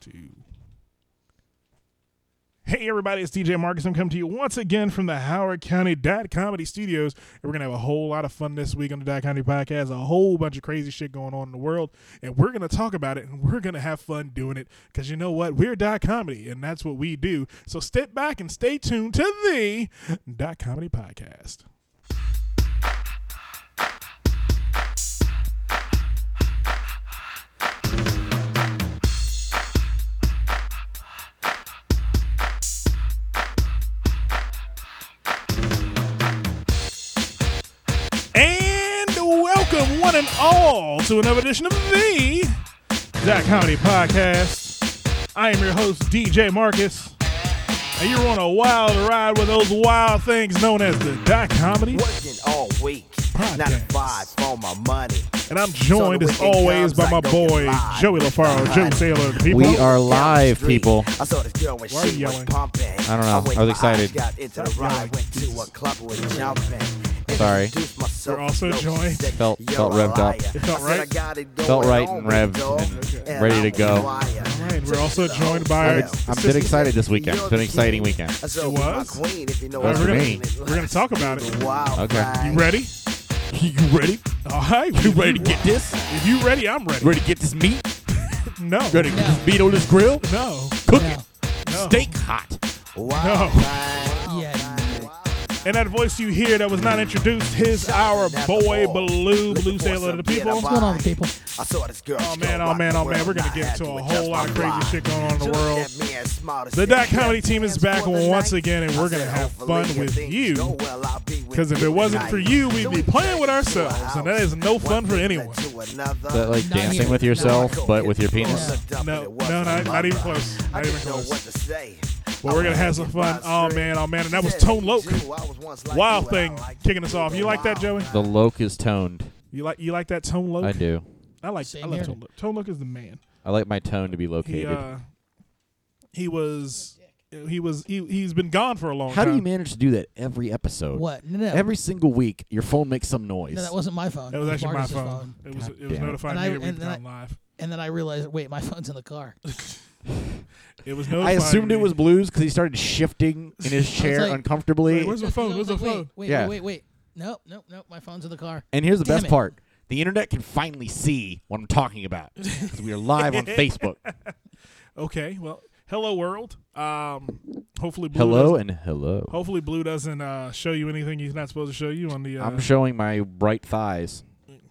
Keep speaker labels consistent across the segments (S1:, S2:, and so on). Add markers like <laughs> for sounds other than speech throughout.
S1: two. Hey, everybody, it's DJ Marcus. I'm coming to you once again from the Howard County Dot Comedy Studios. And we're going to have a whole lot of fun this week on the Dot Comedy Podcast. A whole bunch of crazy shit going on in the world. And we're going to talk about it and we're going to have fun doing it because you know what? We're Dot Comedy and that's what we do. So step back and stay tuned to the Dot Comedy Podcast. And welcome, one and all, to another edition of the Dot Comedy Podcast. I am your host, DJ Marcus, and you're on a wild ride with those wild things known as the Dot Comedy.
S2: Working all week, not a
S1: Podcast.
S2: five for my money.
S1: And I'm joined, as always, by my boy, Joey LaFaro, Joe Taylor, the people.
S3: We
S2: Down
S3: are
S2: the
S3: live,
S2: street,
S3: people.
S2: I saw this girl when
S1: Why are you
S2: she was
S1: yelling?
S2: pumping.
S3: I don't know.
S2: waved
S3: I was
S2: my eyes,
S3: excited.
S2: Got into the
S1: Stop
S2: ride,
S1: yelling.
S2: went to a club with jumping.
S3: Sorry.
S2: Introduced myself,
S1: We're also
S2: no, she
S1: joined-
S2: said,
S3: Felt-
S2: "You're
S3: felt
S2: a
S3: revved up.
S2: liar."
S3: It
S1: felt
S2: I said,
S1: right.
S2: "I got it
S3: Felt
S2: going
S3: right
S2: on,
S3: and revved
S2: dog,
S3: and
S2: and
S3: ready to
S2: I'm a
S3: go.
S2: liar."
S1: All right, we're also joined by
S3: I've
S1: our
S3: been, I've been excited this weekend. It's been an exciting weekend.
S2: So
S1: It was?
S2: Queen, if you know
S1: All right, we're
S2: what I
S3: That's for
S1: gonna,
S3: me.
S2: mean.
S1: we're gonna talk about it.
S2: <laughs> Wow.
S3: Okay.
S1: You ready? You ready? All right, you ready to get this? If you ready, I'm ready.
S3: to get this meat?
S1: No,
S3: get this meat on this grill?
S1: no,
S3: Cook it.
S1: No.
S3: hot.
S2: Wow.
S1: No.
S4: Yeah.
S1: And that voice you hear that was not introduced, his our boy Blue, Blue Sailor to the people.
S4: going on, people?
S2: I saw this girl.
S1: Oh man, oh man, oh man, we're gonna get into a whole lot of crazy shit going on in the world.
S2: world.
S1: The Dot Comedy team is back once again, and we're gonna have fun with you.
S2: Because if it wasn't for you, we'd be playing with ourselves, and that is no fun for anyone.
S3: Is that like
S4: Not
S3: dancing
S4: even-
S3: with yourself, but with your penis?
S2: No,
S1: No, no, not, not even close. Not even close.
S2: But we're gonna have some fun. Oh man, oh man, and that was Tone Loc.
S1: Wild thing kicking us off. You like that, Joey?
S3: The loke is toned.
S1: You like you like that Tone Loc?
S3: I do.
S1: I like I
S4: Same
S1: love
S4: here.
S1: Tone Loc. Tone Loc is the man.
S3: I like my tone to be
S1: He
S3: located.
S1: uh, he was he was he he's been gone for a long
S3: How
S1: time.
S3: do you manage to do that every episode?
S4: What? No, no.
S3: Every single week, your phone makes some noise.
S4: no, that wasn't my phone.
S1: It was actually my
S4: Marcus's
S1: phone. It was
S3: God
S1: it was
S3: damn it.
S1: notified
S4: And
S1: me
S4: I-
S1: that we've
S4: and then
S1: gone live.
S4: And then I realized, wait, my <laughs> phone's in the car.
S1: It was notified.
S3: I assumed it
S1: me.
S3: was blues because he started shifting
S4: <laughs>
S3: in his chair
S4: like-
S3: uncomfortably.
S1: Wait, where's my phone? Where's my
S4: Like, wait,
S1: phone?
S4: Wait,
S3: Yeah.
S4: wait, wait, wait. Nope, nope, nope. My phone's in the car.
S3: And here's the
S4: Damn
S3: best
S4: it.
S3: part. The internet can finally see what I'm talking about. 'Cause we are live
S4: <laughs>
S3: on Facebook.
S1: Okay, well, hello world. Um, hopefully Blue
S3: Hello
S1: doesn't-
S3: and hello.
S1: Hopefully Blue doesn't uh, show you anything he's not supposed to show you on the. Uh,
S3: I'm showing my bright thighs.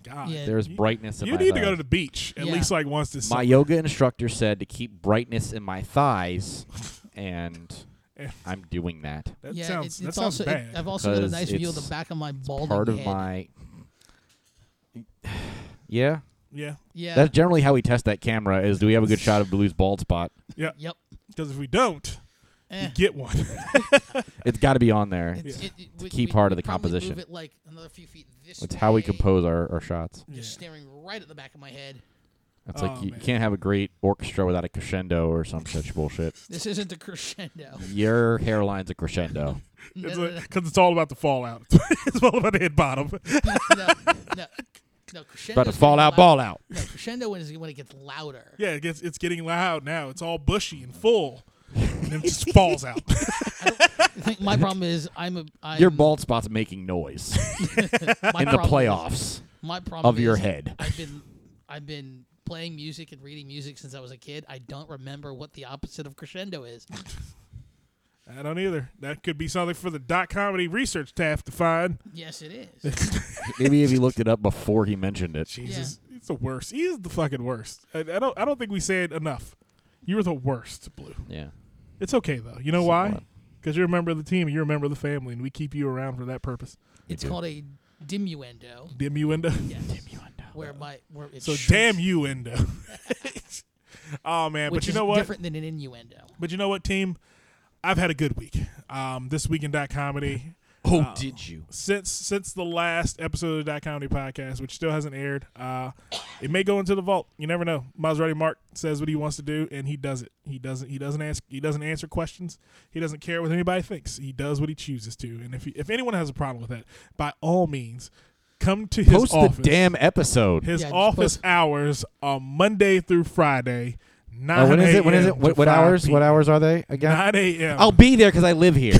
S1: God,
S4: Yeah.
S3: There's
S1: You-
S3: brightness in
S1: you
S3: my
S1: need to
S3: thighs.
S1: go to the beach at
S4: Yeah.
S1: least like once this
S3: my
S1: summer.
S3: yoga instructor said to keep brightness in my thighs,
S1: <laughs>
S3: and I'm doing that.
S1: That
S4: yeah,
S1: sounds
S4: it's,
S1: that
S4: it's
S1: sounds
S4: also. it- uh,
S1: bad.
S4: I've also got a
S3: 'Cause
S4: nice view of
S3: it's
S4: the back of my bald
S3: Part of
S4: head.
S3: my. Yeah,
S1: yeah,
S4: Yeah.
S3: that's generally how we test that camera. Is do we have a good shot of Blue's bald spot?
S4: yep.
S1: because if we don't,
S4: Eh.
S1: you get
S4: <laughs>
S1: one.
S3: It's got to be on there.
S4: It's,
S1: Yeah.
S4: it, it, we-
S3: key
S4: we-
S3: part of
S4: we
S3: the
S4: probably
S3: composition.
S4: Move it like another few feet this
S3: It's how we
S4: way,
S3: compose our, our shots.
S1: Yeah.
S4: Just staring right at the back of my head.
S3: It's
S1: Oh,
S3: like you, you
S1: man.
S3: can't have a great orchestra without a crescendo or some such bullshit.
S4: This isn't
S1: <laughs>
S4: a crescendo.
S3: Your hairline's a crescendo.
S4: No,
S1: Because
S4: no, no,
S1: it's, all about the fallout. <laughs> it's all about the head bottom.
S4: no,
S1: <laughs>
S4: no, no. Crescendo.
S3: About to fall out, ball out.
S4: No, crescendo is when it gets louder.
S1: Yeah, it gets, it's getting loud now. It's all bushy and full. and then it just falls out. <laughs>
S4: I think my problem is I'm a I'm,
S3: Your bald spot's making noise
S4: my
S3: in the
S4: problem is-
S3: playoffs
S4: my problem
S3: of your
S4: is
S3: head.
S4: I've been I've been playing music and reading music since I was a kid. I don't remember what the opposite of crescendo is.
S1: I don't either. That could be something for the dot comedy research staff to find.
S4: yes, it
S3: <laughs>
S4: is.
S3: Maybe if he looked it up before he mentioned it.
S1: Jesus, he's the worst. He is the fucking worst. I, I don't. I don't think we said enough. You were the worst, Blue.
S3: Yeah.
S1: It's okay though. You know why? Because you're a member of the team. and You're a member of the family, and we keep you around for that purpose.
S4: It's
S3: do.
S4: called a dimuendo.
S1: Dim you into.
S4: Yes. Where my where
S1: <laughs>
S4: it's
S1: So damn you into. <laughs> oh man,
S4: Which
S1: but you
S4: is
S1: know what?
S4: different than an innuendo.
S1: But you know what, team? I've had a good week. Um, this week in dot comedy.
S3: Oh, did you?
S1: since since the last episode of the Dot Comedy Podcast, which still hasn't aired, uh, it may go into the vault. You never know. Maserati Mark says what he wants to do, and he does it. He doesn't. He doesn't ask. He doesn't answer questions. He doesn't care what anybody thinks. He does what he chooses to. And if he, if anyone has a problem with that, by all means, come to his
S3: Post
S1: office.
S3: the damn episode.
S1: his
S4: Yeah, just
S1: office
S4: post-
S1: hours are Monday through Friday, Nine
S3: Oh, when is it? When is
S1: a.m.
S3: it? What,
S1: to
S3: what
S1: 5
S3: hours? What
S1: p.m.
S3: hours are they again?
S1: Nine a.m.
S3: I'll be there because I live <laughs> here.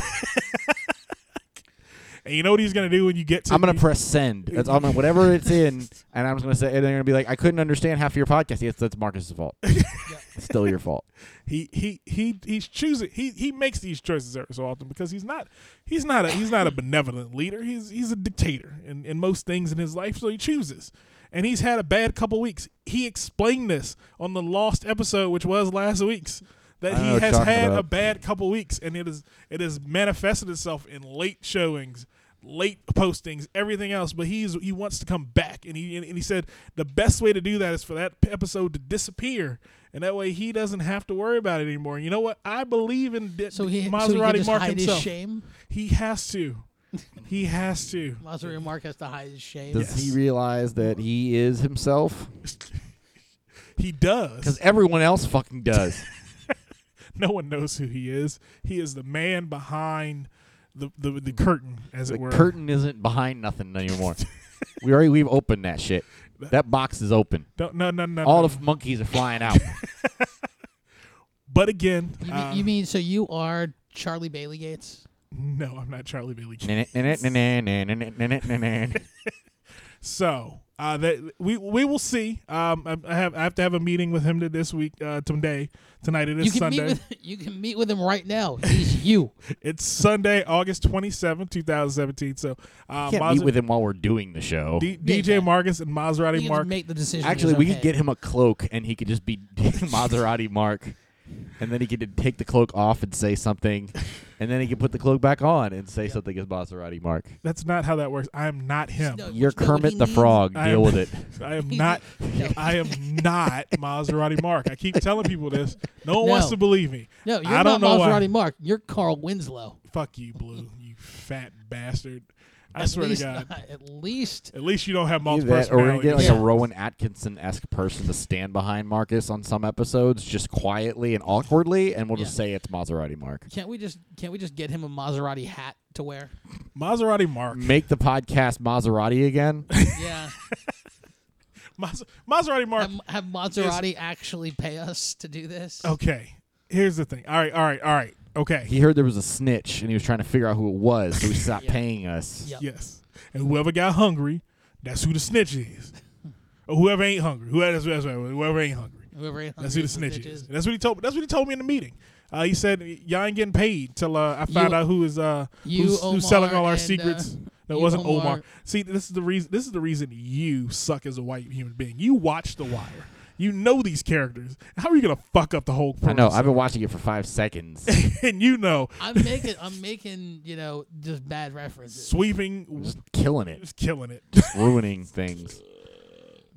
S1: And you know what he's gonna do when you get to?
S3: I'm gonna
S1: the-
S3: press send. That's I'm gonna, whatever it's <laughs> in, and I'm just gonna say, and they're gonna be like, I couldn't understand half of your podcast. Yes, that's Marcus's fault. It's Still your fault.
S1: he he he he's choosing. He he makes these choices every so often because he's not he's not a he's not a benevolent leader. He's he's a dictator in, in most things in his life. So he chooses, and he's had a bad couple weeks. He explained this on the lost episode, which was last week's. That
S3: I know
S1: he
S3: what you're
S1: has
S3: talking
S1: had a
S3: about.
S1: bad couple weeks, and it is it has manifested itself in late showings, late postings, everything else. But he's he wants to come back, and he and, and he said the best way to do that is for that p- episode to disappear, and that way he doesn't have to worry about it anymore. And you know what? I believe in di-
S4: So he, so he can
S1: Maserati
S4: just
S1: Mark
S4: hide
S1: himself.
S4: his shame.
S1: He has to. He has to. <laughs>
S4: Maserati Mark has to hide his
S3: <laughs>
S4: shame.
S3: Does he realize that he is himself?
S1: He
S3: Because
S1: does.
S3: everyone else fucking <laughs> does.
S1: No one knows who he is. He is the man behind the the, the curtain, as
S3: the
S1: it were.
S3: curtain isn't behind nothing <laughs> anymore. we already we've opened that shit. That box is open.
S1: Don't, no, no, no.
S3: All
S1: no.
S3: the f- monkeys are flying out.
S1: but again,
S4: You,
S1: uh,
S4: mean, you mean so you are Charlie Bailey Gates?
S1: no, I'm not Charlie Bailey. Keaton.
S3: That's
S1: So uh, that we we will see. Um, I, I have I have to have a meeting with him to this week uh, today tonight. It is
S4: you can
S1: Sunday.
S4: meet with <laughs> you can meet with him right now. He's you.
S1: <laughs> it's Sunday, August twenty seventh, two thousand seventeen. So uh,
S3: Can't
S1: Maser-
S3: meet with him while we're doing the show.
S1: D-
S4: Yeah,
S1: DJ
S4: yeah.
S1: Marcus and
S4: You
S1: Maserati
S4: can
S1: Mark.
S4: make the decision.
S3: Actually, we could get him a cloak, and he could just be <laughs> Maserati Mark, and then he could take the cloak off and say something, and then he could put the cloak back on and say something as Maserati Mark.
S1: That's not how that works. I am not him.
S4: No,
S3: You're
S4: no, he
S3: Kermit the
S4: needs-
S3: Frog.
S1: I
S3: Deal
S1: am- <laughs>
S3: with it.
S1: I am not.
S4: <laughs> No.
S1: I am not Maserati Mark. I keep telling people this. No one
S4: No.
S1: wants to believe me.
S4: No, you're
S1: I don't
S4: not
S1: know why.
S4: Maserati Mark. You're Carl Winslow.
S1: Fuck you, Blue. You fat bastard. I
S4: At
S1: swear to
S4: least-
S1: God.
S4: <laughs> At least
S1: At least you don't have multiple
S3: that, or we're gonna get like
S1: personalities.
S3: a Rowan Atkinson esque person to stand behind Marcus on some episodes, just quietly and awkwardly, and we'll just
S4: Yeah.
S3: say it's Maserati Mark.
S4: can't we just can't we just get him a Maserati hat
S3: <laughs>
S4: to wear?
S1: Maserati Mark.
S4: Mm.
S3: Make the podcast Maserati again.
S1: <laughs>
S4: Yeah,
S1: Mas- Maserati Mark.
S4: have, have Maserati actually pay us to do this?
S1: okay. Here's the thing. All right. All right. All right. Okay.
S3: he heard there was a snitch, and he was trying to figure out who it was, so he stopped
S4: Yeah.
S3: paying us.
S4: Yeah.
S1: Yes. And whoever got hungry, that's who the snitch
S4: <laughs>
S1: is. or whoever ain't hungry. Whoever, that's, that's right, whoever ain't hungry.
S4: Whoever ain't
S1: That's who
S4: hungry
S1: the
S4: is
S1: snitch
S4: snitch
S1: is.
S4: is.
S1: And that's what he told. That's what he told me in the meeting. Uh, he said, "Y'all ain't getting paid till uh, I find
S4: You-
S1: out who is uh,
S4: you,
S1: who's, who's selling
S4: Omar,
S1: all our
S4: and, uh,
S1: secrets." No, it
S4: you,
S1: wasn't Omar.
S4: Omar.
S1: See, this is the reason. This is the reason you suck as a white human being. You watch The Wire. You know these characters. How are you gonna fuck up the whole?
S3: I know.
S1: premise?
S3: I've been watching it for five seconds.
S1: and you know,
S4: I'm making I'm making you know just bad references.
S1: sweeping,
S3: just killing it,
S1: just killing it.
S3: just ruining things.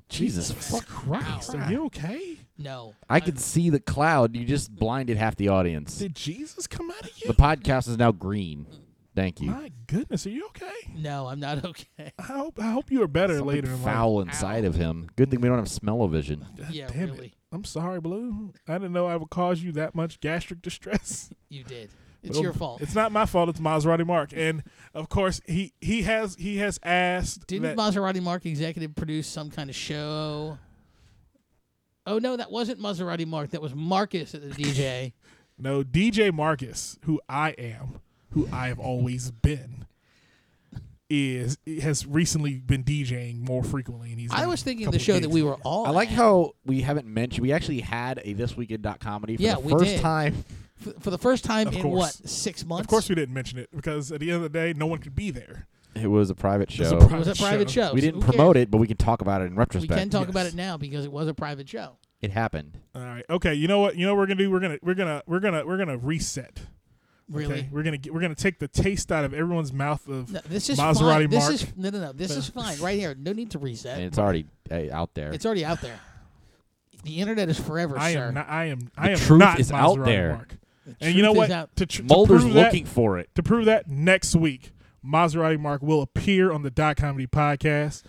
S3: Jesus fuck Christ!
S1: Are you okay?
S4: No,
S3: I could see the cloud. You just blinded half the audience.
S1: Did Jesus come out of you?
S3: The podcast is now green. Thank you.
S1: My goodness, are you okay?
S4: no, I'm not
S1: <laughs>
S4: okay.
S1: I hope I hope you are better
S3: Something
S1: later. in life.
S3: foul inside of him. Good thing we don't have smell-o-vision.
S1: God
S4: Yeah,
S1: damn
S4: really.
S1: It. I'm sorry, Blue. I didn't know I would cause you that much gastric distress.
S4: You did. <laughs> It's
S1: Well,
S4: your fault.
S1: It's not my fault. It's Maserati Mark, and of course he he has he has asked.
S4: Didn't
S1: that-
S4: Maserati Mark executive produce some kind of show? Oh no, that wasn't Maserati Mark. That was
S1: <laughs>
S4: Marcus at the DJ.
S1: no DJ Marcus, who I am, who I have always been, is has recently been DJing more frequently, and he's.
S4: I
S1: done
S4: was
S1: a
S4: thinking the
S1: couple
S4: show that
S1: gigs.
S4: we were all.
S3: I like
S4: at.
S3: how we haven't mentioned. We actually had a this week in dot comedy for
S4: Yeah,
S3: the
S4: we
S3: first
S4: did.
S3: time.
S4: F- for the first time
S1: Of
S4: in
S1: course.
S4: what six months.
S1: Of course, we didn't mention it because at the end of the day, no one could be there.
S3: It was a private
S1: was a
S3: show.
S1: private
S4: it was a private show.
S3: we
S4: so
S3: didn't
S4: who
S3: promote
S4: cares?
S3: it, but we can talk about it in
S4: We
S3: retrospect.
S4: can talk about
S1: Yes.
S4: it now because it was a private show.
S3: it happened.
S1: All right. Okay. You know what? You know what we're gonna do. We're gonna we're gonna we're gonna we're gonna reset. okay?
S4: Really.
S1: We're gonna get, we're gonna take the taste out of everyone's mouth of
S4: No, this is
S1: Maserati
S4: fine. This
S1: Mark.
S4: is no, no, no. This is fine right here. No need to reset.
S1: Eh,
S3: And it's already uh, out there.
S4: It's already out there. The internet is forever,
S1: I
S4: sir.
S1: am not I am I am
S3: truth
S1: not
S3: is out
S1: Maserati
S3: there.
S1: Mark.
S4: The
S1: And you know
S4: truth is
S1: what?
S4: out-
S1: To, tr- to
S3: Mulder's
S1: prove
S3: looking
S1: that,
S3: for it.
S1: to prove that next week, Maserati Mark will appear on the Dot Comedy podcast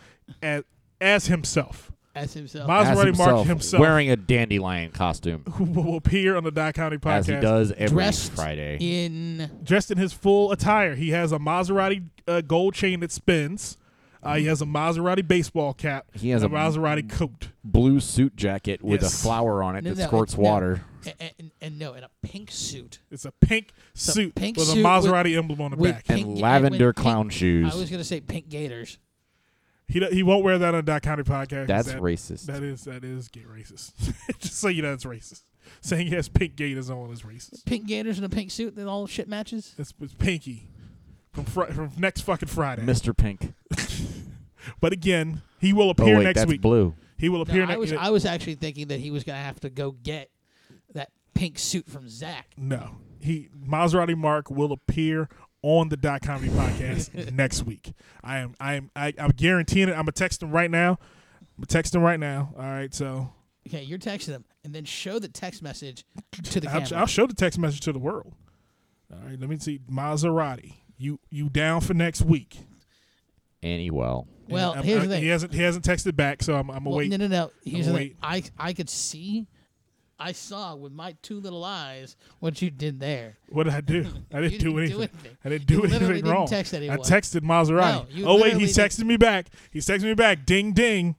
S1: as as himself. <laughs>
S4: as himself.
S1: Mas-
S3: As
S1: Maserati Mark
S3: himself,
S1: himself.
S3: wearing a dandelion costume,
S1: Who will appear on the Dot Comedy podcast
S3: as he does every
S4: dressed
S3: Friday.
S4: in
S1: dressed in his full attire. He has a Maserati uh, gold chain that spins, Uh, he has a Maserati baseball cap.
S3: He has
S1: and a
S3: a-
S1: Maserati coat.
S3: Blue suit jacket with
S1: Yes.
S3: a flower on it
S4: No,
S3: that
S4: no,
S3: squirts
S4: no.
S3: water.
S4: And, and, and no, in a pink suit.
S1: It's a pink
S4: a
S1: suit
S4: pink
S1: with a
S4: suit
S1: Maserati emblem on the
S4: with
S1: back.
S4: pink-
S3: And
S4: with
S3: lavender
S4: pink-
S3: clown shoes.
S4: I was gonna say pink gators.
S1: He do- he won't wear that on Dot County podcast. 'cause
S3: That's
S1: that,
S3: racist.
S1: That is that is gay racist. <laughs> Just so you know, it's racist. Saying he has pink gators on is racist.
S4: Pink gators and a pink suit that all shit matches.
S1: That's it's pinky from fr- from next fucking Friday.
S3: Mr. Pink.
S1: But again, he will
S3: Oh
S1: appear
S3: wait,
S1: next
S3: that's
S1: week.
S3: blue.
S1: He will
S4: No,
S1: appear
S4: I was
S1: next.
S4: I was actually thinking that he was gonna have to go get that pink suit from Zach.
S1: no, he Maserati Mark will appear on the Dot Comedy
S4: <laughs>
S1: podcast next week. I am I am I, I'm guaranteeing it. I'm gonna text him right now. I'm gonna text him right now. All right, so
S4: Okay, you're texting him and then show the text message to the
S1: I'll,
S4: camera.
S1: I'll show the text message to the world. All right, let me see Maserati. You you down for next week?
S3: Annie well.
S4: well,
S1: I'm-
S4: here's
S1: I-
S4: the
S1: uh, he
S4: thing.
S1: hasn't he hasn't texted back, so I'm I'm
S4: Well,
S1: awaiting.
S4: no, no, no. Here's
S1: I'm
S4: the
S1: wait.
S4: thing. I I could see, I saw with my two little eyes what you did there.
S1: What did I
S4: <laughs>
S1: do? I didn't,
S4: You
S1: do,
S4: didn't
S1: anything.
S4: do anything.
S1: I didn't do
S4: You
S1: anything
S4: literally didn't
S1: wrong.
S4: text
S1: I
S4: anyone.
S1: texted Maserati.
S4: No, you
S1: oh wait, he
S4: literally
S1: texted me back. He's texting me back. Ding ding.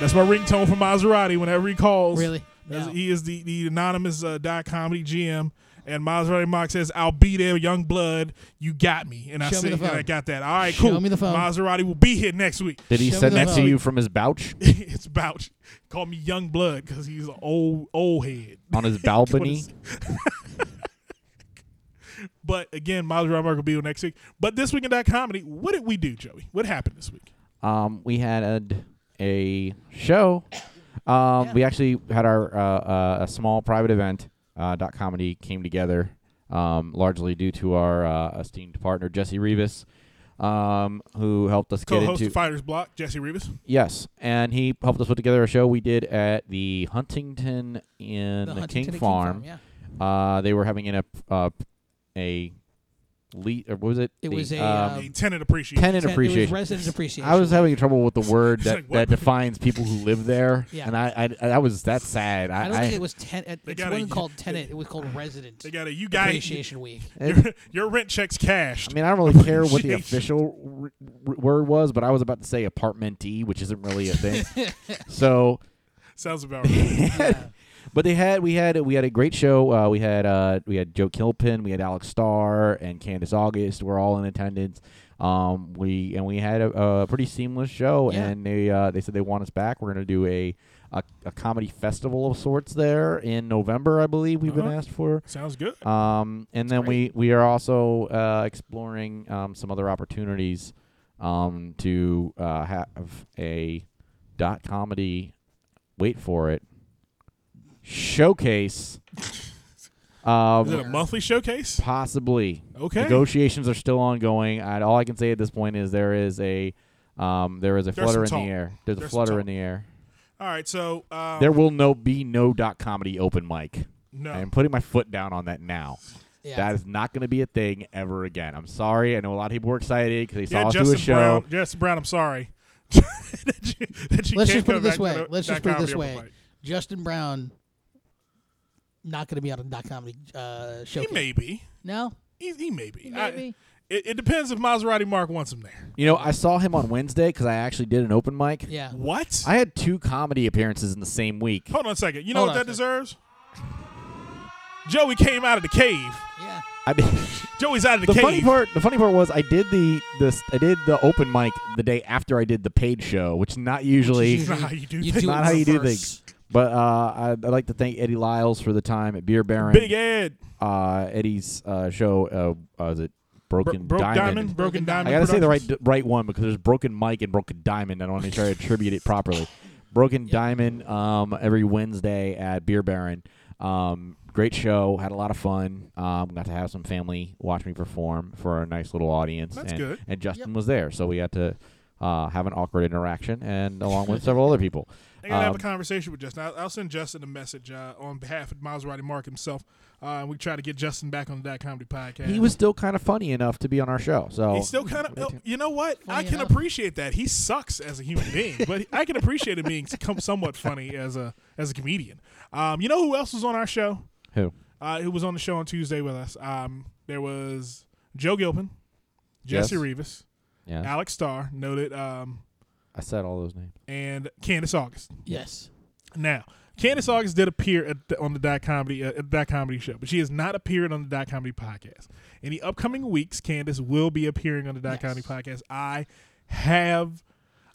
S1: That's my ringtone for Maserati whenever he calls.
S4: Really?
S1: That's-
S4: No.
S1: He is the the anonymous uh, dot comedy GM. And Maserati Mock says, "I'll be there, young blood. You got me." And I
S4: Show me
S1: said,
S4: the
S1: and "I
S4: phone.
S1: got that. All right,
S4: Show
S1: cool.
S4: me the phone.
S1: Maserati will be here next week. <laughs>
S3: Did he
S4: Show me
S3: send
S4: the
S3: that to
S4: vote.
S3: you from his pouch
S1: it's about call me young blood because he's an old old head. <laughs>
S3: on his
S1: What
S3: balcony?
S1: is- <laughs> but again, Miles Romark will be on next week. But this week in that comedy, what did we do, Joey? What happened this week?
S3: um, we had a, a show. Um, We actually had our uh, uh, a small private event. Uh, dot comedy came together um, largely due to our uh, esteemed partner Jesse Rivas, um, who helped us get
S1: Co-host
S3: into
S1: of Fighters Block, Jesse Rivas.
S3: yes, and he helped us put together a show we did at the Huntington in
S4: The
S3: the
S4: Huntington
S3: King
S4: and King
S3: Farm.
S4: Yeah.
S3: Uh, they were having in a uh, a le- or what was it?
S4: It
S3: The,
S4: was a,
S3: um,
S1: a tenant appreciation.
S3: tenant
S4: Ten- it was
S3: appreciation.
S4: residents appreciation.
S3: I was having trouble with the word
S1: It's
S3: that,
S1: like, what?
S3: that defines people who
S1: <laughs>
S3: live there,
S4: Yeah.
S3: and I, I, I that was that's sad.
S4: I
S3: I,
S4: don't
S3: I,
S4: think it was tenant. It
S1: got a-
S4: wasn't
S1: <laughs>
S4: called tenant. It was called resident
S1: they got a you got it. <laughs>
S4: appreciation week.
S1: Your, your rent checks cashed.
S3: I mean, I
S1: <laughs>
S3: don't really care what the
S1: Appreciation.
S3: official r- r- word was, but I was about to say apartmentee, which isn't really a thing.
S1: <laughs>
S3: so,
S1: Sounds about right.
S3: <laughs> but they had we had we had a great show. Uh, we had uh, we had Joe Kilpin, we had Alex Starr, and Candace August. were all in attendance. Um, we and we had a, a pretty seamless show,
S4: Yeah.
S3: and they uh, they said they want us back. We're gonna do a, a a comedy festival of sorts there in November, I believe. We've been
S1: Uh-huh.
S3: asked for.
S1: Sounds good.
S3: Um, and then we,
S4: great.
S3: we are also uh, exploring um, some other opportunities um, to uh, have a dot comedy. Wait for it.
S1: <laughs>
S3: Showcase.
S1: Is it
S3: Um,
S1: a monthly showcase?
S3: possibly.
S1: Okay.
S3: Negotiations are still ongoing. I, all I can say at this point is there is a um, there is a
S1: There's
S3: flutter in
S1: some
S3: the
S1: talk.
S3: air.
S1: There's
S3: There's, a
S1: some
S3: flutter
S1: talk.
S3: in the air.
S1: All right. So um,
S3: There will no be no dot comedy open mic.
S1: no.
S3: I am putting my foot down on that now.
S4: Yeah.
S3: That is not going to be a thing ever again. I'm sorry. I know a lot of people were excited because they
S1: yeah,
S3: saw us
S1: Justin
S3: do a show.
S1: Brown. Justin Brown. I'm sorry. <laughs> that you, that you
S4: Let's
S1: can't
S4: just put
S1: come
S4: it this
S1: back to
S4: way.
S1: the-
S4: Let's just
S1: that
S4: put it this
S1: comedy
S4: way.
S1: open mic.
S4: Justin Brown not going to be on a dot comedy uh, show.
S1: He may be.
S4: No,
S1: He, he may be. I- <laughs>
S4: maybe.
S1: it, it depends if Maserati Mark wants him there.
S3: You know, I saw him on Wednesday because I actually did an open mic.
S4: yeah.
S1: What?
S3: I had two comedy appearances in the same week.
S1: Hold on a second. You know
S4: Hold
S1: what
S4: on a
S1: that
S4: second.
S1: deserves? Joey came out of the cave.
S4: Yeah.
S3: I mean,
S1: Joey's out of the,
S3: <laughs> the funny
S1: cave.
S3: part, the funny part was I did the this I did the open mic the day after I did the paid show, which not usually.
S1: not how you do
S4: you
S1: things.
S4: do
S3: Not
S4: it
S3: how you do
S4: reverse.
S3: But uh, I, I'd like to thank Eddie Lyles for the time at Beer Baron.
S1: Big Ed,
S3: uh, Eddie's uh, show. Uh, uh, is it
S1: Bro-
S3: Broken
S1: broke diamond.
S3: Diamond?
S1: broken
S4: Broken
S1: diamond.
S4: Diamond
S3: I gotta say the right
S1: Productions.
S3: right one because there's broken Mike and broken diamond. I don't want to try to attribute it properly. Broken diamond um, every Wednesday at Beer Baron. Um, great show. Had a lot of fun. Um, got to have some family watch me perform for a nice little audience.
S1: That's
S3: and,
S1: good.
S3: And Justin was there, so we had to uh, have an awkward interaction and along with several other people.
S1: I gotta have a
S3: um,
S1: conversation with Justin. I'll, I'll send Justin a message uh, on behalf of Maserati Mark himself, uh, and we try to get Justin back on the That Comedy Podcast.
S3: He was Oh, still kind of funny enough to be on our show. So
S1: He's still kind of. you know what? I
S4: Funny
S1: can
S4: enough.
S1: appreciate that. He sucks as a human being, but I can appreciate him being <laughs> com- somewhat funny as a as a comedian. Um, you know who else was on our show?
S3: who?
S1: uh, who was on the show on Tuesday with us. Um, there was Joe Gilpin,
S3: Yes.
S1: Jesse Rivas,
S3: Yeah,
S1: Alex Starr, noted, um,
S3: I said all those names.
S1: and Candace August.
S4: Yes.
S1: Now, Candace August did appear at the, on the Dot Comedy uh, at Dot Comedy show, but she has not appeared on the Dot Comedy podcast. In the upcoming weeks, Candace will be appearing on the Dot
S4: Yes.
S1: Comedy podcast. I have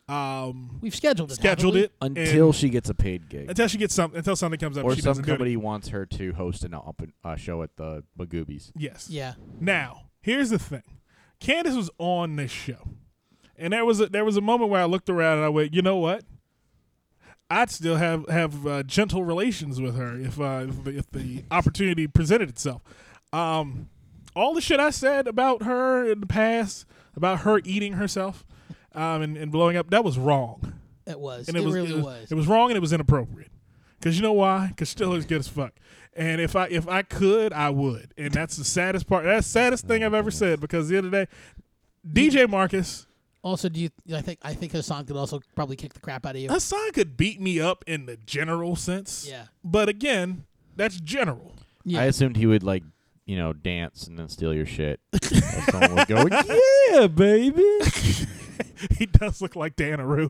S1: um,
S4: We've scheduled it. haven't
S1: scheduled
S4: we?
S1: it and-
S3: Until she gets a paid gig,
S1: until she gets something until something comes up.
S3: or
S1: she doesn't do it.
S3: somebody wants her to host an up uh, show at the Magoobies.
S1: Yes.
S4: Yeah.
S1: Now, here's the thing. Candace was on this show. And there was a there was a moment where I looked around and I went, you know what? I'd still have have uh, gentle relations with her if uh, if, the- if the opportunity presented itself. Um, all the shit I said about her in the past, about her eating herself um, and, and blowing up, that was wrong.
S4: It was.
S1: And
S4: it,
S1: was,
S4: really
S1: it was
S4: was.
S1: it was wrong and it was inappropriate. Cause you know why? Cause Stiller's good as fuck. And if I if I could, I would. And that's the saddest part. That's the saddest thing I've ever said. Because the other day, DJ Marcus,
S4: Also, do you? I think I think Hassan could also probably kick the crap out of
S1: <laughs>
S4: you.
S1: Hassan could beat me up in the general sense.
S4: Yeah.
S1: But again, that's general. <laughs>
S4: Yeah.
S3: I assumed he would like, you know, dance and then steal
S1: <laughs>
S3: your shit. Or someone would go, yeah, baby.
S1: he does look like <laughs> Danaroo.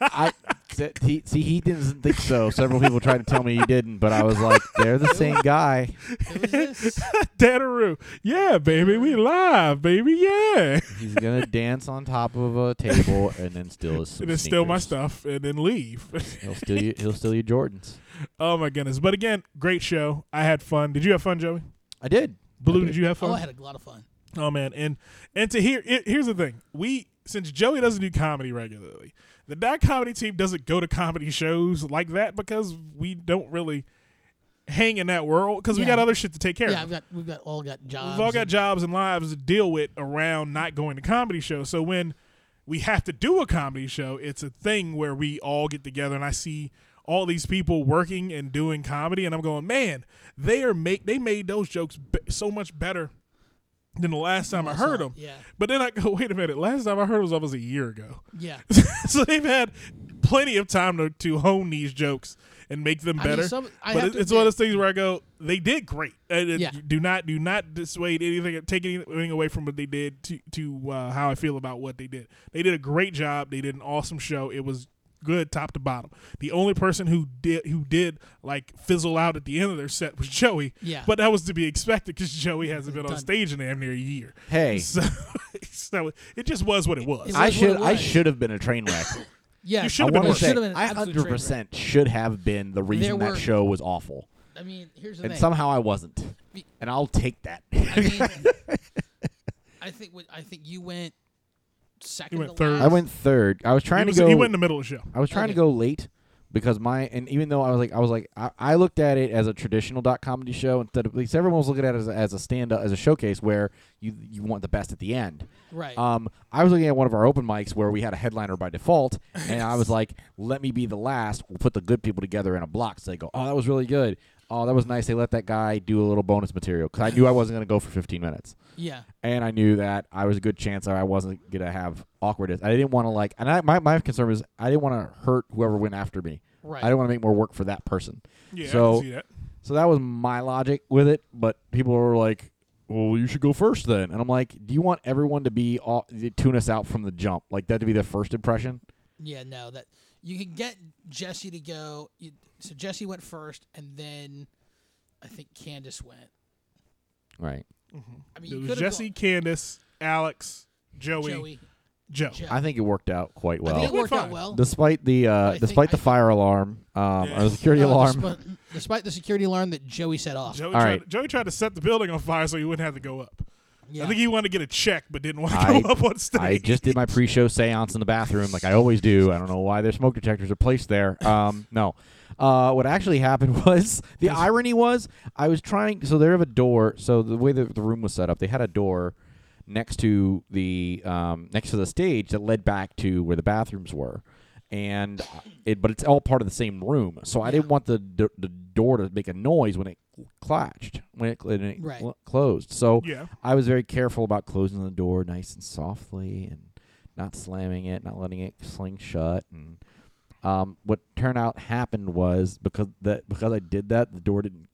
S3: I th- he, see he didn't think so. Several people tried to tell me he didn't, but I was like, they're the same guy.
S4: Who's
S1: <laughs>
S4: this?
S1: Danaroo. Yeah, baby, we live, baby. Yeah.
S3: He's gonna dance on top of a table and then steal his.
S1: and then steal my
S3: sneakers.
S1: stuff and then leave. <laughs>
S3: He'll steal you. He'll steal your Jordans.
S1: oh my goodness. But again, great show. I had fun. Did you have fun, Joey?
S3: I did.
S1: Blue, did you have fun?
S4: Oh, I had a lot of fun.
S1: Oh man, and and to hear it, here's the thing: we since Joey doesn't do comedy regularly, the dot comedy team doesn't go to comedy shows like that because we don't really hang in that world because we
S4: Yeah.
S1: got other shit to take care
S4: Yeah, I've
S1: of.
S4: got we've got all got jobs.
S1: We've all got
S4: and-
S1: jobs and lives to deal with around not going to comedy shows. So when we have to do a comedy show, it's a thing where we all get together and I see all these people working and doing comedy and I'm going, "Man, they are make they made those jokes b- so much better than the last time I
S4: That's
S1: heard
S4: all-
S1: them."
S4: Yeah.
S1: But then I go, <laughs> wait a minute. Last time I heard was almost a year ago. <laughs>
S4: Yeah.
S1: so they've had plenty of time to, to hone these jokes and make them
S4: I mean,
S1: better.
S4: some- I
S1: but
S4: have
S1: it-
S4: to
S1: it's one of
S4: admit-
S1: those things where I go, they did great. And it-
S4: Yeah.
S1: Do not do not dissuade anything, take anything away from what they did to to uh, how I feel about what they did. They did a great job. They did an awesome show. It was good top to bottom. The only person who did who did like fizzle out at the end of their set was Joey.
S4: Yeah.
S1: But that was to be expected because Joey hasn't been on
S4: Done.
S1: stage in damn near a year.
S3: Hey,
S1: So, <laughs> so it just was what it was.
S4: It
S3: I
S4: was what
S3: should.
S4: it
S3: I
S4: was.
S3: should have been a train wreck.
S4: Yeah.
S1: You should
S3: I
S1: have been
S3: want to
S1: worse.
S3: say
S4: Should have been an
S3: I
S4: absolute train
S3: hundred
S4: wreck.
S3: percent should have been the reason
S4: were-
S3: that show was awful,
S4: I mean, here's the
S3: and
S4: thing.
S3: somehow I wasn't,
S4: Be-
S3: and I'll take that.
S4: I mean, I think what, I think you went second.
S1: went
S4: to
S1: third.
S4: last.
S3: <laughs> I went third. I was trying
S1: he, was-
S3: to go.
S1: he went in the middle of the show.
S3: I was trying to
S4: Okay.
S3: go late because my and even though I was like I was like I, I looked at it as a traditional dot comedy show instead of because everyone was looking at it as a, as a stand up as a showcase where you you want the best at the end.
S4: Right.
S3: Um, I was looking at one of our open mics where we had a headliner by default, and I was like, "Let me be the last. We'll put the good people together in a block." So they go, "Oh, that was really good. Oh, that was nice. They let that guy do a little bonus material because I knew I wasn't going to go for 15 minutes."
S4: yeah.
S3: and I knew that I was a good chance that I wasn't gonna have awkwardness. I didn't want to like, and I, my my concern was I didn't want to hurt whoever went after me.
S4: Right.
S3: I didn't want to make more work for that person.
S1: Yeah, I
S3: So
S1: can see that.
S3: so that was my logic with it. But people were like, "Well, you should go first then," and I'm like, "Do you want everyone to be all, to tune us out from the jump? Like that to be their first impression?"
S4: Yeah. No. That you could get Jesse to go. You, so Jesse went first, and then I think Candace went.
S3: Right.
S4: I
S1: It
S4: mean, you
S1: was
S4: could've
S1: Jesse,
S4: gone-
S1: Candace, Alex, Joey,
S4: Joey,
S1: Joe.
S4: Joe.
S3: I think it worked out quite
S4: I think it
S3: well.
S1: we're
S4: worked out
S1: fine.
S4: well.
S3: Despite the uh,
S4: think-
S3: despite the
S4: I-
S3: fire alarm, um,
S1: Yeah.
S3: or the
S4: <laughs>
S3: security
S4: Uh,
S3: alarm,
S4: Despite, despite the security alarm that Joey set off.
S1: Joey,
S3: All
S1: tried,
S3: right.
S1: Joey tried to set the building on fire so he wouldn't have to go up.
S4: yeah.
S1: I think he wanted to get a check but didn't want to
S3: I-
S1: go up on stage.
S3: I just did my pre-show seance in the bathroom, like I always do. I don't know why their smoke detectors are placed there. Um, no, uh, what actually <laughs> happened was the irony was I was trying. So they have a door. So the way that the room was set up, they had a door next to the um, next to the stage that led back to where the bathrooms were, and uh, it. But it's all part of the same room, so I didn't want the d- the door to make a noise when it clatched when it, when it
S4: Right.
S3: cl- closed. So
S1: yeah. <laughs>
S3: I was very careful about closing the door nice and softly and not slamming it, not letting it sling shut. And um, what turned out happened was because that because I did that, the door didn't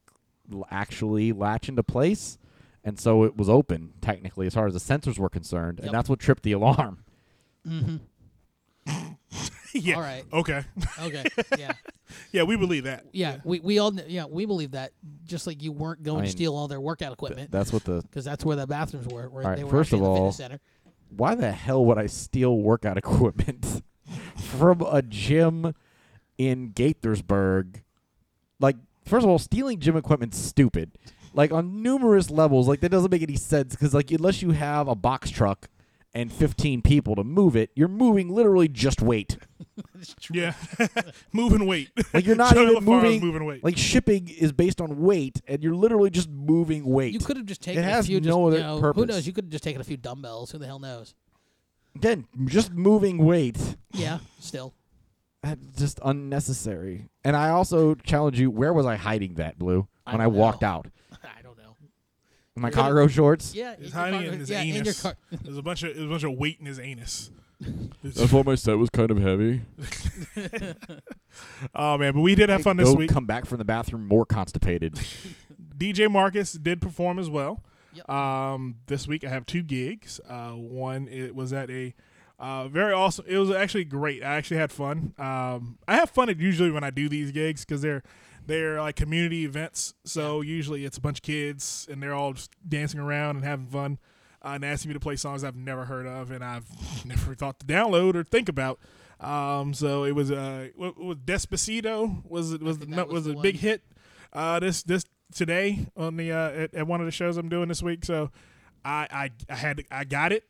S3: l- actually latch into place, and so it was open technically as far as the sensors were concerned,
S4: Yep.
S3: and that's what tripped the alarm.
S1: yeah.
S4: All right.
S1: Okay. <laughs>
S4: Okay. Yeah.
S1: yeah, we believe that.
S4: Yeah. We, we all kn- yeah we believe that. Just like you weren't going
S3: I
S4: to
S3: mean,
S4: steal all their workout equipment
S3: That's what the
S4: because that's where the bathrooms were. Where
S3: All right,
S4: they were
S3: first
S4: actually
S3: of
S4: in the
S3: all-
S4: fitness center.
S3: why the hell would I steal workout <laughs> equipment from a gym in Gaithersburg? Like, first of all, stealing gym equipment's stupid. Like on numerous levels, like that doesn't make any sense because like unless you have a box truck and fifteen people to move it, you're moving literally just weight.
S1: Yeah. <laughs> moving weight. <laughs>
S3: Like you're not
S1: Joey
S3: even
S1: LaFarge
S3: moving,
S1: moving weight.
S3: Like shipping is based on weight, and you're literally just moving weight.
S4: You could have just taken
S3: has
S4: a few.
S3: no
S4: just,
S3: other
S4: you know, Who
S3: purpose.
S4: knows? You could have just taken a few dumbbells. Who the hell knows?
S3: Again, just moving weight. <laughs>
S4: Yeah. Still. <laughs>
S3: That's just unnecessary. And I also challenge you: Where was I hiding that blue
S4: I
S3: when I,
S4: don't
S3: walked
S4: know.
S3: out?
S4: I don't know.
S3: In my
S4: You're gonna-
S3: cargo shorts.
S4: Yeah. in
S1: He's
S4: your
S1: hiding
S4: car-
S1: in his
S4: yeah,
S1: anus.
S4: In your car.
S1: There's a bunch of there's a bunch of weight in his anus.
S3: why my set was kind of heavy.
S1: oh man, but we did have fun this
S3: Go
S1: week.
S3: come back from the bathroom more constipated.
S1: DJ Marcus did perform as well.
S4: Yep.
S1: Um, this week I have two gigs. Uh, one it was at a uh, very awesome. It was actually great. I actually had fun. Um, I have fun at usually when I do these gigs because they're they're like community events. So usually it's a bunch of kids and they're all just dancing around and having fun. Uh, and asking me to play songs I've never heard of and I've <laughs> never thought to download or think about. Um, so it was uh, what, what Despacito was it was the, was,
S4: think that
S1: was
S4: was
S1: a
S4: the
S1: big
S4: one.
S1: hit uh, this this today on the uh, at, at one of the shows I'm doing this week. So I I, I had to- I got it.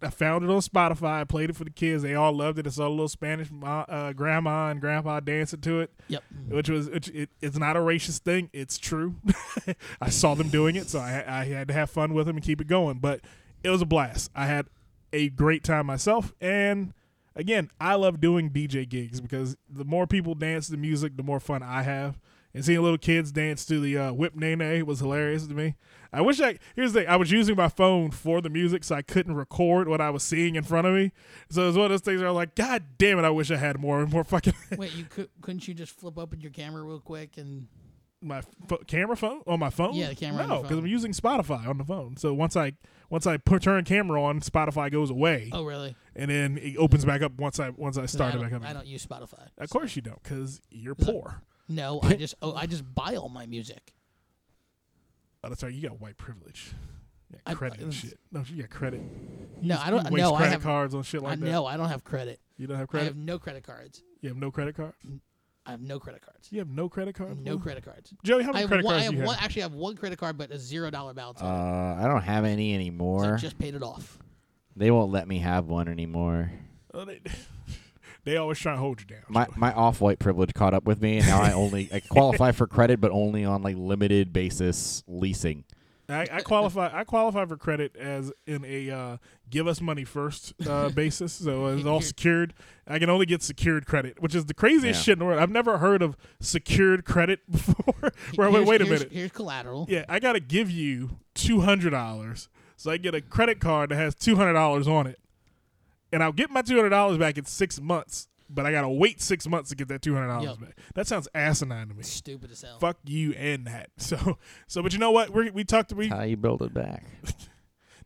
S1: I found it on Spotify. I played it for the kids. They all loved it. It's all a little Spanish ma- uh, grandma and grandpa dancing to it,
S4: <laughs> Yep.
S1: Mm-hmm. which was which, it, it's not a racist thing. It's true. <laughs> I saw them doing it, so I, I had to have fun with them and keep it going. But it was a blast. I had a great time myself, and again, I love doing DJ gigs because the more people dance to music, the more fun I have. And seeing little kids dance to the uh, Whip Nene was hilarious to me. I wish I here's the thing, I was using my phone for the music, so I couldn't record what I was seeing in front of me. So it was one of those things where I was like, God damn it, I wish I had more more fucking
S4: Wait. You could, couldn't you just flip open your camera real quick and
S1: my pho- camera phone on my phone.
S4: Yeah, the camera on
S1: No,
S4: your
S1: because I'm
S4: phone.
S1: using Spotify on the phone. So once I once I put, turn camera on, Spotify goes away,
S4: oh really?
S1: and then it opens back up once I once I
S4: Then
S1: start
S4: I
S1: it
S4: don't-
S1: back up.
S4: I don't use Spotify.
S1: Of course you don't, because you're
S4: Is that-
S1: poor.
S4: <laughs> No, I just oh, I just buy all my music.
S1: Oh, that's right. You got white privilege. You
S4: I-
S1: got credit and
S4: it's-
S1: shit. No, you got credit.
S4: No, I don't.
S1: You waste
S4: No, I
S1: credit
S4: have.
S1: cards on shit
S4: I
S1: like that.
S4: know I don't have credit.
S1: You don't have
S4: I
S1: credit.
S4: have no credit cards.
S1: you have no credit card.
S4: I have no credit cards.
S1: You have no credit card.
S4: No credit cards.
S1: Joey, how
S4: I
S1: many
S4: have,
S1: credit
S4: one, I
S1: cards
S4: have
S1: do you
S4: one.
S1: have?
S4: Actually, I have one credit card, but a zero dollar balance.
S3: uh,
S4: on it.
S3: I don't have any
S4: So I
S3: anymore.
S4: just paid it off.
S3: They won't let me have one anymore.
S1: Oh, they, <laughs> they always try to hold you down.
S3: My my off white privilege caught up with me, and now I only I qualify for credit, but only on like limited basis leasing.
S1: I, I qualify. I qualify for credit as in a uh, give us money first uh, basis. So it's all secured. I can only get secured credit, which is the craziest
S3: Yeah.
S1: shit in the world. I've never heard of secured credit <laughs> before. Where I went,
S4: Here's-
S1: wait a
S4: here's-
S1: minute.
S4: Here's collateral.
S1: Yeah, I gotta give you two hundred dollars, so I get a credit card that has two hundred dollars on it, and I'll get my two hundred dollars back in six months. But I gotta wait six months to get that two hundred dollars
S4: Yep.
S1: back. That sounds asinine to me.
S4: Stupid as hell.
S1: Fuck you and that. <laughs> So, so, but you know what? We we talked. We
S3: How you build it back?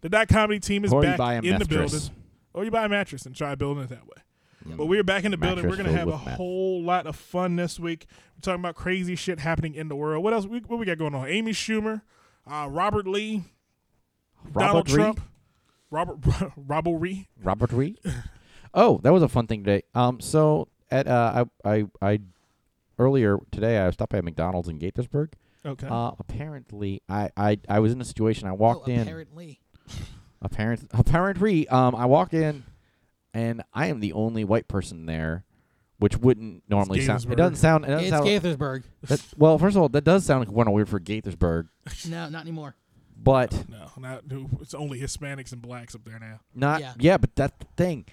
S1: the dot comedy team is
S3: Or you
S1: back
S3: buy a
S1: in the
S3: mattress.
S1: building. Or you buy a mattress and try building it that way. But we're back in the building. We're
S3: Mm. Mattress
S1: gonna
S3: filled
S1: have a
S3: with mat-
S1: whole lot of fun this week. We're talking about crazy shit happening in the world. What else? We, what we got going on? Amy Schumer, uh, Robert Lee, Donald
S3: Robert Reed?
S1: Trump, Robert <laughs> Robbery.
S3: Robert Reed. oh, that was a fun thing today. Um, so at uh, I I I earlier today I stopped by McDonald's in Gaithersburg.
S1: Okay.
S3: Uh, apparently I, I I was in a situation. I
S4: Oh,
S3: walked in.
S4: apparently.
S3: Apparent apparently um I walked in, and I am the only white person there, which wouldn't normally sound.
S1: Gaithersburg.
S3: It doesn't sound. It doesn't
S4: It's
S1: <laughs>
S3: sound.
S4: Gaithersburg.
S3: that- well, first of all, that does sound kind of weird for Gaithersburg,
S4: No, not anymore.
S3: but
S1: no, not, it's only Hispanics and blacks up there now.
S3: not.
S4: Yeah.
S3: Yeah. but that's the thing.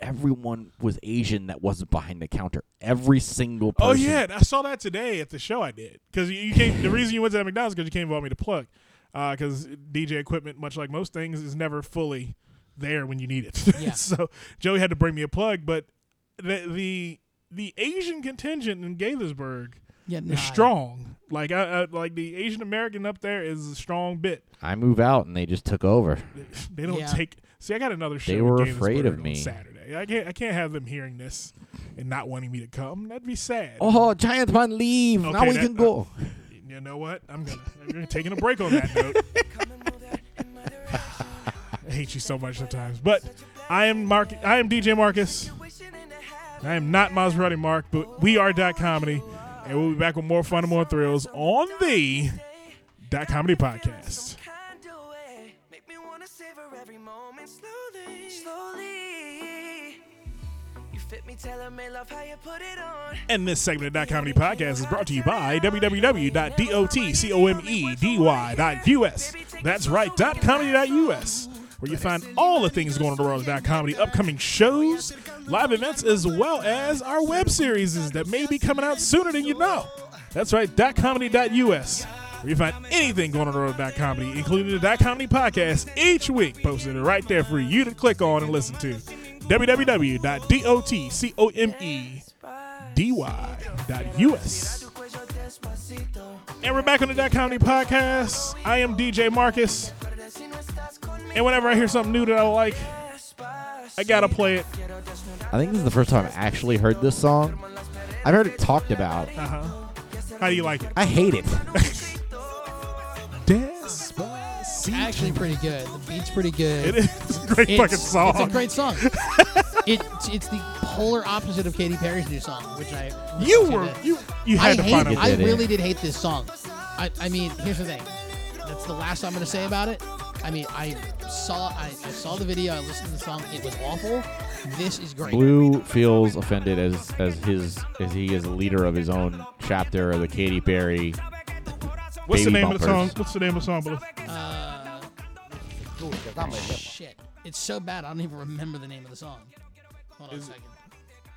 S3: Everyone was Asian that wasn't behind the counter. Every single person.
S1: Oh yeah, I saw that today at the show I did. Because you, you came, the reason you went to that McDonald's because you came and bought me the plug. uh, Because DJ equipment, much like most things, is never fully there when you need it. <laughs>
S4: Yeah.
S1: so Joey had to bring me a plug, but the the the Asian contingent in Gaithersburg
S4: Yeah,
S1: is strong. Like I, I, like the Asian American up there is a strong bit.
S3: I move out and they just took over.
S1: They don't
S4: Yeah.
S1: take. See, I got another show.
S3: They
S1: with
S3: were
S1: Davis
S3: afraid
S1: Byrd
S3: of
S1: on
S3: me.
S1: Saturday. I can't. I can't have them hearing this and not wanting me to come. That'd be sad.
S3: Oh, Giant Man, leave. now
S1: Okay,
S3: we
S1: that- uh,
S3: can go.
S1: You know what? I'm gonna. We're taking a break on that note. <laughs> I hate you so much sometimes, but I am Mark. I am DJ Marcus. I am not Maserati Mark, but we are Dot Comedy, and we'll be back with more fun and more thrills on the Dot Comedy podcast.
S5: Make me wanna savor every moment slowly. Slowly. You fit me, tell me love how you put it on.
S1: And this segment of Dot Comedy Podcast is brought to you by E. www.dotcomedy.us. That's right, .comedy.us, where you find all the things going on in the world of dot comedy, upcoming shows, live events, as well as our web series that may be coming out sooner than you know. That's right, .comedy.us, where you find anything going on in the world of dot comedy, including the Dot Comedy Podcast, each week posted right there for you to click on and listen to. www.dotcomedy.us dy.us. And we're back on the Dot Comedy Podcast. I am DJ Marcus. And whenever I hear something new that I like, I gotta play it.
S3: I think this is the first time I've actually heard this song. I've heard it talked about.
S1: Uh-huh. How do you like it?
S3: I hate it.
S1: Despacito.
S4: actually pretty good. The beat's pretty good.
S1: It is a great
S4: It's-
S1: fucking song.
S4: It's a
S1: <laughs>
S4: great song. it's it's the polar opposite of Katy Perry's new song, which I
S1: you
S4: listened to
S1: were
S4: today.
S1: you you
S4: I
S1: had to
S4: hate
S1: find
S4: it.
S1: a
S4: I
S3: Did it.
S4: really did hate this song. I, I mean, here's the thing. That's the last I'm gonna say about it. I mean, I saw I, I saw the video. I listened to the song. It was awful. This is great.
S3: Blue feels offended as as his as he is a leader of his own chapter of the Katy Perry.
S1: What's the
S3: Baby
S1: name of the song?
S3: bumpers.
S1: What's the name of the song? Blue?
S4: Uh, shit, it's so bad. I don't even remember the name of the song. Hold on a second.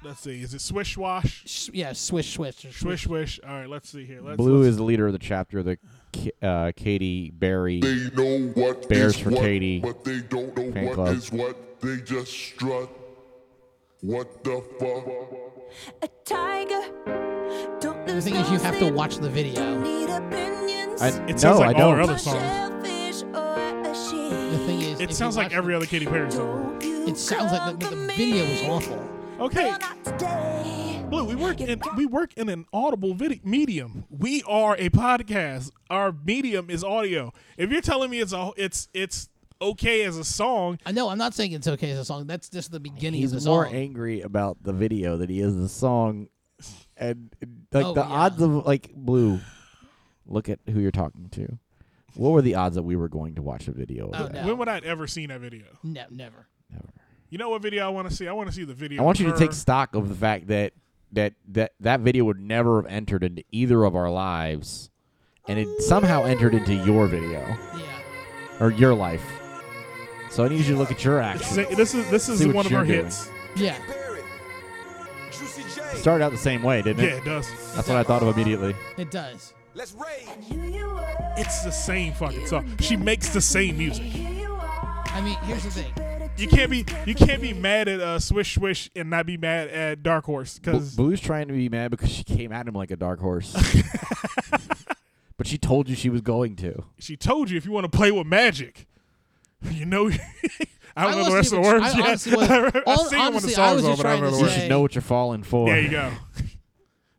S1: Let's see. Is it Swish Wash?
S4: Sh- yeah, swish, swish, or
S1: Swish Wish. All right, let's see here. Let's,
S3: Blue
S1: let's-
S3: is the leader of the chapter of the K- uh, Katy Perry.
S6: They know what
S3: Bears
S6: is
S3: for
S6: what,
S3: Katy.
S6: but they don't know
S3: Fan
S6: what is
S3: club.
S6: what. They just strut. What the fuck?
S7: a tiger. Don't
S4: The
S7: lose
S4: thing is, you have to watch the video.
S7: Need opinions.
S3: I,
S1: It
S3: no,
S1: sounds like
S3: I
S1: all
S3: don't.
S1: our other
S7: A
S1: songs.
S7: shellfish or a
S4: The thing
S7: sheep.
S4: is, if
S1: It
S4: you
S1: sounds like
S4: watch
S1: every other Katy Perry song.
S7: Don't you
S4: <laughs> It sounds like, the, but
S7: come
S4: the
S7: to
S4: video
S7: me.
S4: was awful.
S1: Okay,
S7: Well, not today.
S1: Blue, we work in we work in an audible video medium. We are a podcast. Our medium is audio. If you're telling me it's a it's it's okay as a song,
S4: I know. I'm not saying it's okay as a song. That's just the beginning of the
S3: He's
S4: song.
S3: more angry about the video than he is the song, and like
S4: Oh,
S3: the
S4: yeah.
S3: odds of like Blue. Look at who you're talking to. What were the odds that we were going to watch a video? Of
S4: Oh,
S3: that?
S4: no.
S1: when would I ever seen that video?
S4: no, never.
S3: Never.
S1: You know what video I want to see? I want to see the video.
S3: I want you
S1: of
S3: to take
S1: her-
S3: stock of the fact that that that that video would never have entered into either of our lives, and it somehow entered into your video
S4: Yeah.
S3: or your life. So I need you to look at your actions.
S1: Say- This is this is
S3: See what
S1: one of her
S3: you're doing.
S1: hits.
S4: Yeah.
S2: Juicy J.
S3: Started out the same way, didn't
S1: Yeah,
S3: it?
S1: it does.
S3: That's what I thought of immediately.
S4: It does.
S2: Let's rage.
S7: Here you are.
S1: It's the same fucking song. She makes the same music.
S7: Here you are.
S4: I mean, here's the thing.
S1: You can't be you can't be mad at uh, Swish Swish and not be mad at Dark Horse
S3: B-
S1: because
S3: Blue's trying to be mad because she came at him like a
S1: <laughs>
S3: dark horse, but she told you she was going to.
S1: she told you if you want to play with magic, <laughs> you know. <laughs> I don't know the
S4: wasn't
S1: rest of the
S4: even-
S1: words.
S4: I
S1: yet.
S4: honestly wasn't-
S1: remember- <laughs> I
S4: all-
S1: sing them when the
S4: honestly, I
S1: songs
S4: was
S1: on,
S4: just
S1: but I don't
S4: trying
S1: know
S4: to
S1: the
S3: You
S1: words.
S4: say-
S3: should know what you're falling for.
S4: <laughs>
S1: There you go.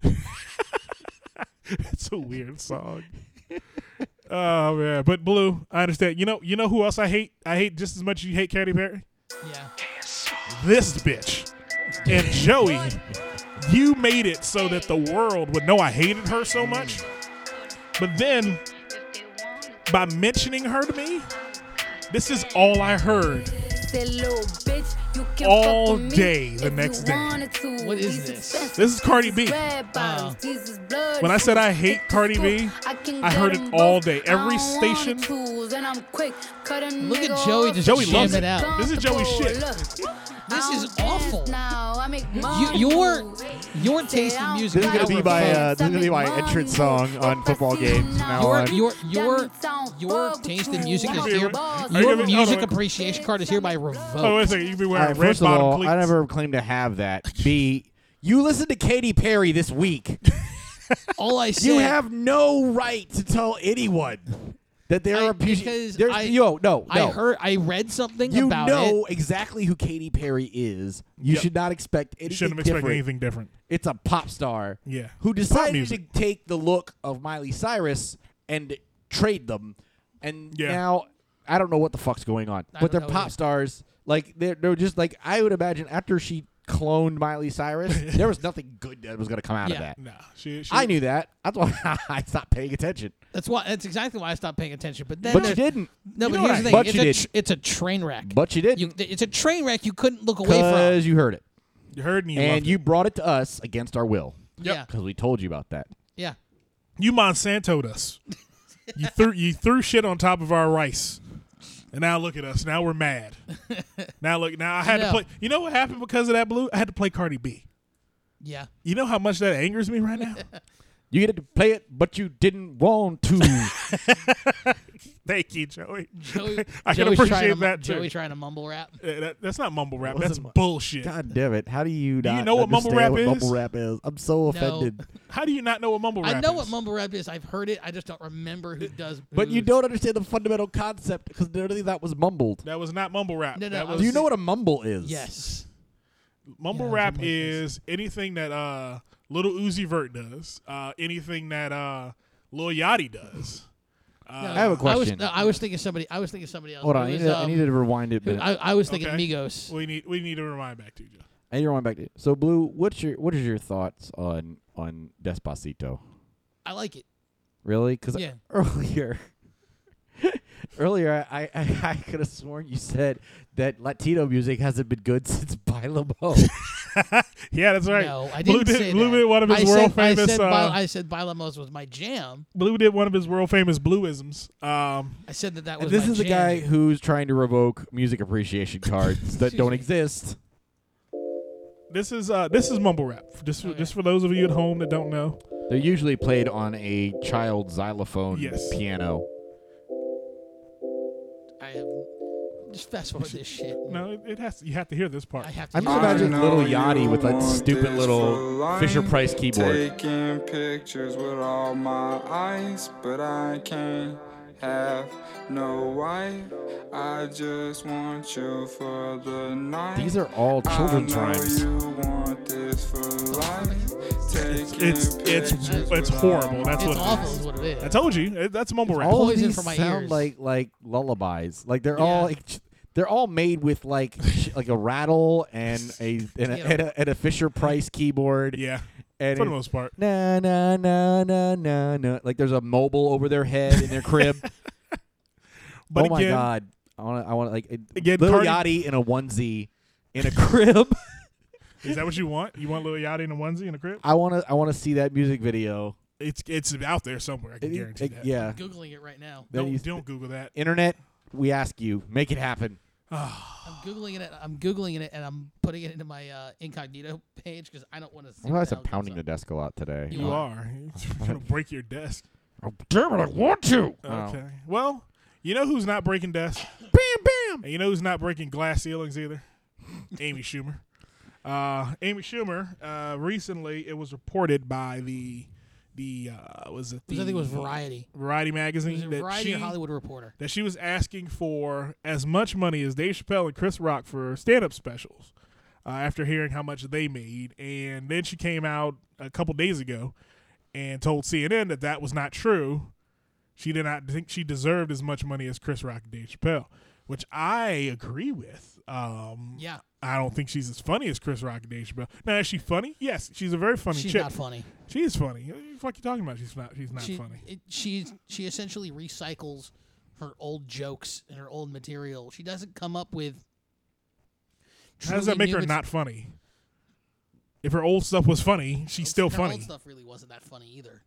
S1: <laughs> it's a weird
S4: <laughs>
S1: song. Oh man, but Blue, I understand. You know, you know who else I hate? I hate just as much as you hate Katy Perry.
S4: Yeah.
S1: This bitch and Joey. You made it so that the world would know I hated her so much, but then by mentioning her to me, this is all I heard.
S8: That little bitch, you can
S1: All
S8: fuck with me
S1: day the
S8: if you
S1: next day.
S8: wanted to.
S4: What is
S8: These
S4: this?
S8: expensive
S1: This is Cardi B.
S8: red bottoms,
S4: Oh.
S8: these is blood
S1: When I said I
S8: shoes.
S1: hate Cardi B,
S8: can
S1: I
S8: get
S1: heard
S8: 'em
S1: it all
S8: both.
S1: day.
S8: I
S1: Every
S8: don't want
S1: station-
S8: the tools, and I'm quick. Cut a
S4: Look at
S8: nigga
S4: Joey
S8: off.
S4: just
S1: Joey
S4: jamming
S1: loves
S4: it
S1: it.
S4: out.
S1: This is Joey's shit.
S8: Look,
S4: This
S8: I
S4: is
S8: don't dance
S4: awful.
S8: Now. I make money.
S1: Oh,
S4: You, your your taste in
S8: This
S4: music
S8: is gonna be my uh, this is gonna be my entrance song on football games from now on.
S4: Your your your taste in music is here.
S1: you
S4: Your
S1: gonna be- hold
S4: music
S1: on.
S4: appreciation card is hereby revoked.
S1: Oh, wait a second. You be
S3: All
S1: wearing
S3: right,
S1: red
S3: first of
S1: bottom
S3: all,
S1: cleats.
S4: <laughs>
S3: I never claimed to have that. B, you listened to Katy Perry this week.
S4: all I said.
S3: You have no right to tell anyone that they're
S4: I-
S3: a piece.
S4: because
S3: there's-
S4: I-
S3: yo, no, no.
S4: I heard. I read something
S3: you
S4: about
S3: know
S4: it.
S3: exactly who Katy Perry is. You
S1: Yep.
S3: should not expect anything
S1: You shouldn't expect
S3: different.
S1: anything different.
S3: It's a pop star.
S1: Yeah.
S3: Who
S1: Pop
S3: decided to
S1: music.
S3: take the look of Miley Cyrus and trade them, and
S1: Yeah.
S3: now I don't know what the fuck's going on. but
S4: I don't
S3: they're
S4: know
S3: pop
S4: either.
S3: stars. Like they're, they're just like I would imagine after she cloned Miley Cyrus,
S1: <laughs>
S3: there was nothing good that was going to come out of
S4: Yeah.
S3: that.
S1: Nah, she, she
S3: I knew that. That's why <laughs> I stopped paying attention.
S4: That's why. That's exactly why I stopped paying attention. But then,
S3: But you
S4: there's-
S3: didn't.
S4: No,
S3: You
S4: but
S3: know what
S4: here's
S3: I-
S4: the thing.
S3: But
S4: it's
S3: you
S4: a
S3: did.
S4: tr- it's a train wreck.
S3: But you did.
S4: You- it's a train wreck. You couldn't look away from.
S3: Because you heard it.
S1: you heard me,
S3: and you brought it to us against our will.
S4: Yeah.
S3: Because we told you about that.
S4: Yeah.
S1: you Monsanto'd us. you threw you threw shit on top of our rice, and now look at us. Now we're mad. now look. Now I had to
S4: know.
S1: play. You know what happened because of that blue? I had to play Cardi B.
S4: Yeah.
S3: <laughs>
S1: You know how much that angers me
S4: <laughs>
S1: right now.
S3: You get to play it, but you didn't want
S4: <laughs>
S3: to.
S1: Thank you, Joey.
S4: Joey,
S1: I can
S4: Joey's trying
S1: appreciate
S4: to mu-
S1: that, too.
S4: Joey trying to mumble rap.
S1: Uh, that- that's not mumble rap.
S3: Wasn't
S1: That's
S3: mu-
S1: bullshit.
S3: God damn it. How do you not
S1: know what mumble
S3: understand
S1: rap
S3: what
S1: is?
S3: mumble rap is? I'm so offended.
S1: How do you not know what mumble rap?
S4: I know what
S1: is?
S4: mumble rap is. I've heard it. I just don't remember who does.
S3: <laughs> But you
S4: who's-
S3: don't understand the fundamental concept because none of that was mumbled.
S1: That was not mumble rap.
S4: No, no,
S1: That
S4: I
S1: was-
S3: Do you know what a mumble is?
S4: Yes.
S1: Mumble
S4: Yeah,
S1: rap
S4: something like this.
S1: is anything that uh little Uzi Vert does, uh anything that uh Lil Yachty does.
S4: No,
S3: Uh, I have a
S4: was,
S3: question.
S4: no, I was thinking somebody. I was thinking somebody else.
S3: Hold on.
S4: It
S3: I
S4: was,
S3: need, to, I
S4: um,
S3: need to rewind it.
S4: who-
S3: But
S4: I, I was thinking
S1: Okay.
S4: Migos.
S1: We need we need to remind back to you.
S3: and you're on back to So, Blue, what's your what is your thoughts on on Despacito?
S4: I like it.
S3: Really? Because
S4: Yeah.
S3: <laughs> earlier, earlier I, I, I could have sworn you said that Latino music hasn't been good <laughs> since Bailamo.
S1: Yeah, that's right.
S4: No, I
S1: Blue
S4: didn't say
S1: did, Blue
S4: that.
S1: did one of his
S4: I
S1: world
S4: said, I
S1: famous.
S4: said,
S1: uh,
S4: Bi- I said Bailamos was my jam.
S1: Blue did one of his world famous blueisms. Um,
S4: I said that that
S3: And
S4: was.
S3: this
S4: my
S3: is a
S4: jam.
S3: guy who's trying to revoke music appreciation cards
S4: <laughs>
S3: that don't
S4: me.
S3: exist.
S1: this is uh this is mumble rap. Just for,
S4: Okay.
S1: just for those of you at home that don't know.
S3: They're usually played on a child xylophone
S1: Yes.
S3: piano.
S4: I have, just fast forward this shit.
S1: No, it, it has to, you have to hear this part.
S4: I have to.
S3: I'm
S4: use
S3: just
S4: it.
S3: imagining
S2: know
S3: little
S2: you
S3: Yachty with that
S2: want
S3: stupid
S2: this for
S3: little
S2: life.
S3: Fisher Price keyboard.
S2: Taking pictures with all my eyes, but I can't have no wife. I just want you for the night.
S3: These are all
S2: I
S3: children's
S2: know
S3: rhymes.
S2: You want this for life. Taking
S1: It's it's
S2: pictures
S1: it's
S2: with all
S1: horrible. That's
S4: It's
S1: what. it
S4: awful.
S1: is.
S4: Is what it is.
S1: I told you. It, that's mumble rap.
S3: All of
S4: Poison
S3: these
S4: for my
S3: sound
S4: ears.
S3: like like lullabies. Like they're all
S4: Yeah.
S3: like, ch- they're all made with <laughs> like sh- like a rattle and a and a,
S4: Yeah.
S3: and a, and a Fisher Price keyboard.
S1: yeah,
S3: and
S1: for the
S3: it-
S1: most part.
S3: na na na na na na. Like there's a mobile over their head in their crib.
S1: <laughs> But
S3: oh my
S1: again,
S3: god, I want to I want to like it,
S1: Again,
S3: Lil
S1: Cardi-
S3: Yachty in a onesie
S1: <laughs>
S3: in a crib.
S1: Is that what you want? You want Lil Yachty in a onesie in a crib?
S3: I want to I want to see that music video.
S1: It's it's out there somewhere. I can
S3: It-
S1: guarantee
S3: it-
S1: that.
S3: Yeah,
S4: Googling it right now.
S3: Then
S1: Don't,
S3: you-
S1: don't Google that.
S3: internet. We ask you, make it happen.
S4: I'm googling it. I'm googling it, and I'm putting it into my uh, incognito page because I don't want to see.
S3: I realize
S4: what
S3: I'm
S4: the hell comes
S3: pounding the
S4: up.
S3: desk a lot today.
S1: You are. <laughs> You're gonna break your desk.
S3: Oh, damn it, I want to.
S1: Oh,
S4: Oh.
S3: Oh.
S1: Okay. Well, you know who's not breaking desks,
S3: Bam, bam.
S1: and you know who's not breaking glass ceilings either. <laughs> Amy Schumer. Uh, Amy Schumer. Uh, recently, it was reported by the the uh, was it the
S4: I think it was Variety.
S1: Variety
S4: It was
S1: magazine
S4: a
S1: that
S4: Variety
S1: she
S4: or Hollywood Reporter.
S1: that she was asking for as much money as Dave Chappelle and Chris Rock for stand-up specials uh, after hearing how much they made, and then she came out a couple days ago and told CNN that that was not true. She did not think she deserved as much money as Chris Rock and Dave Chappelle, which I agree with. Um,
S4: Yeah,
S1: I don't think she's as funny as Chris Rock and Dave Chappelle. Now, is she funny? Yes, she's a very funny
S4: she's
S1: chick.
S4: not funny.
S1: She is funny. What the fuck you talking about? She's not. She's not
S4: she,
S1: funny.
S4: It, she's she essentially recycles her old jokes and her old material. She doesn't come up with.
S1: How does
S4: truly
S1: that make
S4: new
S1: her
S4: mat-
S1: not funny? If her old stuff was funny, she's still
S4: her
S1: funny.
S4: Old stuff really wasn't that funny either.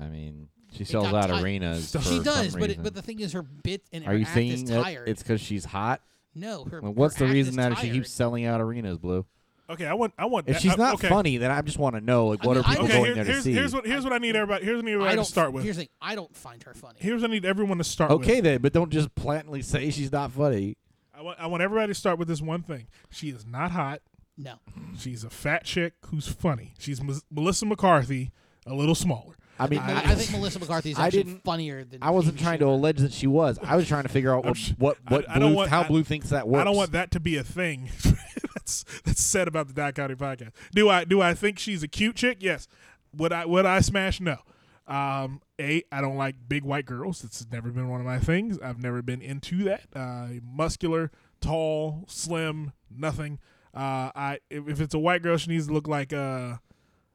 S3: I mean, she sells
S4: got
S3: out
S4: tight.
S3: arenas.
S1: She
S3: for
S4: she
S3: some
S4: does, but
S3: reason.
S4: it, but the thing is, her bit and
S3: are
S4: her
S3: you
S4: act is
S3: saying that
S4: tired.
S3: it's because she's hot?
S4: no, her.
S3: Well, what's
S4: her
S3: the
S4: act
S3: reason
S4: is
S3: that
S4: tired.
S3: she keeps selling out arenas, Blue?
S1: Okay, I want, I want.
S3: If
S1: that-
S3: she's
S1: I-
S3: not
S1: uh, okay.
S3: funny, then I just want to know like what
S4: mean,
S3: are
S4: I
S3: people
S4: don't-
S1: okay. Here,
S3: going there to
S1: here's,
S3: see?
S1: here's what here's what I need everybody. Here's what I need
S4: I
S1: everybody
S4: don't
S1: to start with. Here's,
S4: Here's the thing. I don't find her funny.
S1: what I need everyone to start with.
S3: okay, then, but don't just blatantly say she's not funny.
S1: I want, I want everybody to start with this one thing. She is not hot.
S4: No.
S1: She's a fat chick who's funny. She's Ms. Melissa McCarthy a little smaller.
S3: I mean,
S4: I, I think Melissa McCarthy's
S3: I
S4: actually
S3: didn't-
S4: funnier than.
S3: I wasn't
S4: Amy
S3: trying to
S4: Schumer.
S3: allege that she was. I was trying to figure out what
S1: sh-
S3: what, what
S1: I- I don't
S3: Blue,
S1: want-
S3: how
S1: I-
S3: Blue thinks that works.
S1: I don't want that to be a thing. <laughs> that's that's said about the Dot County podcast. Do I do I think she's a cute chick? Yes. Would I would I smash? No. Um, a I don't like big white girls. It's never been one of my things. I've never been into that. Uh, muscular, tall, slim, nothing. Uh, I if, if it's a white girl, she needs to look like uh,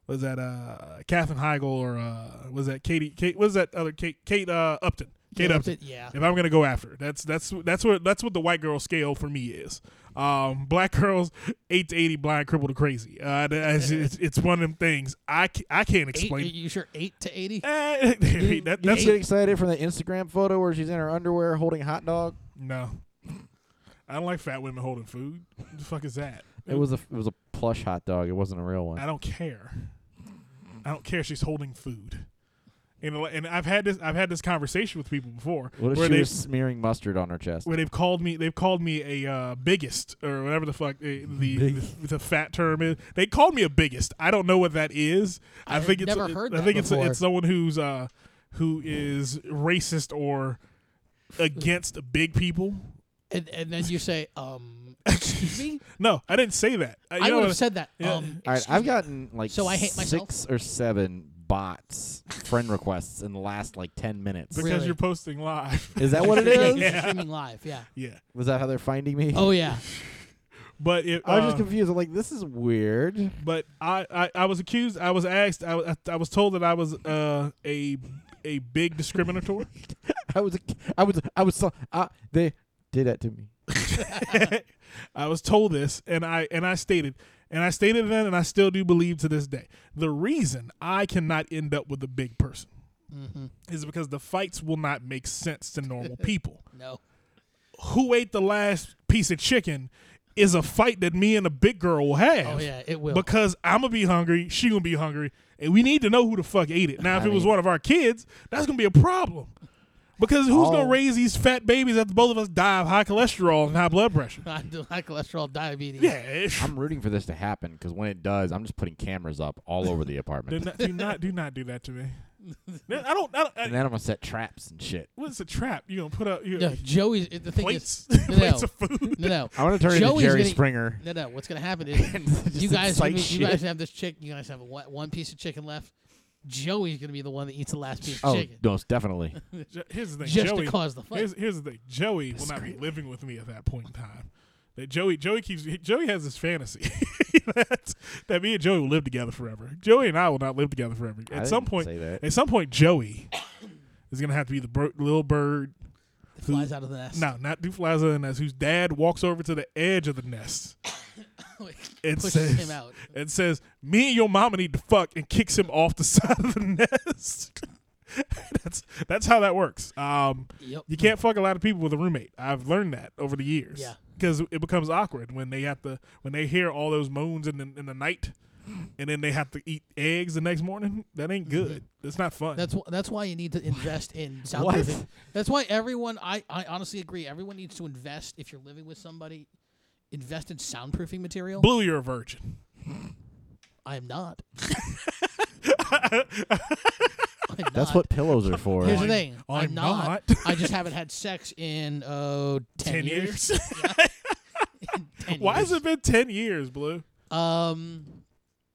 S1: was that uh, Katherine Heigl or uh, was that Katie? Kate was that other Kate? Kate uh, Upton. Kate
S4: Yeah,
S1: Upton.
S4: but- Yeah.
S1: If I'm gonna go after, her. that's that's that's what that's what the white girl scale for me is. Um, black <laughs> girls, eight to eighty, blind, crippled, or crazy. Uh, that's- it's, it's one of them things. I, ca- I can't
S4: Eight, are
S1: explain.
S4: you sure eight to eighty?
S1: Eh, <laughs> that,
S3: That's
S1: that's
S3: get excited from the Instagram photo where she's in her underwear holding a hot dog.
S1: no. I don't like fat women holding food. What the fuck is that?
S3: It was a it was a plush hot dog. It wasn't a real one.
S1: I don't care. I don't care. She's holding food. And, and I've had this I've had this conversation with people before
S3: What if
S1: where
S3: she
S1: they
S3: was smearing mustard on her chest?
S1: where they've called me they've called me a uh, biggest or whatever the fuck the the,
S3: Big-
S1: the the fat term is. They called me a biggest. I don't know what that is. I,
S4: I've
S1: think it's
S4: never heard
S1: I
S4: that
S1: think it's
S4: before.
S1: it's someone who's uh who is racist or against big people. <laughs>
S4: And, and then you say, um, excuse me.
S1: No, I didn't say that. Uh, you
S4: I
S1: know
S4: would
S1: what-
S4: have said that.
S1: yeah.
S4: Um,
S3: All right,
S4: excuse
S3: I've
S4: me.
S3: gotten like
S4: So I hate myself?
S3: six or seven bots friend requests in the last like ten minutes.
S1: because
S4: Really?
S1: you're posting live. <laughs>
S3: Is that what it
S4: Yeah,
S3: is?
S4: 'cause you're streaming live. Yeah.
S1: yeah.
S3: Was that how they're finding me?
S4: Oh yeah.
S1: But it,
S3: I was just
S1: uh,
S3: confused. I'm like, this is weird.
S1: but I, I, I was accused. I was asked. I, was- I was told that I was uh, a a big discriminator.
S3: <laughs> I was, I was, I was. So, uh, they did that to me.
S1: <laughs> I was told this, and I and I stated, and I stated then, and I still do believe to this day. The reason I cannot end up with a big person
S4: Mm-hmm.
S1: is because the fights will not make sense to
S4: <laughs>
S1: normal people.
S4: No.
S1: Who ate the last piece of chicken is a fight that me and a big girl will have.
S4: Oh yeah. It will.
S1: Because I'm gonna be hungry, she gonna be hungry, and we need to know who the fuck ate it. Now, if
S3: I
S1: it was
S3: mean-
S1: one of our kids, that's gonna be a problem. Because who's
S3: Oh.
S1: gonna raise these fat babies after both of us die of high cholesterol and high blood pressure?
S4: I do high cholesterol, diabetes.
S1: Yeah, it's-
S3: I'm rooting for this to happen because when it does, I'm just putting cameras up all over
S1: <laughs>
S3: the
S1: Do
S3: apartment,
S1: not, do not, do not do that to
S4: <laughs>
S1: me. No, I don't. I don't
S3: and
S1: I,
S3: then I'm gonna set traps and shit.
S1: what's a trap? You gonna put up you
S4: No,
S1: <laughs>
S4: Joey's the thing
S1: plates, <laughs>
S4: is no,
S1: plates
S4: no,
S1: of
S4: <laughs>
S1: food?
S4: no, no.
S3: I want to turn
S4: Joey's
S3: into Jerry
S4: gonna-
S3: Springer.
S4: No, no. What's gonna
S1: <laughs>
S4: happen is
S3: and just
S4: you guys,
S3: incite
S4: you,
S3: shit.
S4: guys have this chick. You guys have one, one piece of chicken left. Joey's gonna be the one that eats the last piece of
S3: Oh,
S4: chicken
S3: most
S4: <laughs>
S3: definitely.
S1: Jo- <laughs> Here's the thing,
S4: just
S1: Joey.
S4: to cause the fight.
S1: Here's, here's the thing, Joey will not be living with me at that point in time. That Joey, Joey keeps. Joey has this fantasy <laughs> that that me and Joey will live together forever. Joey and I will not live together forever. At
S3: I
S1: some
S3: didn't
S1: point,
S3: say that.
S1: at some point, Joey <coughs> is gonna have to be the bro- little bird.
S4: It flies out of the nest.
S1: No, not Duflaza and us, whose dad walks over to the edge of the nest and
S4: pushes
S1: says,
S4: him out.
S1: and says, "Me and your mama need to fuck," and kicks him off the <laughs> side of the nest. <laughs> that's that's how that works. Um,
S4: <laughs> Yep.
S1: you can't fuck a lot of people with a roommate. I've learned that over the years.
S4: Yeah.
S1: because it becomes awkward when they have to when they hear all those moans in the, in the night, and then they have to eat eggs the next morning. That ain't good. It's not fun.
S4: Mm-hmm. That's wh- that's why you need to invest in soundproofing.
S3: What?
S4: That's why everyone. I, I honestly agree. Everyone needs to invest if you're living with somebody. Invest in soundproofing material.
S1: Blue, you're a virgin.
S4: I
S1: <laughs>
S4: am not.
S3: That's what pillows are for.
S4: Here's the thing.
S1: I'm
S4: I'm, not.
S1: not.
S4: <laughs> I just haven't had sex in oh ten
S1: Ten
S4: years.
S1: years.
S4: <laughs> Ten
S1: Why has
S4: years.
S1: it been ten years, Blue?
S4: Um,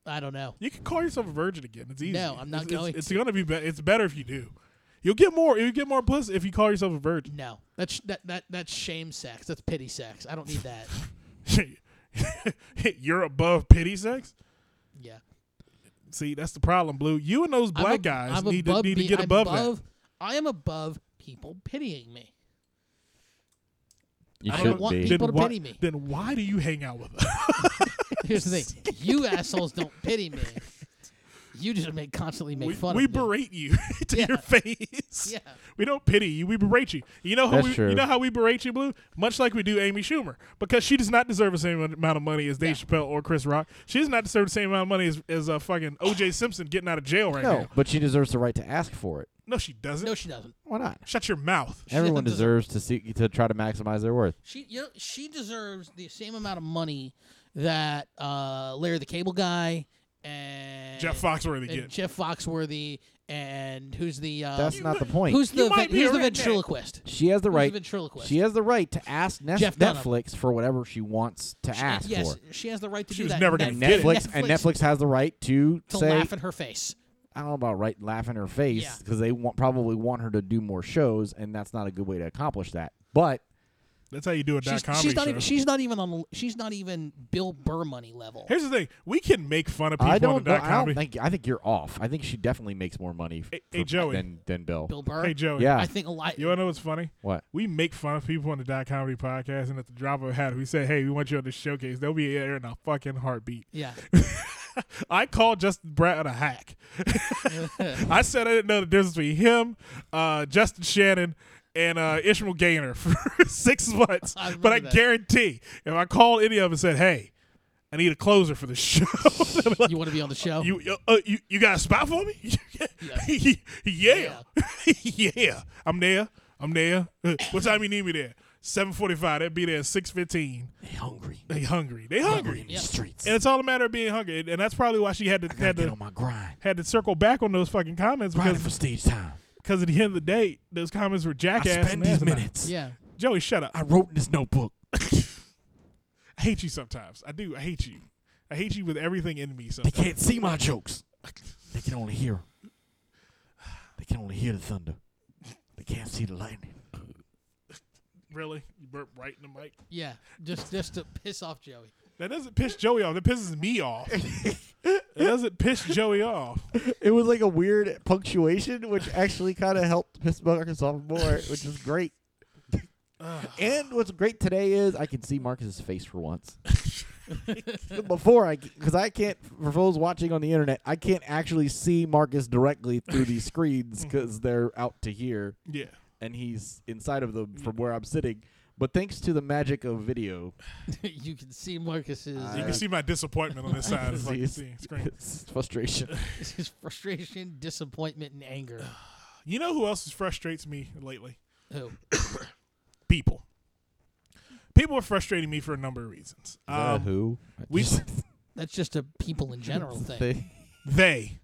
S4: I don't know.
S1: You can call yourself a virgin again. It's easy.
S4: No, I'm not
S1: It's- it's-
S4: going
S1: It's,
S4: to.
S1: gonna be. Be- it's better if you do. You'll get more. You get more pussy if you call yourself a virgin. <laughs>
S4: No, that's that that that's shame sex. That's pity sex. I don't need
S1: <laughs>
S4: that.
S1: You're above pity sex.
S4: Yeah,
S1: See, that's the problem, Blue. You and those
S4: I'm
S1: black
S4: ab-
S1: guys
S4: I'm
S1: need to
S4: above
S1: need to
S4: be-
S1: get
S4: I'm
S1: above, that.
S4: I am above people
S1: <laughs>
S4: pitying me.
S3: You
S4: I don't
S3: should
S4: want
S3: be.
S4: people to
S1: why,
S4: pity me.
S1: Then why do you hang out with us?
S4: Here's the thing: you assholes don't pity me. You just make constantly make
S1: we
S4: fun
S1: we
S4: of me.
S1: berate
S4: <laughs>
S1: you <laughs> to
S4: Yeah.
S1: your face.
S4: Yeah.
S1: We don't pity you. We berate you. You know how
S3: That's
S1: we,
S3: true.
S1: you know how we berate you, Blue? Much like we do Amy Schumer, because she does not deserve the same amount of money as Dave Chappelle or Chris Rock. She does not deserve the same amount of money as as uh, fucking O.J. Simpson getting out of jail right
S3: No,
S1: now.
S3: but she deserves the right to ask for it.
S1: No, she doesn't.
S4: No, she doesn't.
S3: Why not?
S1: Shut your mouth.
S3: Everyone
S4: doesn't-
S3: deserves to see to try to maximize their worth.
S4: She you know, she deserves the same amount of money that uh, Larry the Cable Guy and
S1: Jeff Foxworthy
S4: and
S1: get.
S4: Jeff Foxworthy, and who's the uh,
S3: That's not the point.
S4: who's the
S1: You might
S4: ven-
S1: be a
S4: who's the
S1: redneck.
S4: ventriloquist?
S3: she has the
S4: who's the
S3: right.
S4: ventriloquist?
S3: She has the right to ask Nef-
S4: Jeff Dunham.
S3: Netflix for whatever she wants to ask
S4: yes,
S3: for.
S4: she has the right to
S1: She
S4: do
S1: was
S4: that.
S1: never gonna
S3: And
S1: get it.
S3: Netflix, and Netflix has the right to,
S4: to
S3: say,
S4: laugh in her face.
S3: I don't know about right, laugh in her face
S4: Yeah.
S3: because they want, probably want her to do more shows, and that's not a good way to accomplish that. But
S1: That's how you do a dot
S4: She's,
S1: comedy
S4: she's not
S1: show.
S4: even. She's not even on. the- She's not even Bill Burr money level.
S1: Here's the thing: we can make fun of people
S3: I
S1: on
S3: don't,
S1: the
S3: know,
S1: dot
S3: I don't
S1: comedy.
S3: think. I think you're off. I think she definitely makes more money
S1: Hey-
S3: f-
S1: hey,
S3: for-
S1: Joey.
S3: than than Bill.
S4: Bill Burr.
S1: hey Joey,
S3: Yeah.
S4: I think a lot.
S1: you want to know what's funny?
S3: What?
S1: We make fun of people on the dot comedy podcast, and at the drop of a hat, we say, "Hey, we want you on the showcase." They'll be there in a fucking heartbeat. <laughs>
S4: Yeah.
S1: I call Justin Brown a hack. <laughs> I said I didn't know the difference between him, uh, Justin Shannon, and uh, Ishmael Gaynor <laughs> for six months.
S4: <laughs> I remember
S1: but I
S4: that.
S1: guarantee, if I called any of them and said, "Hey, I need a closer for the show," <laughs> they'll be like,
S4: You want to be on the show?
S1: you uh, uh, you you got a spot for me? <laughs> yeah, <laughs> yeah, I'm there. I'm there. <laughs> Uh, What time you need me there? Seven forty-five. They'd be there at six fifteen.
S3: They hungry.
S1: They hungry. They hungry.
S4: Yeah.
S3: streets.
S1: And it's all a matter of being hungry, and that's probably why she had to had to
S3: my grind.
S1: had to circle back on those fucking comments because
S3: stage time.
S1: because at the end of the day, those comments were jackass. and asinine.
S4: <laughs> yeah.
S1: Joey, shut up. I,
S3: wrote in this notebook.
S1: I hate you sometimes. I do. I hate you. I hate you with everything in me. So
S3: can't see my jokes. They can only hear. They can only hear the thunder. They can't see the lightning.
S1: really, you burp right in the mic.
S4: Yeah. Just just to piss off Joey. <laughs>
S1: That doesn't piss Joey off. That pisses me
S3: <laughs>
S1: off. it doesn't piss Joey off.
S8: It was like a weird punctuation, which actually kind of helped piss Marcus off more, which is
S1: <sighs>
S8: great.
S3: And what's great today is I can see Marcus's face
S1: <laughs>
S3: for once. Before I, because I can't, for those watching on the internet, I can't actually see Marcus directly through these screens because they're out to here.
S1: Yeah.
S3: and he's inside of them from where I'm sitting. But thanks to the magic of video,
S4: you can see Marcus's
S1: You
S4: uh,
S1: can see my disappointment
S3: <laughs>
S1: on this side of the fucking
S3: it's-
S1: scene-
S3: <laughs>
S1: screen.
S3: it's frustration.
S4: <laughs> his frustration, disappointment, and anger.
S1: You know who else frustrates me lately?
S4: Who?
S1: People. People are frustrating me for a number of reasons. Um,
S3: who?
S1: we- <laughs>
S4: That's just a people in general
S3: <laughs>
S4: thing.
S1: they,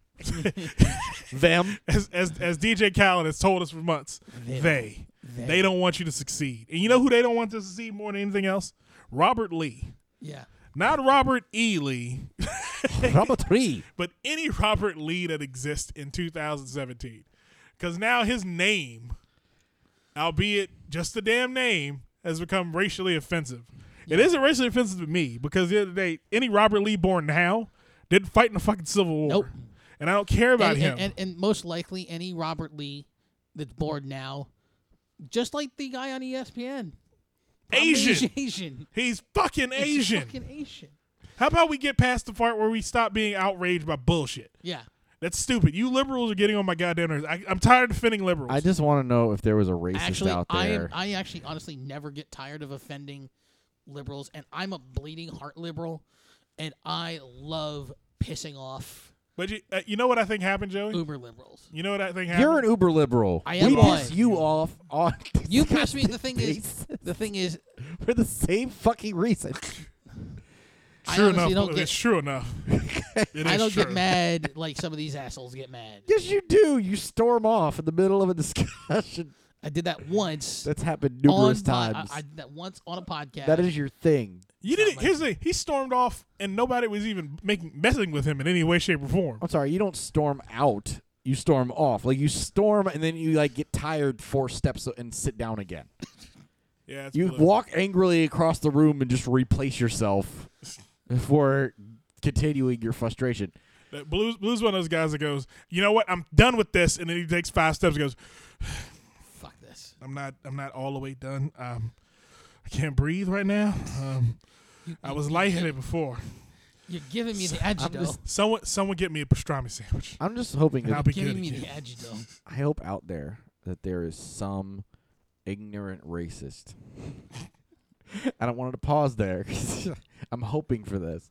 S1: <laughs>
S3: them.
S1: as, as as DJ Khaled has told us for months, they, they don't want you to succeed. And you know who they don't want to succeed more than anything else? Robert Lee,
S4: Yeah.
S1: not Robert E. Lee,
S3: Number three.
S1: but any <laughs> Robert Lee that exists in 2017. Because now his name, albeit just the damn name, has become racially offensive. It isn't racially offensive to me because the other day, any Robert Lee born now didn't fight in the fucking Civil War.
S4: Nope.
S1: And I don't care about
S4: and,
S1: him.
S4: And, and, and most likely any Robert Lee that's bored now, just like the guy on E ESPN. Probably
S1: Asian.
S4: <laughs> is Asian.
S1: He's fucking
S4: It's
S1: Asian.
S4: Fucking Asian.
S1: How about we get past the part where we stop being outraged by bullshit?
S4: Yeah.
S1: That's stupid. You liberals are getting on my goddamn nerves. I, I'm tired of defending liberals.
S3: I just want to know if there was a racist
S4: Actually,
S3: out
S4: I am,
S3: there.
S4: I actually honestly never get tired of offending liberals, and I'm a bleeding heart liberal, and I love pissing off
S1: but you, uh, you know what I think happened, Joey?
S4: uber liberals.
S1: You know what I think happened?
S3: You're an uber liberal.
S4: I am
S3: We
S4: one.
S3: piss you off on. <laughs>
S4: You piss me. The thing is, the thing is,
S3: for the same fucking reason.
S1: True
S4: I honestly
S1: enough,
S4: don't get
S1: it's true
S4: <laughs>
S1: enough. It
S4: I
S1: is
S4: don't
S1: true.
S4: get mad like some of these assholes get mad.
S3: yes, you do. You storm off in the middle of a <laughs> discussion.
S4: I did that once.
S3: That's happened
S4: on
S3: numerous
S4: my-
S3: times.
S4: I, I did that once on a podcast.
S3: that is your thing.
S1: You didn't. Here's the thing. He stormed off, and nobody was even making messing with him in any way, shape, or form.
S4: Oh,
S3: I'm sorry, you don't storm out. You storm off. Like you storm and then you like get tired four steps and sit down again.
S1: Yeah, it's
S3: You
S1: political.
S3: walk angrily across the room and just replace yourself <laughs> for continuing your frustration.
S1: That Blues, Blues one of those guys that goes, you know what? I'm done with this, and then he takes five steps and goes,
S4: Fuck this.
S1: I'm not. I'm not all the way done. Um, I can't breathe right now. Um, I was lightheaded before.
S4: You're giving me the agito.
S3: just-
S1: Someone, someone, get me a pastrami sandwich.
S3: I'm just hoping
S1: And I'll
S3: that
S1: be good
S4: giving me the
S1: again.
S4: agito.
S3: I hope out there that there is some ignorant racist. <laughs> and I wanted to pause there. 'cause <laughs> I'm hoping for this.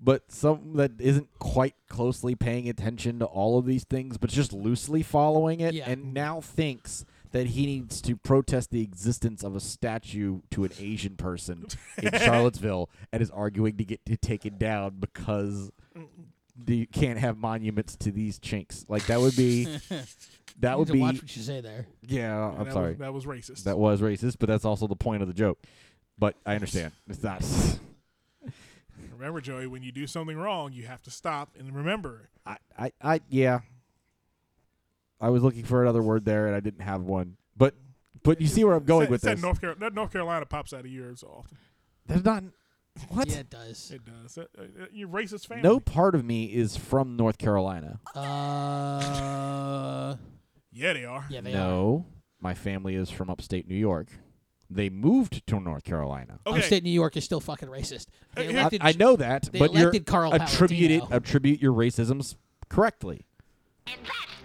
S3: But some that isn't quite closely paying attention to all of these things, but just loosely following it,
S4: Yeah.
S3: and now thinks that he needs to protest the existence of a statue to an Asian
S1: <laughs>
S3: person in Charlottesville and is arguing to get to take it down because you can't have monuments to these chinks. Like that would
S4: <laughs>
S3: be
S4: You
S3: that
S4: need
S3: would
S4: to
S3: be
S4: watch what you say there.
S3: <laughs> yeah.
S1: And
S3: I'm
S1: that
S3: sorry,
S1: Was, that was racist.
S3: that was racist, but that's also the point of the joke. But I understand it's not.
S1: remember, Joey, when you do something wrong, you have to stop and remember.
S3: I, I, I yeah. I was looking for another word there, and I didn't have one. But but you see where I'm going
S1: It's
S3: with
S1: that
S3: this.
S1: North Carolina, that North Carolina pops out of your ear so often.
S3: There's not what.
S4: Yeah, it does.
S1: It does. That- uh, uh, Your racist family.
S3: No part of me is from North Carolina.
S4: Uh,
S1: Yeah, they are.
S4: yeah, they are.
S3: no, my family is from upstate New York. They moved to North Carolina.
S1: Okay.
S4: Upstate New York is still fucking racist. They
S1: Uh, here-
S3: I,
S4: elected,
S3: I know that,
S4: they
S3: but you're
S4: elected Carl
S3: attribute it,
S4: Palladino.
S3: attribute your racisms correctly.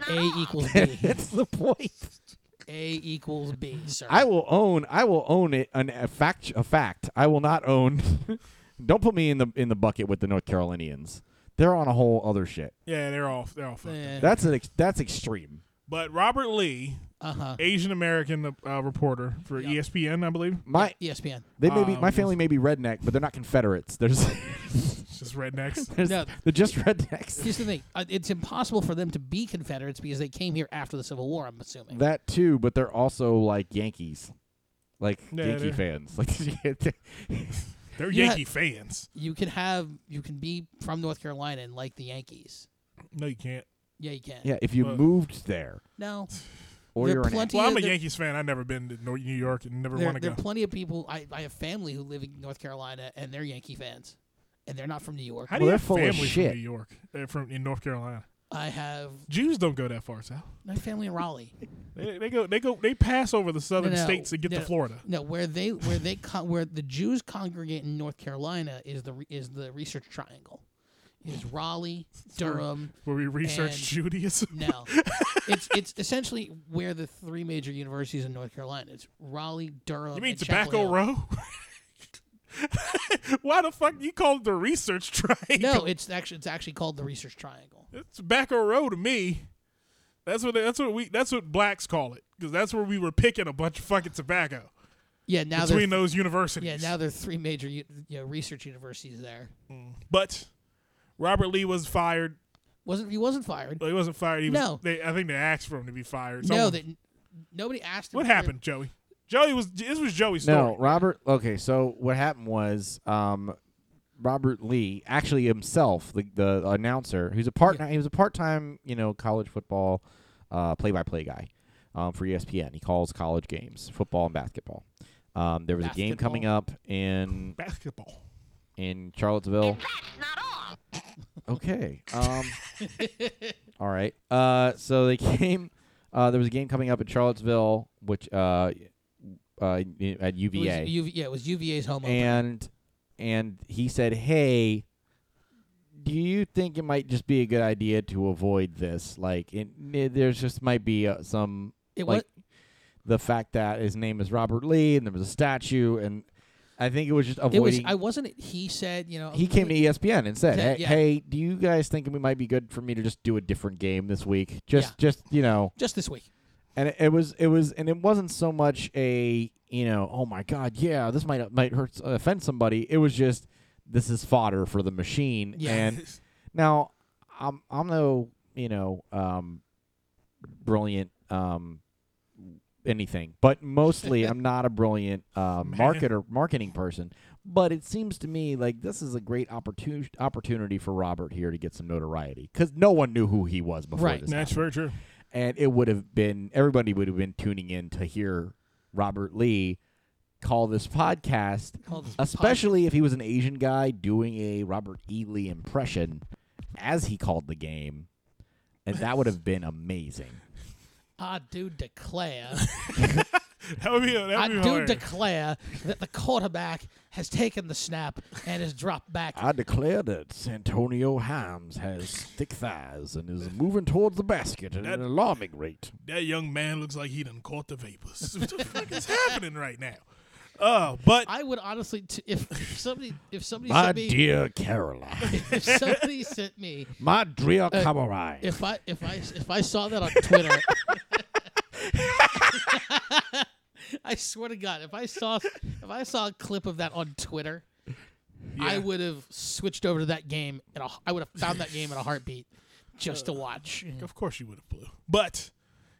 S4: A equals B.
S3: That's the point.
S4: A equals B, sir. Uh,
S3: I will own. I will own it. An, a fact. A fact. I will not own. <laughs> don't put me in the in the bucket with the North Carolinians. They're on a whole other shit.
S1: Yeah, they're all they're all fucked. up.
S4: Yeah.
S3: That's an ex- that's extreme.
S1: But Robert Lee,
S4: Uh-huh.
S1: Asian American uh, reporter for
S4: Yeah.
S1: ESPN, I believe,
S3: My
S4: ESPN.
S3: they may be, my
S1: Um,
S3: family may be redneck, but they're not Confederates. There's, <laughs>
S1: it's just rednecks.
S4: <laughs>
S3: there's
S4: No.
S3: they're just
S4: <laughs>
S3: rednecks.
S4: Here's the thing. Uh, It's impossible for them to be Confederates because they came here after the Civil War, I'm assuming.
S3: That too, but they're also like Yankees, like
S1: Yeah,
S3: Yankee
S1: they're-
S3: fans. <laughs> Like
S1: They're
S4: Yeah.
S1: Yankee fans.
S4: you can have you can be from North Carolina and like the Yankees.
S1: No, you can't.
S4: Yeah, you can.
S3: yeah, if you
S1: Well-
S3: moved there
S4: No.
S3: or
S4: There
S3: you're
S4: are plenty
S1: Well, I'm
S4: of
S1: a
S4: there-
S1: Yankees fan. I've never been to Nor- New York and never
S4: there,
S1: want to
S4: there
S1: go.
S4: are plenty of people. I, I have family who live in North Carolina and they're Yankee fans, and they're not from New York.
S1: How
S3: Well,
S1: do you
S3: they're
S1: have
S3: full of
S1: family
S3: shit.
S1: from New York? They're from in North Carolina.
S4: I have
S1: Jews don't go that far south.
S4: my family in Raleigh.
S1: They, they go they go they pass over the southern
S4: No, no,
S1: states and get
S4: no,
S1: to Florida.
S4: No, where they where they con- where the Jews congregate in North Carolina is the re- is the Research Triangle, is
S1: <laughs>
S4: Raleigh, Durham.
S1: Where we research
S4: And-
S1: Judaism. <laughs>
S4: No, it's it's essentially where the three major universities in North Carolina. It's Raleigh, Durham.
S1: You mean
S4: and Chapel
S1: Tobacco
S4: Hill.
S1: Row? <laughs> Why the fuck you call it the research triangle?
S4: No, it's actually it's actually called the Research Triangle.
S1: <laughs> it's Tobacco Row to me. That's what that's what we that's what blacks call it because that's where we were picking a bunch of fucking tobacco
S4: Yeah, now
S1: between
S4: there's
S1: those universities.
S4: yeah now there are three major u- you know, research universities there.
S1: but Robert Lee was fired.
S4: Wasn't he wasn't fired?
S1: Well, he wasn't fired. He was.
S4: No.
S1: They, I think they asked for him to be fired.
S4: no,
S1: Someone-
S4: that nobody asked. Him
S1: what
S4: for-
S1: happened, Joey? Joey was this was Joey's story.
S3: No, Robert. Okay, so what happened was um, Robert Lee, actually himself, the, the announcer, who's a part he was a part time, you know, college football play by play guy um, for ESPN. He calls college games, football and basketball. Um, there was a game coming up in
S1: Basketball.
S3: in Charlottesville. Okay. Um, all right. Uh, so they <laughs> came. Uh, there was a game coming up in Charlottesville, which uh, uh, at
S4: It was
S3: UVA
S4: UV yeah, it was UVA's home opener.
S3: and and he said, "Hey, do you think it might just be a good idea to avoid this? Like, it, it- there's just might be uh, some
S4: It
S3: like the fact that his name is Robert Lee and there was a statue, and I think it was just
S4: was it was
S3: avoiding.
S4: I wasn't it. He said you know
S3: he came to E ESPN and said,
S4: Yeah,
S3: "Hey,
S4: yeah.
S3: hey, do you guys think it might be good for me to just do a different game this week? Just,
S4: Yeah.
S3: just you know."
S4: just this week.
S3: and it, it was it was and it wasn't so much a you know oh my god yeah this might might hurt offend somebody it was just this is fodder for the machine
S4: Yeah. <laughs>
S3: and now I'm I'm no you know um brilliant um anything but mostly
S4: <laughs>
S3: I'm not a brilliant um
S1: Man.
S3: marketer marketing person but it seems to me like this is a great opportunity opportunity for Robert here to get some notoriety cuz no one knew who he was before
S4: Right.
S3: this
S1: That's
S3: happened
S1: very true.
S3: and it would have been everybody would have been tuning in to hear Robert Lee call this podcast,
S4: Call this
S3: especially if he was an Asian guy doing a Robert E. Lee impression as he called the game, and that would have been amazing.
S4: I
S3: <laughs>
S4: do declare,
S1: That would be. That would
S4: I
S1: be
S4: do
S1: hilarious.
S4: declare that the quarterback has taken the snap and has dropped back.
S3: I declare that Santonio Hams has thick thighs and is moving towards the basket at
S1: That-
S3: an alarming rate.
S1: that young man looks like he done caught the vapors. <laughs> what the fuck is happening right now? Oh, but
S4: I would honestly, t- if if somebody, if somebody
S3: My
S4: sent me,
S3: dear Caroline,
S4: if somebody sent me,
S3: my dear
S4: <laughs> Uh,
S3: Caroline.
S4: if I, if I, if I saw that on Twitter, <laughs> I swear to God, if I saw, if I saw a clip of that on Twitter, I
S1: Yeah.
S4: would have switched over to that game, and I would have found that game in a heartbeat just to watch.
S1: Of course you would have blew. But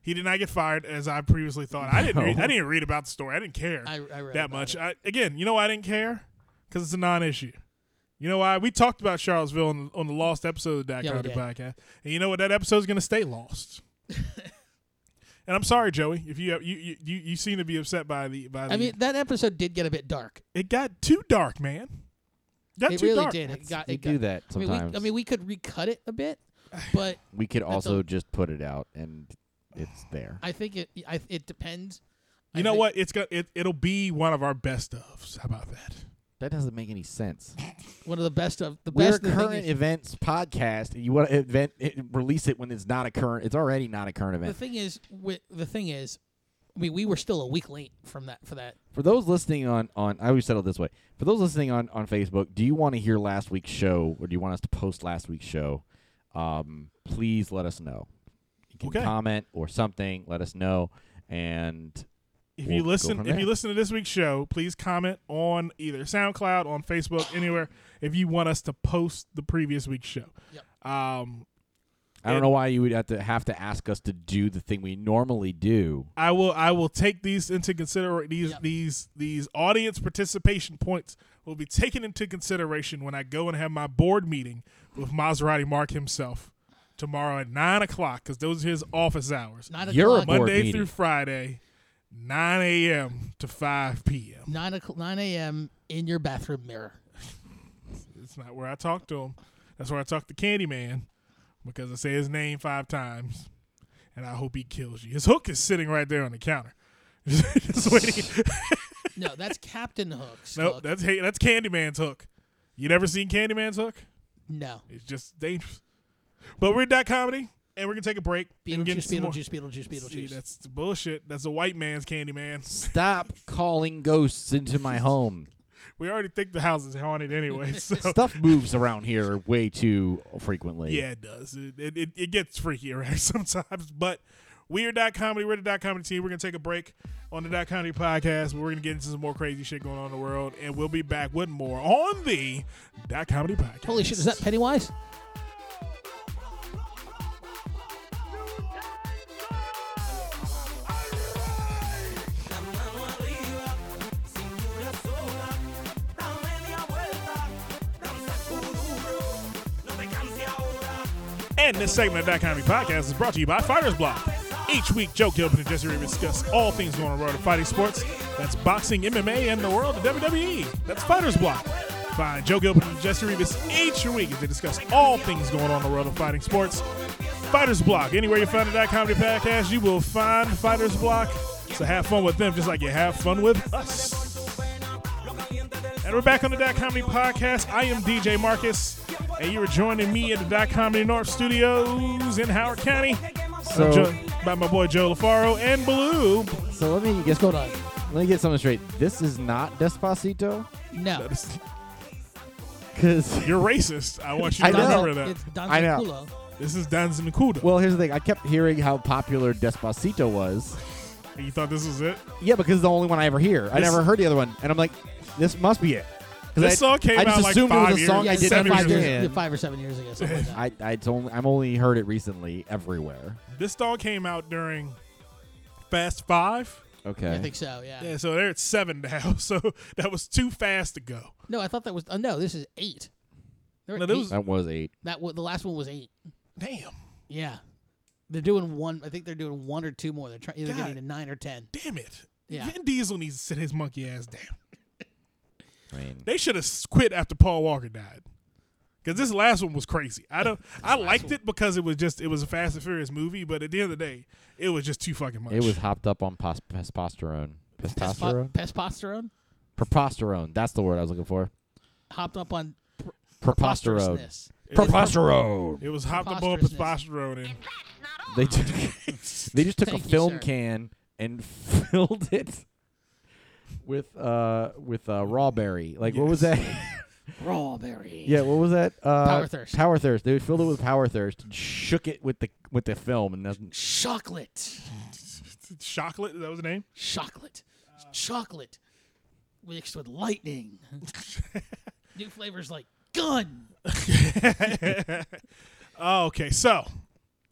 S1: he did not get fired as I previously thought. I didn't read, I didn't read about the story. I didn't care
S4: I- I read
S1: that
S4: about
S1: much.
S4: it.
S1: I, again, you know why I didn't care? Cuz it's a non-issue. You know why? We talked about Charlottesville on, on the lost episode of the Dak
S4: Yeah,
S1: Comedy
S4: we did.
S1: podcast. And you know what? That episode's going to stay
S4: <laughs>
S1: lost. and I'm sorry, Joey, if you you you you, you seem to be upset by the by the
S4: I mean, that episode did get a bit dark.
S1: it got too dark, man. Got
S4: it
S1: too
S4: really
S1: dark.
S4: did. It got,
S3: They
S4: it
S3: do
S4: got,
S3: that
S4: I mean, we,
S3: sometimes.
S4: I mean, we could recut it
S1: <sighs>
S4: a bit, but
S3: we could
S4: that's
S3: also
S4: a-
S3: just put it out and it's there.
S4: I think it I, it depends.
S1: You
S4: I
S1: know
S4: think-
S1: what? It's got it. It'll be one of our best ofs. How about that?
S3: That doesn't make any sense.
S4: One of the best of the
S3: We're a
S4: best the thing
S3: current
S4: is-
S3: events podcast. and You want to event it, release it when it's not a current. It's already not a current
S4: The
S3: event.
S4: thing is, wi- the thing is, I mean, we were still a week late from that for that.
S3: For those listening on on, I always settle this way. For those listening on on Facebook, do you want to hear last week's show or do you want us to post last week's show? Um, please let us know. You can
S1: Okay.
S3: comment or something. Let us know. And
S1: If
S3: We'll
S1: you
S3: go
S1: listen,
S3: from
S1: if you
S3: there.
S1: listen to this week's show, please comment on either SoundCloud, on Facebook, anywhere. If you want us to post the previous week's show,
S4: Yep.
S1: um,
S3: I don't
S1: And-
S3: know why you would have to have to ask us to do the thing we normally do.
S1: I will I will take these into consideration. These
S4: Yep.
S1: these these audience participation points will be taken into consideration when I go and have my board meeting with Maserati Mark himself tomorrow at nine o'clock because those are his office hours.
S4: Nine
S3: You're a
S4: o'clock,
S3: board
S1: Monday
S3: meeting.
S1: through Friday, 9 a.m. to 5 p.m.
S4: nine o'clock, nine a.m. in your bathroom mirror.
S1: It's not where I talk to him. That's where I talk to Candyman because I say his name five times and I hope he kills you. His hook is sitting right there on the counter. Just waiting.
S4: No, that's <laughs> Captain Hook's.
S1: Nope,
S4: hook.
S1: that's hey, that's Candyman's hook. You never seen Candyman's hook?
S4: no.
S1: It's just dangerous. But we're at comedy and we're gonna take a break. and get
S4: Beetlejuice,
S1: some more-
S4: Beetlejuice, Beetlejuice,
S1: See,
S4: Beetlejuice.
S1: that's bullshit. That's a white man's Candyman.
S3: Stop calling ghosts into my home.
S1: We already think the house is haunted anyway,
S4: <laughs>
S1: so
S3: Stuff moves around here way too frequently.
S1: Yeah, it does. It it, it, it gets freaky <laughs> around sometimes, but we are dot comedy. We're the dot comedy team. We're gonna take a break on the dot comedy podcast. We're gonna get into some more crazy shit going on in the world, and we'll be back with more on the dot comedy podcast.
S4: Holy shit! Is that Pennywise?
S1: And this segment of That Comedy Podcast is brought to you by Fighters Block. Each week, Joe Gilpin and Jesse Reed discuss all things going on in the world of fighting sports. That's boxing, MMA, and the world of WWE. That's Fighters Block. Find Joe Gilpin and Jesse Reeves each week as they discuss all things going on in the world of fighting sports. Fighters Block. Anywhere you find the That Comedy Podcast, you will find Fighters Block. So have fun with them just like you have fun with us. And we're back on the Dot Comedy Podcast. I am DJ Marcus, and you are joining me at the Dot Comedy North Studios in Howard County. I'm
S3: So,
S1: joined by my boy Joe LaFaro and Blue.
S3: so let me
S4: What's
S3: get
S4: going on?
S3: let me get something straight. This is not Despacito,
S4: No.
S3: because
S1: You're racist. I want you
S3: I
S1: to
S3: know.
S1: remember that.
S4: It's Don
S3: I know.
S4: Culo.
S1: This is Danza Nakuda.
S3: well, here's the thing. I kept hearing how popular Despacito was.
S1: you thought this was it?
S3: Yeah, because it's the only one I ever hear. I
S1: This-
S3: never heard the other one, and I'm like, this must be it. 'Cause
S1: This
S3: I,
S1: song came
S3: I just
S1: out like
S3: assumed it
S1: five
S3: was a song
S1: years-
S3: I did
S1: seven
S3: not
S4: five,
S1: years
S4: years,
S3: understand.
S4: five or seven years ago. Something like that.
S3: I, I it's only I'm only heard it recently everywhere.
S1: This song came out during Fast Five.
S3: Okay.
S4: I think so. Yeah.
S1: Yeah, so they're at seven now. <laughs> So that was too fast to go.
S4: No, I thought that was. Uh, no, this is eight. There were
S1: No, that
S4: eight.
S1: was-
S3: that was eight.
S4: that wa- the last one was eight.
S1: Damn.
S4: Yeah. They're doing one. I think they're doing one or two more. They're trying. Either
S1: God.
S4: getting to nine or ten.
S1: Damn it.
S4: Yeah.
S1: Vin Diesel needs to sit his monkey ass down.
S3: I mean,
S1: They should have quit after Paul Walker died. Cause this last one was crazy. I
S3: <laughs>
S1: don't. I liked it because it was just it was a Fast and Furious movie, but at the end of the day, it was just too fucking much.
S3: it was hopped up on pos- testosterone. Testosterone.
S4: Pespo- Pesposterone
S3: Preposterone. That's the word I was looking for.
S4: hopped up on pr-
S3: Preposterone.
S4: preposterousness.
S3: Preposterone.
S1: It was hopped up on
S4: Preposterousness.
S1: testosterone and Oh,
S3: They took, <laughs> they just took a
S4: Thank you,
S3: film
S4: sir.
S3: can and <laughs> filled it with uh with uh raw berry. Like what was that?
S4: Strawberry.
S3: <laughs> yeah, what was that? Uh,
S4: Power Thirst.
S3: Power thirst. They filled it with power thirst and shook it with the with the film and nothing.
S4: Chocolate.
S1: chocolate. Is that was the name? <laughs>
S4: Chocolate. Chocolate. Mixed with lightning. New flavors like gun.
S1: Oh, okay, so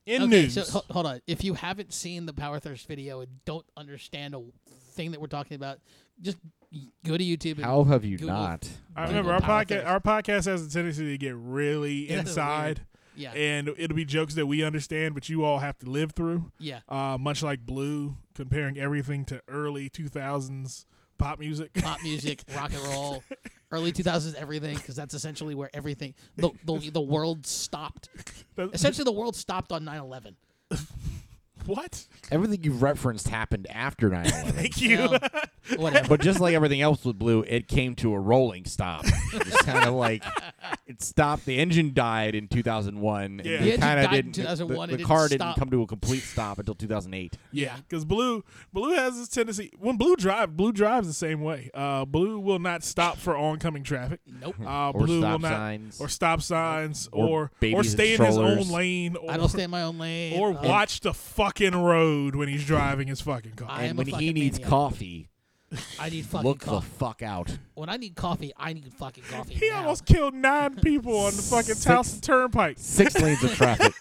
S1: in
S4: okay,
S1: news,
S4: so ho- hold on. If you haven't seen the Power Thirst video and don't understand a thing that we're talking about, just go to YouTube. And
S3: How have you
S4: Google-
S3: not?
S1: I remember our
S4: Google Power
S1: podcast.
S4: Thirst.
S1: Our podcast has a tendency to get
S4: <laughs>
S1: really
S4: Yeah, that's
S1: inside,
S4: Yeah,
S1: and it'll be jokes that we understand, but you all have to live through.
S4: yeah.
S1: Uh, much like Blue, comparing everything to early two thousands pop music.
S4: Pop
S1: <laughs>
S4: music, rock and roll, early 2000s, everything, because that's essentially where everything the, the the world stopped.
S1: <laughs>
S4: Essentially, the world stopped on 9/11. <laughs>
S1: what?
S3: Everything you've referenced happened after 9 11.
S1: Thank you.
S4: No, <laughs> whatever.
S3: but just like everything else with Blue, it came to a rolling stop. It's kind of like it stopped. The engine died in 2001.
S1: Yeah.
S3: And
S1: The
S3: it
S4: engine
S3: kind of
S4: died
S3: didn't.
S4: in
S3: the-
S4: 2001,
S3: The,
S4: it
S3: the
S4: didn't
S3: car didn't
S4: stop.
S3: come to a complete stop until 2008.
S1: <laughs> Yeah, because blue blue has this tendency when blue drive blue drives the same way. Uh, blue will not stop for oncoming traffic. <laughs>
S4: Nope.
S1: Uh,
S3: Or
S1: blue will
S3: stop
S1: not
S3: signs.
S1: or stop signs
S3: Or
S1: or or,
S3: babies in
S1: stay in his own
S3: strollers.
S1: lane or
S4: I don't stay in my own lane.
S1: or
S4: Uh,
S1: watch the fucking road when he's driving his fucking car.
S4: I am
S3: And
S4: a
S3: when he
S4: fucking
S3: needs
S4: maniac.
S3: coffee,
S4: I need fucking
S3: look
S4: coffee.
S3: the fuck out.
S4: when I need coffee, I need fucking coffee.
S1: he
S4: now.
S1: almost killed nine people on the fucking
S3: Six-
S1: Towson Turnpike
S3: Six lanes of <laughs> traffic.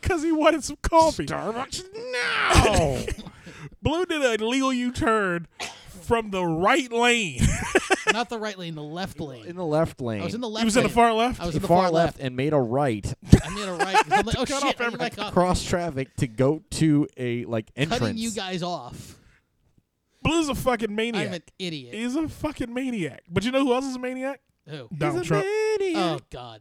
S1: because he wanted some coffee.
S3: Starbucks now.
S1: Blue did an illegal U-turn from the right lane. <laughs>
S4: not the right lane, the left lane.
S3: in the left lane.
S4: I was in the left.
S1: he was in the
S4: lane.
S1: far left.
S4: I was
S3: He
S4: in the
S3: far,
S4: far,
S3: left and made a
S4: <laughs>
S3: right
S4: I made
S1: <laughs>
S4: a right. 'cause I'm like, oh
S1: cut
S4: shit!
S1: off
S4: I need
S1: everything.
S4: my coffee.
S3: cross traffic to go to a like entrance.
S4: Cutting you guys off.
S1: Blue's a fucking maniac.
S4: I'm an idiot.
S1: He's a fucking maniac. But you know who else is a maniac?
S4: Who?
S1: Donald Trump.
S4: Oh God.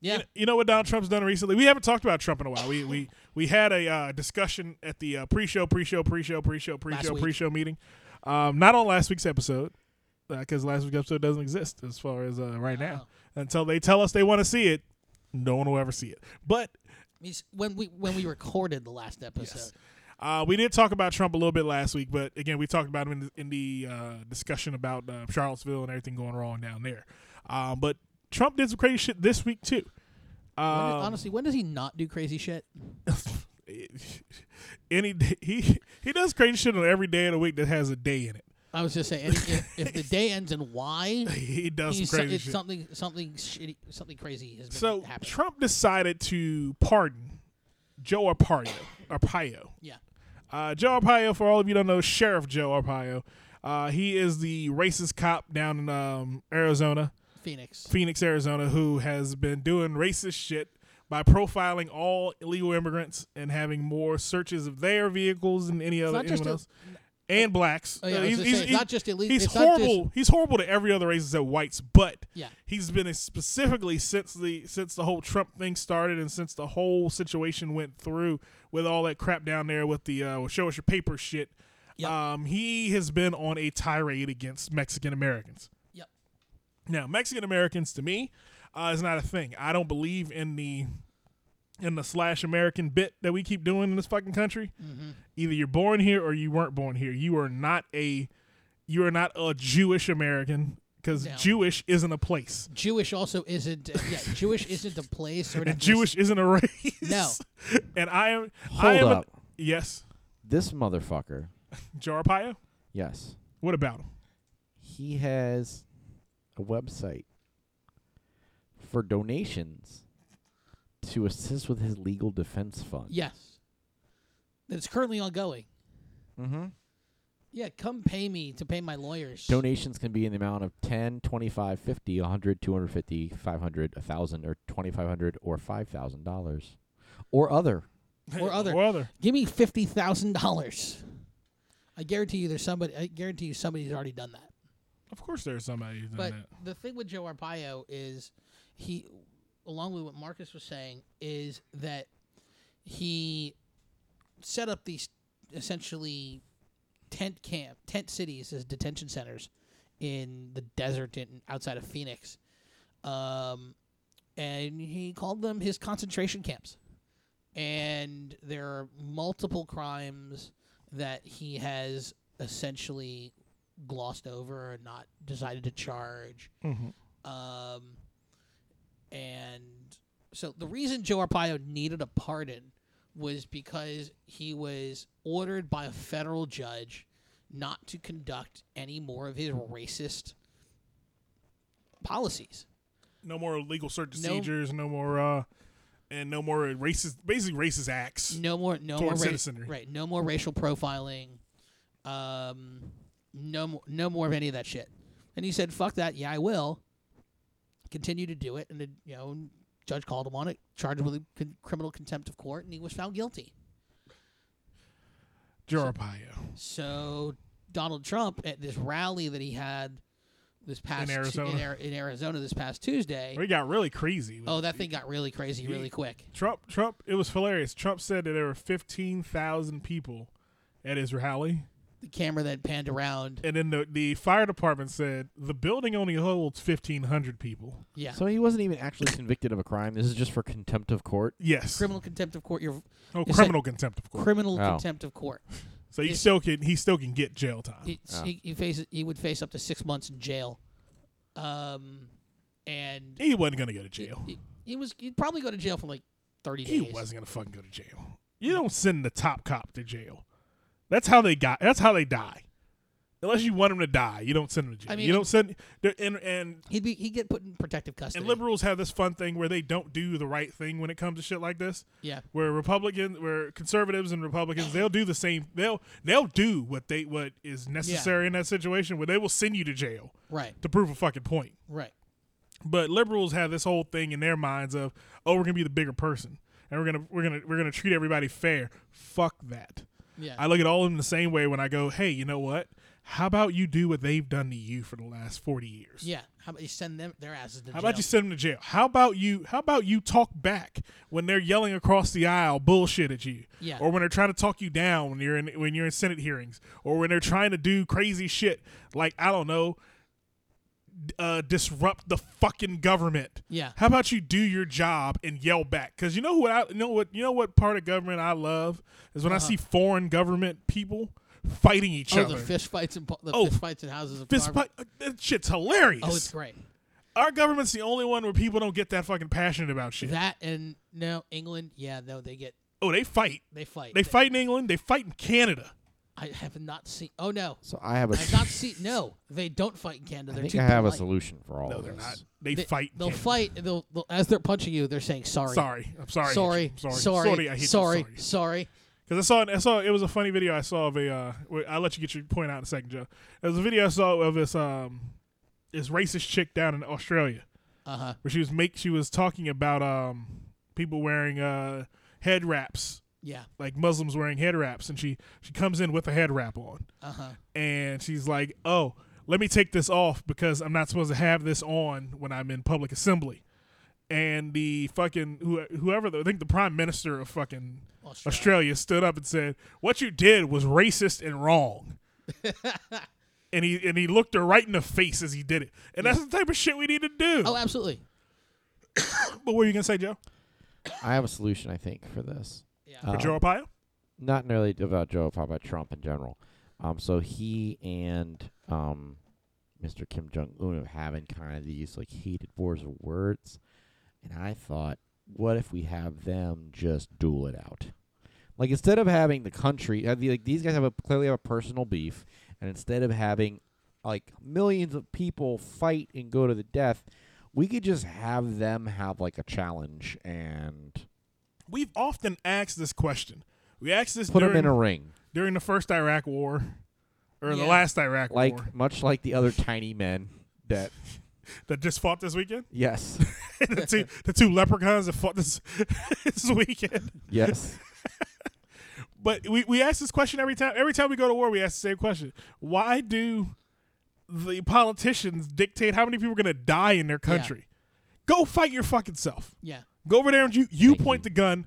S4: Yeah.
S1: You know what Donald Trump's done recently? We haven't talked about Trump in a while. We we we had a uh, discussion at the uh, pre-show, pre-show, pre-show, pre-show,
S4: Last
S1: pre-show,
S4: week.
S1: pre-show meeting. Um, not on last week's episode because last week's episode doesn't exist as far as uh, right now. Until they tell us they want to see it, no one will ever see it. But
S4: He's- When we when we recorded the last episode,
S1: Uh, we did talk about Trump a little bit last week, but again, we talked about him in the, in the uh, discussion about uh, Charlottesville and everything going wrong down there. Um, but Trump did some crazy shit this week too.
S4: When did-
S1: Um,
S4: honestly, when does he not do crazy shit?
S1: <laughs> any day, he he does crazy shit on every day of the week that has a day in it.
S4: I was just saying, if, if- if the day ends
S1: <laughs>
S4: in Y,
S1: He does
S4: he's
S1: some crazy
S4: it's
S1: shit.
S4: something something shitty, something crazy has been
S1: So
S4: happening.
S1: Trump decided to pardon Joe Arpaio. Arpaio.
S4: yeah.
S1: Uh, Joe Arpaio, for all of you who don't know, Sheriff Joe Arpaio. Uh, he is the racist cop down in um, Arizona.
S4: Phoenix.
S1: Phoenix, Arizona, who has been doing racist shit by profiling all illegal immigrants and having more searches of their vehicles than any other
S4: not just
S1: anyone
S4: a-
S1: else, and blacks.
S4: Oh, yeah, I
S1: Uh,
S4: was gonna say, it's not just illegal-
S1: He's
S4: it's not just-
S1: horrible. he's horrible to every other race except whites. But
S4: Yeah.
S1: he's been specifically since the since the whole Trump thing started and since the whole situation went through with all that crap down there with the uh, show us your paper shit.
S4: Yep.
S1: Um, he has been on a tirade against Mexican Americans.
S4: Yep.
S1: Now, Mexican Americans to me uh, is not a thing. I don't believe in the in the slash American bit that we keep doing in this fucking country.
S4: Mm-hmm.
S1: Either you're born here or you weren't born here. You are not a you are not a Jewish American because
S4: No.
S1: Jewish isn't a place.
S4: Jewish also isn't. uh,
S1: <laughs>
S4: Yeah, Jewish isn't a place or an
S1: And Jewish isn't a race.
S4: No.
S1: <laughs> and I am. I
S3: Hold
S1: am a-
S3: up.
S1: yes,
S3: This motherfucker.
S1: Jarpaio.
S3: Yes.
S1: What about him?
S3: He has a website for donations to assist with his legal defense fund.
S4: Yes. It's currently ongoing.
S3: Mm-hmm.
S4: Yeah, come pay me to pay my lawyers.
S3: Donations can be in the amount of 10, 25, 50, 100, 250, 500, 1000 or 2500 or $5,000 or other.
S4: Or other.
S1: Or other.
S4: Give me fifty thousand dollars. I guarantee you, there's somebody. I guarantee you, somebody's already done that.
S1: Of course, there's somebody who's done
S4: But
S1: that.
S4: the thing with Joe Arpaio is he, along with what Marcus was saying, is that he set up these essentially tent camp, tent cities as detention centers in the desert in, outside of Phoenix. Um, and he called them his concentration camps. And there are multiple crimes that he has essentially glossed over and not decided to charge. Um, and so the reason Joe Arpaio needed a pardon was because he was ordered by a federal judge not to conduct any more of his racist policies.
S1: No more illegal search and seizures. No more, uh, and no more racist, basically racist acts.
S4: No more, no more
S1: Toward
S4: ra-
S1: citizenry.
S4: right. No more racial profiling. Um, no more, no more of any of that shit. And he said, "Fuck that. Yeah, I will continue to do it." And the you know, judge called him on it, charged him with con- criminal contempt of court, and he was found guilty.
S1: Jarapayo
S4: So Donald Trump at this rally that he had this past Tu- in,
S1: Arizona.
S4: Ar- in Arizona this past Tuesday.
S1: We got really crazy. with
S4: Oh, that thing got really crazy really quick.
S1: Trump, Trump, it was hilarious. Trump said that there were 15,000 people at his rally.
S4: The camera then panned around.
S1: And then the, the fire department said the building only holds 1,500 people.
S4: Yeah.
S3: So he wasn't even actually convicted of a crime. This is just for contempt of court.
S1: Yes.
S4: criminal contempt of court. Your
S1: oh,
S4: it's
S1: criminal contempt, of course.
S4: criminal
S3: Oh.
S4: contempt of court.
S1: so he
S4: it-
S1: still can he still can get jail time.
S4: He, he, he faces. He would face up to six months in jail. Um, and
S1: He wasn't gonna go to jail.
S4: he, he was. He'd probably go to jail for like thirty
S1: He
S4: days.
S1: wasn't gonna fucking go to jail. You don't send the top cop to jail. That's how they got. That's how they die. Unless you want them to die, you don't send them to jail.
S4: I mean-
S1: you don't send. they're- And and
S4: He'd be. He'd get put in protective custody.
S1: and liberals have this fun thing where they don't do the right thing when it comes to shit like this.
S4: Yeah.
S1: Where Republicans, where conservatives and Republicans, they'll do the same. They'll they'll do what they what is necessary in that situation. Where they will send you to jail
S4: Right.
S1: to prove a fucking point.
S4: Right.
S1: But liberals have this whole thing in their minds of, oh, we're gonna be the bigger person, and we're gonna we're gonna we're gonna treat everybody fair. Fuck that.
S4: Yeah.
S1: I look at all of them the same way when I go, hey, you know what? How about you do what they've done to you for the last forty years?
S4: yeah. How about you send them their asses to
S1: How
S4: jail?
S1: about you send them to jail? How about you? How about you talk back when they're yelling across the aisle bullshit at you?
S4: Yeah.
S1: Or when they're trying to talk you down when you're in when you're in Senate hearings, or when they're trying to do crazy shit like I don't know, d- uh, disrupt the fucking government.
S4: Yeah.
S1: How about you do your job and yell back? Because you know what I you know what you know what part of government I love is when I see foreign government people fighting each
S4: Uh-huh. Oh,
S1: other.
S4: the fist fights and the
S1: Oh,
S4: fist fights and houses of
S1: Fist
S4: Parliament.
S1: fight- uh, that shit's hilarious.
S4: Oh, it's great.
S1: Our government's the only one where people don't get that fucking passionate about shit.
S4: That and no England. Yeah. No, they get
S1: oh, they fight.
S4: they fight.
S1: They fight in England. They fight in Canada.
S4: I have not seen.
S3: <laughs>
S4: Oh no.
S3: So I have a.
S4: I've not seen. No, they don't fight in Canada.
S3: I
S4: They're
S3: think
S4: too
S3: I have a
S4: polite.
S3: solution for all
S1: No,
S3: of
S1: they're
S3: this.
S1: not. They, fight. in
S4: They'll
S1: Canada.
S4: fight. and They'll, they'll as they're punching you, they're saying sorry.
S1: Sorry, I'm sorry. I hit you.
S4: Sorry.
S1: I'm
S4: Sorry.
S1: sorry.
S4: Sorry.
S1: I hit you.
S4: Sorry.
S1: Sorry.
S4: Sorry.
S1: Because I saw, it- I saw it was a funny video I saw of a. Uh, wait, I'll let you get your point out in a second, Joe. There was a video I saw of this um, this racist chick down in Australia
S4: Uh huh.
S1: where she was make she was talking about um people wearing uh head wraps
S4: Yeah.
S1: like Muslims wearing head wraps, and she she comes in with a head wrap on.
S4: Uh huh.
S1: and she's like, "Oh, let me take this off because I'm not supposed to have this on when I'm in public assembly." And the fucking who, whoever the, I think the prime minister of fucking Australia.
S4: Australia.
S1: stood up and said, "What you did was racist and
S4: <laughs>
S1: wrong." and he and he looked her right in the face as he did it. And that's the type of shit we need to do.
S4: Oh, absolutely.
S1: but what were you gonna say, Joe?
S3: I have a solution, I think, for this.
S4: Yeah.
S3: Uh,
S1: For Joe Arpaio?
S3: not nearly about Joe, but about Trump in general. Um, so he and um, Mr. Kim Jong Un are having kind of these like heated wars of words, and I thought, what if we have them just duel it out? Like instead of having the country, uh, the- like these guys have a clearly have a personal beef, and instead of having like millions of people fight and go to the death, we could just have them have like a challenge and
S1: We've often asked this question. We asked this
S3: put
S1: during,
S3: them in a ring.
S1: during the first Iraq War, or the
S4: Yeah.
S1: last Iraq
S3: like
S1: War.
S3: much like the other tiny men
S1: <laughs>
S3: that
S1: that just fought this weekend.
S3: yes
S1: <laughs> the two the two leprechauns that fought this <laughs> this weekend.
S3: <laughs> yes
S1: But we, we ask this question every time every time we go to war, we ask the same question. Why do the politicians dictate how many people are gonna die in their country? Go fight your fucking self.
S4: Yeah.
S1: Go over there and you you
S3: Thank
S1: point the
S3: you.
S1: gun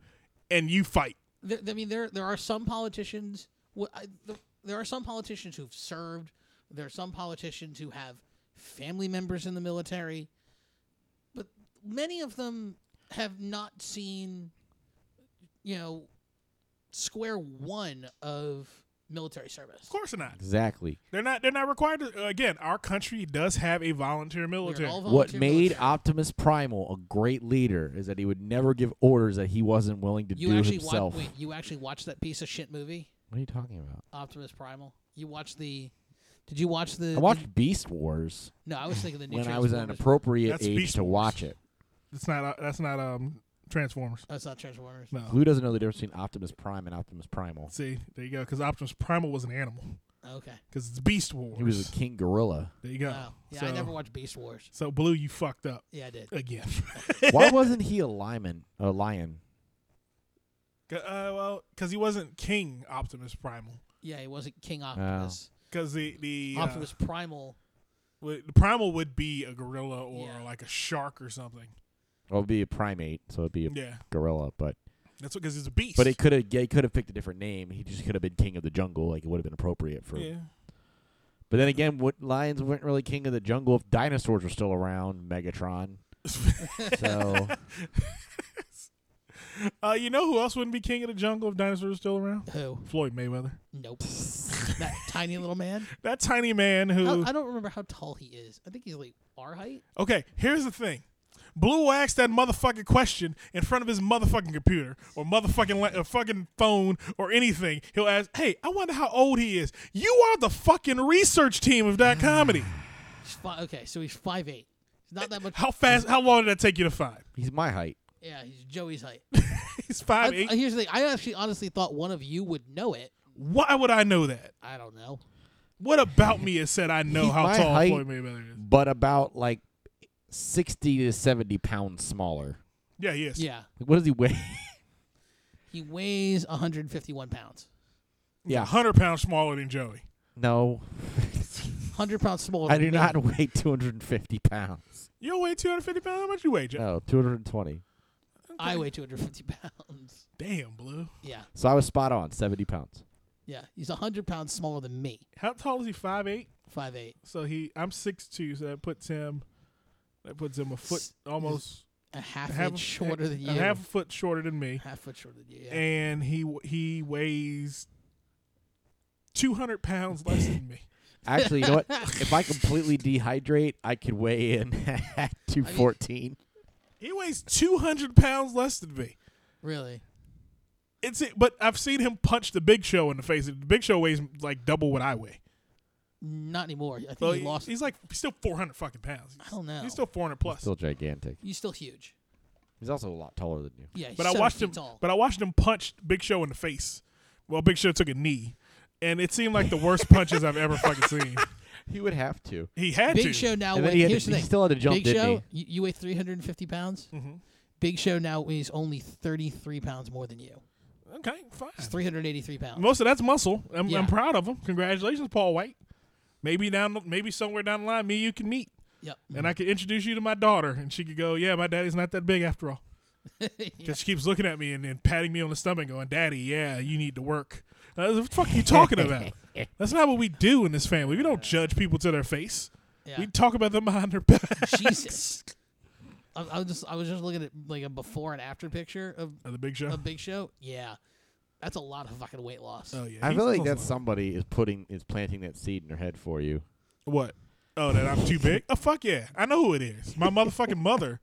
S1: and you fight.
S4: There, I mean, there there are some politicians. wh- I- th- There are some politicians who've served. There are some politicians who have family members in the military, but many of them have not seen, you know, square one of military service.
S1: Of course not.
S3: exactly
S1: They're not they're not required to again, our country does have a volunteer
S4: We're
S1: military.
S4: all
S3: what
S4: volunteer
S3: made
S4: military.
S3: optimus primal a great leader is that he would never give orders that he wasn't willing to
S4: you
S3: do
S4: actually
S3: himself
S4: watch? Wait, you actually watched that piece of shit movie?
S3: what are you talking about
S4: Optimus Primal. You watch the Did you watch the?
S3: I watched Beast Wars
S4: No, I was thinking the new.
S3: when I was at an
S4: Transformers.
S3: appropriate
S1: That's
S3: age
S1: Beast
S3: to
S1: Wars.
S3: watch it.
S1: That's not. Uh, that's not. Um, Transformers.
S4: Oh, it's not Transformers.
S1: No.
S3: Lou doesn't know the difference between Optimus Prime and Optimus Primal.
S1: See, there you go. Because Optimus Primal was an animal.
S4: Okay.
S1: Because it's Beast Wars.
S3: He was a
S1: <laughs>
S3: king gorilla.
S1: there you go.
S4: Wow. Yeah,
S1: so,
S4: I never watched Beast Wars.
S1: So blue, you fucked up
S4: Yeah, I did.
S1: again.
S3: <laughs> Why wasn't he a lion? A lion?
S1: <laughs> uh, well, because he wasn't King Optimus Primal.
S4: Yeah, he wasn't King Optimus.
S1: Because the the uh,
S4: Optimus Primal.
S1: would- the Primal would be a gorilla or
S4: Yeah.
S1: like a shark or something.
S3: Well, it'd be a primate, so it'd be a
S1: Yeah,
S3: gorilla. But
S1: that's because he's a beast.
S3: but it could have he could have picked a different name. He just could have been king of the jungle. Like it would have been appropriate for.
S1: yeah.
S3: But then again, what lions weren't really king of the jungle if dinosaurs were still around. Megatron. so
S1: Uh, you know who else wouldn't be king of the jungle if dinosaurs were still around?
S4: Who?
S1: Floyd Mayweather.
S3: <laughs>
S4: Nope. that tiny little man.
S1: That tiny man who.
S4: How, I don't remember how tall he is. I think he's like our height.
S1: Okay, here's the thing. Blue asked that motherfucking question in front of his motherfucking computer or motherfucking la- or fucking phone or anything. He'll ask, "Hey, I wonder how old he is." You are the fucking research team of that
S4: <sighs>
S1: comedy.
S4: He's fi- okay, so he's five eight. He's not that much.
S1: How fast? How long did that take you to find? <laughs>
S3: he's my height.
S4: Yeah, he's Joey's height.
S1: He's five
S4: I,
S1: eight.
S4: I- here's the thing. I actually honestly thought one of you would know it.
S1: Why would I know that?
S4: I don't know.
S1: What about me has said I know
S3: He's
S1: how
S3: my
S1: tall
S3: height.
S1: Floyd Mayweather is?
S3: But about like sixty to seventy pounds smaller.
S1: Yeah, he is.
S4: Yeah,
S3: Like, what does he weigh? <laughs>
S4: he weighs 151 pounds.
S3: yeah.
S1: hundred pounds smaller than Joey.
S3: no,
S4: 100 pounds smaller.
S3: I
S4: than
S3: do
S4: me.
S3: not weigh two hundred and fifty pounds.
S1: You don't weigh two hundred fifty pounds. How much you weigh, Joey?
S3: No, two hundred and twenty.
S4: Uh, I weigh 250 <laughs> pounds.
S1: Damn, Blue.
S4: Yeah,
S3: So I was spot on, seventy pounds.
S4: yeah. He's 100 pounds smaller than me.
S1: How tall is he? Five eight.
S4: Five eight.
S1: So he, I'm six two, so that puts him, that puts him a foot
S4: S-
S1: almost
S4: A half,
S1: half
S4: inch
S1: a-
S4: shorter than you.
S1: a half a foot shorter than me,
S4: half foot shorter than you. Yeah.
S1: and he w- he weighs two hundred pounds less than me.
S3: Actually, you know what? if I completely dehydrate, I could weigh in <laughs> at two fourteen.
S1: He weighs two hundred pounds less than me.
S4: Really?
S1: It's it, but I've seen him punch the Big Show in the face. and The Big Show weighs like double what I weigh.
S4: Not anymore. I think
S1: So
S4: he
S1: he-
S4: lost.
S1: He's like he's still four hundred fucking pounds. He's,
S4: I don't know.
S1: He's still four hundred plus.
S3: Still gigantic.
S4: He's still huge.
S3: He's also a lot taller than you.
S4: Yeah, he's
S1: But I
S4: seven
S1: watched
S4: feet
S1: him.
S4: Tall.
S1: But I watched him punch Big Show in the face. Well, Big Show took a knee, and it seemed like the worst punches I've ever fucking
S4: <laughs>
S1: seen.
S3: He would have to.
S1: He had
S4: Big
S1: to.
S4: Show now
S3: And then
S4: weighs.
S3: he had to-
S4: here's the
S3: he
S4: thing.
S3: still had to jump,
S4: Big
S3: didn't
S4: Show, You, you weigh 350 pounds.
S1: Mm-hmm.
S4: Big Show now weighs only 33 pounds more than you.
S1: Okay, fine.
S4: It's 383 pounds.
S1: Most of that's muscle. I'm,
S4: Yeah.
S1: I'm proud of him. Congratulations, Paul White. Maybe down, maybe somewhere down the line, me and you can meet,
S4: Yep.
S1: and I could introduce you to my daughter, and she could go, "Yeah, my daddy's not that big after
S4: <laughs>
S1: all." Because she keeps looking at me and then patting me on the stomach, going, "Daddy, yeah, you need to work." Uh, what the fuck are you talking
S4: <laughs>
S1: about? That's not what we do in this family. We don't judge people to their face.
S4: Yeah.
S1: We talk about them behind their back. <laughs>
S4: Jesus. <laughs> I, I was just I was just looking at like a before and after picture of
S1: Oh, the big show.
S4: a Big Show. Yeah, that's a lot of fucking weight loss.
S1: oh yeah.
S3: I
S1: He
S3: feel like
S1: feels
S3: that's somebody is putting is planting that seed in their head for you.
S1: What? Oh, that I'm too big? Oh, fuck yeah. I know who it is. My motherfucking mother,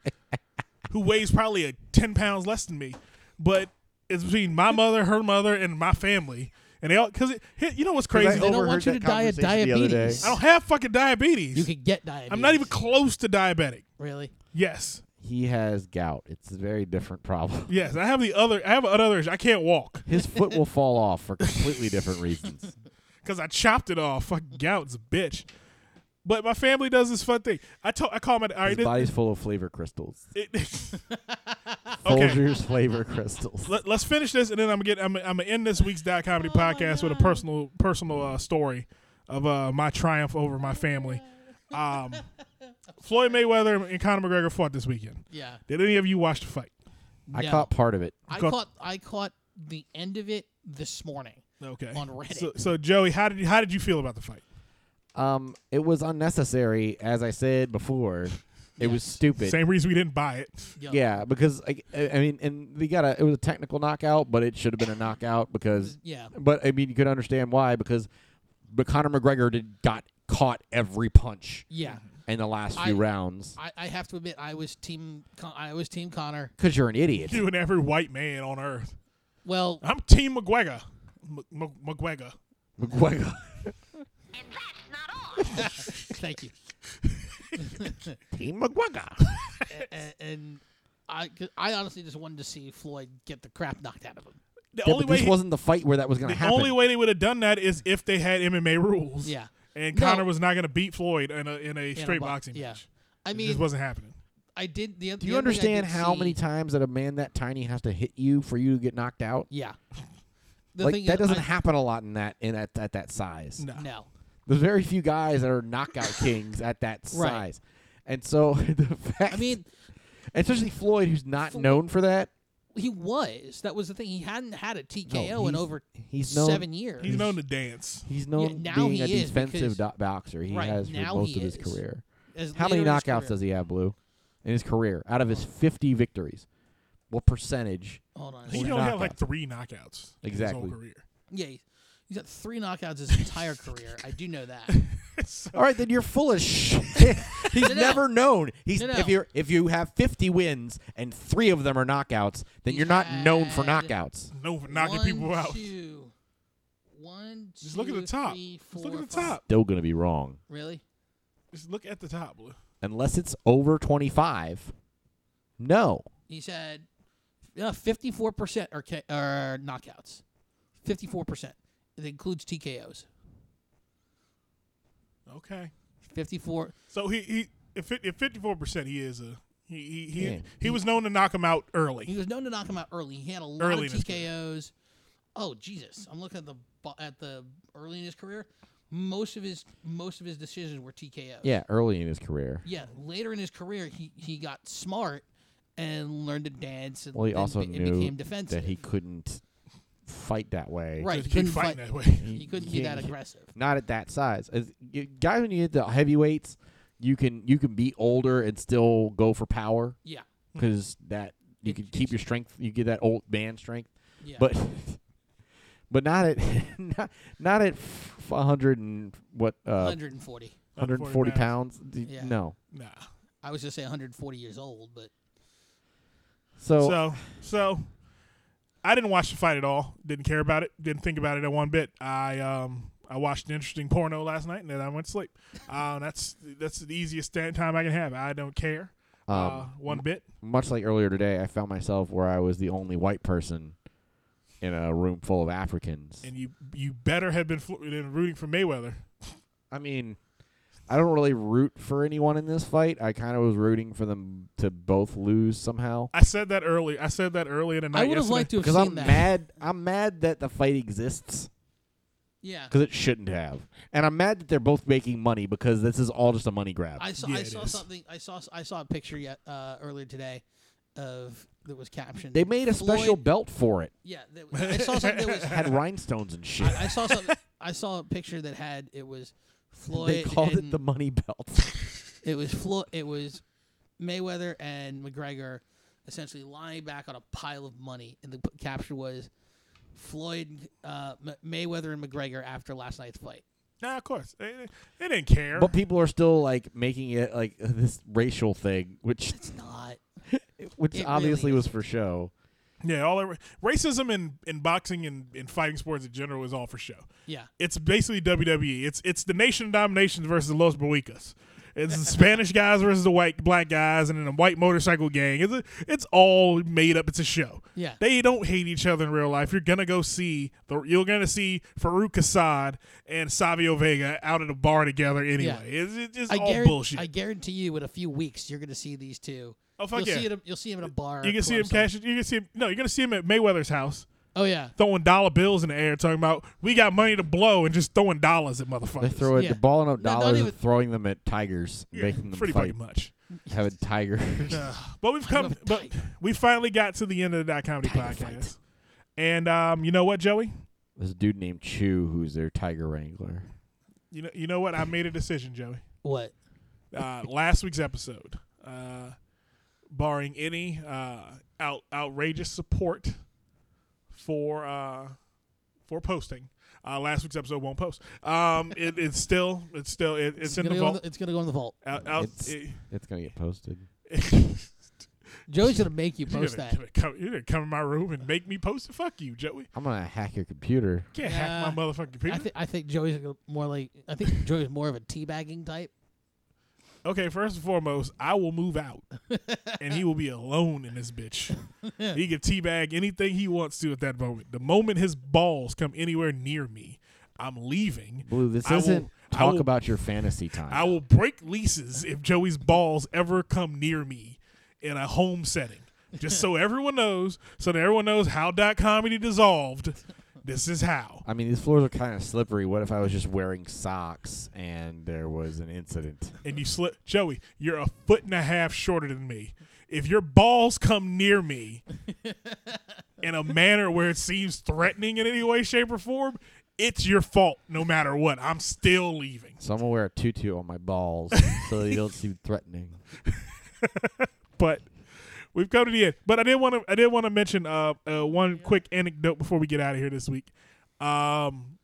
S1: who weighs probably a 10 pounds less than me. But it's between my mother, her mother, and my family. And they all, because you know what's crazy?
S4: They
S1: I,
S4: don't
S8: overheard
S4: want you
S8: that
S4: to die of
S8: conversation the other day.
S4: diabetes.
S1: don't have fucking diabetes.
S4: you could get diabetes.
S1: I'm not even close to diabetic.
S4: really.
S1: Yes.
S3: He has gout. It's a very different problem. <laughs>
S1: Yes. I have the other, I have another issue. I can't walk
S3: His foot will fall off for completely different
S4: <laughs>
S3: reasons.
S1: because I chopped it off. Fucking gout's a bitch. But my family does this fun thing. I told, I call my, all right,
S3: His
S1: this-
S3: body's full of flavor
S4: <laughs>
S3: crystals.
S1: it- <laughs> okay.
S3: Folgers flavor crystals.
S1: Let, us finish this, and then I'm gonna get I'm, I'm gonna end this week's Dad Comedy
S4: Oh,
S1: podcast with a personal personal uh, story of uh, my triumph over my family. Um,
S4: <laughs>
S1: Floyd Mayweather and Conor McGregor fought this weekend.
S4: Yeah.
S1: Did any of you watch the fight?
S3: I
S4: No.
S3: caught part of it.
S4: I
S1: Got-
S4: caught I caught the end of it this morning.
S1: Okay.
S4: On Reddit.
S1: So, so Joey, how did you, how did you feel about the fight?
S3: Um, it was unnecessary, as I said before. It was stupid.
S1: Same reason we didn't
S3: <laughs>
S1: buy it.
S3: Yeah, because like, I, I mean, and we got a. It was a technical knockout, but it should have been a knockout because.
S4: Yeah.
S3: But I mean, you could understand why because, but Conor McGregor did got caught every punch
S4: Yeah.
S1: Mm-hmm.
S3: in the last
S4: I-
S3: few rounds
S4: I, I have to admit I was team Con- I was team Connor.
S3: because you're an idiot.
S1: You and every white man on earth. <laughs>
S4: Well,
S1: I'm Team McGregor. M- M- McGregor.
S3: <laughs> McGregor.
S7: And that's not all.
S4: Thank you.
S8: Team
S3: <laughs>
S8: McGuaga.
S4: and, and I, 'cause I honestly just wanted to see Floyd get the crap knocked out of him.
S1: The
S3: Yeah,
S1: only
S3: but
S1: way
S3: this
S1: he-
S3: wasn't the fight where that was going
S1: the
S3: to happen.
S1: only way they would have done that is if they had MMA rules.
S4: Yeah.
S1: And
S4: No.
S1: Connor was not going to beat Floyd in a in a
S4: In a
S1: straight
S4: bo-
S1: boxing
S4: yeah.
S1: match.
S4: I
S1: It just
S4: mean,
S1: wasn't happening.
S4: I did the.
S3: Do you understand how many times that a man that tiny has to hit you for you to get knocked out?
S4: Yeah.
S3: <laughs>
S4: The
S3: like
S4: thing
S3: that
S4: is,
S3: doesn't
S4: I-
S3: happen a lot in that in at, at that size.
S1: No.
S4: No.
S3: There's very few guys that are knockout
S4: <laughs>
S3: kings at that
S4: Right.
S3: size. And so <laughs> the fact
S4: I mean,
S3: especially Floyd who's not
S4: Flo-
S3: known for that.
S4: he was. That was the thing. He hadn't had a TKO
S3: No,
S4: in
S3: he's-
S4: over
S3: he's known-
S4: seven years.
S1: He's known to dance.
S3: He's known
S4: now
S3: being
S4: he
S3: a
S4: is
S3: defensive
S4: because-
S3: do- boxer. He
S4: Right,
S3: has for
S4: now
S3: most
S4: he
S3: of his
S4: is.
S3: career.
S4: as
S3: How many
S4: leader of his
S3: knockouts
S4: career.
S3: does he have, Blue, in his career? Out of his
S4: Oh.
S3: 50 victories, what percentage?
S4: Hold on. a
S1: He
S4: second.
S1: only had like
S3: knockouts.
S1: three knockouts in
S3: Exactly.
S1: his whole career.
S4: Yeah, he's, he's got three
S3: <laughs>
S4: knockouts his entire career. I do know that.
S3: All right, then you're full <laughs> of shit. He's
S4: No, no.
S3: never known. He's
S4: No, no.
S3: if you are if you have 50 wins and three of them are knockouts, then
S4: He
S3: you're not known for
S4: had-
S3: knockouts.
S1: No for <laughs> knocking
S4: One,
S1: people out.
S4: Two, one,
S1: Just look at
S4: two,
S1: the top.
S4: three,
S1: Just look
S4: four,
S1: at the
S4: five.
S1: top.
S3: Still gonna be wrong
S4: Really?
S1: Just look at the top, Blue.
S3: unless it's over 25. No,
S4: He said, uh, 54% are, K- are knockouts. 54%. It includes TKOs.
S1: Okay.
S4: 54.
S1: So he he if it, if fifty four percent he is a he he he,
S3: Yeah.
S1: he was known to knock him out
S4: He
S1: early.
S4: was known to knock him out early. He had a lot
S1: Early in
S4: of
S1: his
S4: TKOs. Oh Jesus! I'm looking at the bu- at the early in his career. Most of his most of his decisions were TKOs.
S3: yeah, early in his career.
S4: Yeah. Later in his career, he he got smart and learned to dance. And
S3: Well, he
S4: then
S3: also
S4: be- and
S3: knew
S4: became defensive.
S3: that he couldn't fight that way.
S4: right.
S1: Just
S4: He
S1: keep
S4: couldn't
S1: fighting
S4: fight.
S1: that way. <laughs>
S4: He couldn't be
S3: can't-
S4: that
S3: he-
S4: aggressive.
S3: Not at that size. As, you, guys, when you hit the heavyweights, you can you can be older and still go for power
S4: Yeah.
S3: because that Hmm. you
S4: It-
S3: can keep your strength. You get that old man strength,
S4: Yeah.
S3: but <laughs> but not at <laughs> not, not at f- 100 and what uh,
S4: 140.
S3: 140 pounds. D-
S4: Yeah.
S3: No,
S1: Nah.
S4: I was just say 140 years old, but
S3: so,
S1: So so I didn't watch the fight at all. Didn't care about it. Didn't think about it at one bit. I um I watched an interesting porno last night and then I went to sleep. Uh, that's that's the easiest sta- time I can have. I don't care
S3: um,
S1: uh, one bit.
S3: much like earlier today, I found myself where I was the only white person in a room full of Africans.
S1: And you you better have been, fl- been rooting for Mayweather.
S3: I mean, I don't really root for anyone in this fight. I kind of was rooting for them to both lose sowow.
S1: I said that earlier. I said that early in the night.
S4: I would have
S1: yesterday.
S4: liked to have
S3: Because
S4: seen
S3: I'm
S4: that.
S3: mad. I'm mad that the fight exists
S4: Yeah.
S3: because it shouldn't have, and I'm mad that they're both making money because this is all just a money grab.
S4: I saw
S1: Yeah,
S4: I
S1: it
S4: saw
S1: is.
S4: something I saw I saw a picture yet uh, earlier today of that was captioned.
S3: they made a special
S4: Floyd-
S3: belt for it.
S4: Yeah, that, I saw
S1: <laughs>
S4: something that was. <laughs>
S3: Had rhinestones and shit.
S4: I, I saw something. I saw a picture that had it was Floyd.
S3: they called it
S4: and-
S3: the money belt.
S4: It was Flo- It was Mayweather and McGregor, essentially lying back on a pile of money, and the p- caption was Floyd uh, M- Mayweather and McGregor after last night's fight.
S1: Nah, of course they, they- they didn't care.
S3: but people are still like making it like <laughs> this racial thing,
S4: <laughs>
S3: which
S4: It's not.
S3: which
S4: It
S3: obviously
S4: really
S3: was for show.
S1: yeah, all that, racism in, in boxing and in fighting sports in general is all for show.
S4: Yeah.
S1: It's basically WWE. It's it's the nation of dominations versus the Los Boicas. It's the Spanish guys versus the white black guys, and then the white motorcycle gang. It's a, it's all made up. It's a show.
S4: Yeah.
S1: they don't hate each other in real life. You're gonna go see the you're gonna see Farouk Assad and Savio Vega out at a bar together anyway. It's, it's just
S4: I
S1: all
S4: guarantee,
S1: bullshit.
S4: I guarantee you, in a few weeks, you're going to see these two.
S1: Oh, fuck
S4: you'll
S1: yeah.
S4: See it, at- you'll see him in a bar.
S1: you
S4: or
S1: can see him
S4: club somewhere.
S1: cashing. You can see him. No, you're gonna see him at Mayweather's house.
S4: Oh yeah,
S1: throwing dollar bills in the air, talking about we got money to blow and just throwing dollars at motherfuckers.
S3: They're throwing
S4: Yeah.
S3: they're balling up
S4: No, not
S3: dollars
S4: even-
S3: and throwing them at tigers,
S1: Yeah,
S3: making them
S1: pretty
S3: fight.
S1: fucking much.
S3: <laughs> Having tigers.
S1: But we've come,
S4: love
S1: but
S4: tiger.
S1: we finally got to the end of the dot comedy
S3: Tiger
S1: podcast,
S3: fight.
S1: and um, you know what, Joey?
S3: There's a dude named Chew who's their tiger wrangler.
S1: You know, you know what? I made a decision, Joey.
S4: what?
S1: Uh,
S4: <laughs>
S1: last week's episode, uh, barring any uh, out, outrageous support for uh, for posting. Uh, last week's episode won't post. Um, it, it's still, it's still, it, it's, in
S4: gonna
S1: the
S4: go in
S1: vault.
S4: the- it's going to go in the vault.
S1: out, out,
S3: It's-
S1: it- <laughs>
S3: It's gonna get posted.
S4: Joey's gonna make you post
S1: gonna,
S4: that.
S1: gonna come, you're gonna come in my room and make me post it. Fuck you, Joey.
S3: I'm gonna hack your computer.
S1: Can't hack my
S4: Nah.
S1: motherfucking computer.
S4: I, th- I think Joey's gonna more like
S1: <laughs>
S4: I think Joey's more of a teabagging type.
S1: okay, first and foremost, I will move out, and he will be alone in this bitch. he can teabag anything he wants to at that moment. The moment his balls come anywhere near me, I'm leaving.
S3: Blue, this
S1: I will-
S3: isn't
S1: I
S3: talk
S1: will-
S3: about your fantasy time.
S1: I will break leases if Joey's balls ever come near me in a home setting. Just so everyone knows, so that everyone knows how dot comedy dissolved. This is how.
S3: I mean, these floors are kind of slippery. What if I was just wearing socks and there was an incident?
S1: And you slip, Joey. You're a foot and a half shorter than me. If your balls come near me in a manner where it seems threatening in any way, shape, or form, it's your fault. No matter what, I'm still leaving.
S3: So I'm gonna wear a tutu on my balls so they <laughs> don't seem threatening.
S1: but we've come to the end. But I did want to I did want to mention uh, uh one quick anecdote before we get out of here this week. Um,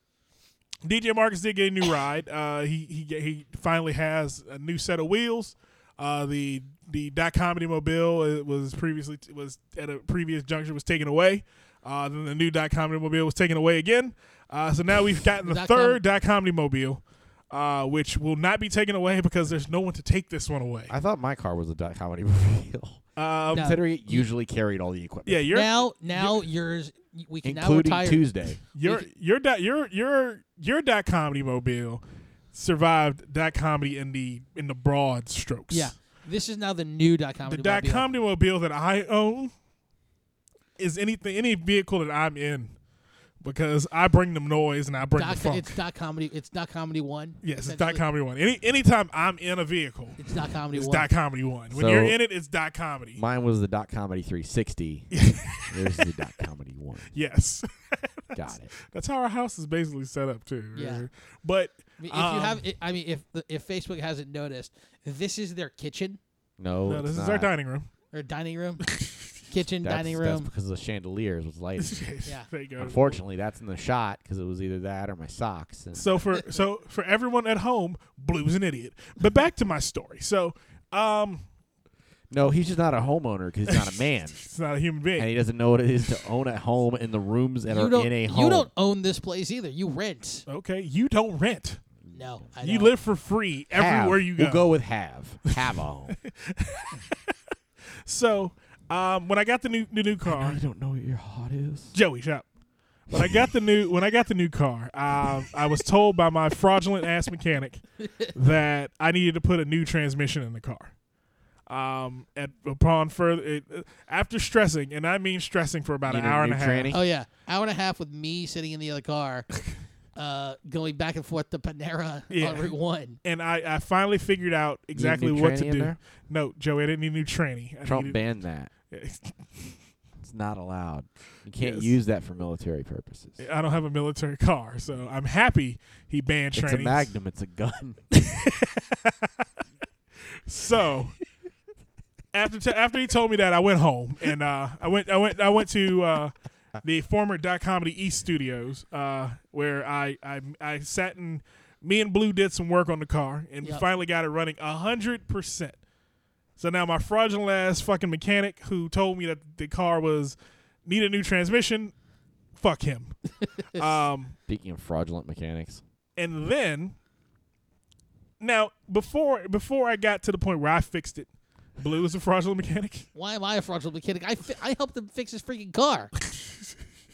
S1: DJ Marcus did get a new ride. Uh, he he he finally has a new set of wheels. Uh, the the dot comedy mobile uh, was previously was at a previous juncture was taken away. Uh, then the new dot comedy mobile was taken away again. Uh, so now we've gotten the
S4: Dot com-
S1: third dot comedy mobile, uh, which will not be taken away because there's no one to take this one away.
S3: I thought my car was a dot comedy <laughs> reveal.
S1: Um,
S4: No.
S3: Considering it usually carried all the equipment.
S1: yeah, you're
S4: now, now yours. We can now
S3: including
S4: retire.
S3: <laughs> Tuesday.
S1: your your dot your your your dot comedy mobile survived dot comedy in the in the broad strokes.
S4: Yeah, this is now the new dot com.
S1: the dot comedy mobile that I own is anything any vehicle that I'm in because I bring them noise and I bring
S4: Dot,
S1: the funk.
S4: it's dot comedy. It's dot comedy one.
S1: yes, it's
S4: essentially.
S1: dot comedy one. Any anytime I'm in a vehicle,
S4: It's dot comedy
S1: it's
S4: one.
S1: dot comedy one. When
S3: So-
S1: you're in it, it's dot comedy.
S3: Mine was the dot comedy <laughs> 360. There's the dot comedy one.
S1: yes, <laughs>
S3: Got it.
S1: that's how our house is basically set up too.
S4: Yeah.
S1: but
S4: I mean, if
S1: um,
S4: you have, i- I mean, if the, if Facebook hasn't noticed, this is their kitchen
S3: No,
S1: no,
S3: it's
S1: this is
S3: not.
S1: our dining room. <laughs>
S4: or dining <laughs> room, kitchen,
S3: That's-
S4: dining
S3: That's
S4: room.
S3: because of the chandeliers was
S1: <laughs>
S3: lighting.
S4: Yeah.
S1: there you go.
S3: Unfortunately, that's in the shot because it was either that or my socks. And
S1: So for so for everyone at home, Blue's an idiot. But back to my story. So um
S3: no, he's just not a homeowner because he's
S1: <laughs>
S3: not a man
S1: it's not a human being.
S3: and he doesn't know what it is to own a home in the rooms that
S4: You
S3: are
S4: don't,
S3: in a home.
S4: you don't own this place either. You rent.
S1: okay, you don't rent.
S4: No, I
S1: You
S4: don't.
S1: live for free
S3: Have.
S1: everywhere you go.
S3: We'll go with have. Have
S1: <laughs>
S3: a home.
S1: So um when I got the new the new car,
S3: don't know what your hot is.
S1: Joey shop. When I got the new when I got the new car, um, I was told by my fraudulent ass mechanic that I needed to put a new transmission in the car. Um, at upon further it, after stressing, and I mean stressing for about
S3: You
S1: an
S3: need a
S1: hour
S3: new
S1: and a half.
S3: tranny?
S4: Oh yeah, hour and a half with me sitting in the
S1: <laughs>
S4: other car, uh, going back and forth to Panera
S1: Yeah.
S4: on Route One.
S1: and I, I finally figured out exactly
S3: new
S1: what
S3: tranny
S1: to
S3: in
S1: do.
S3: there?
S1: No, Joey, I didn't need a new tranny. I
S3: Trump
S1: needed,
S3: banned that. It's not allowed. You can't
S1: Yes.
S3: use that for military purposes.
S1: <laughs> I don't have a military car, so I'm happy he banned
S3: It's a
S1: trannies.
S3: magnum. It's
S1: <laughs>
S3: a gun.
S1: So after t- after he told me that, I went home and uh, I went I went I went to uh, the former dot comedy East studios uh, where I, I I sat and me and Blue did some work on the car and
S4: Yep.
S1: finally got it running hundred percent. So now my fraudulent ass fucking mechanic who told me that the car was need a new transmission, fuck him. um,
S3: Speaking of fraudulent mechanics,
S1: and then now before before I got to the point where I fixed it, Blue is a fraudulent mechanic. <laughs>
S4: Why am I a fraudulent mechanic? I, fi- I helped him fix his freaking car.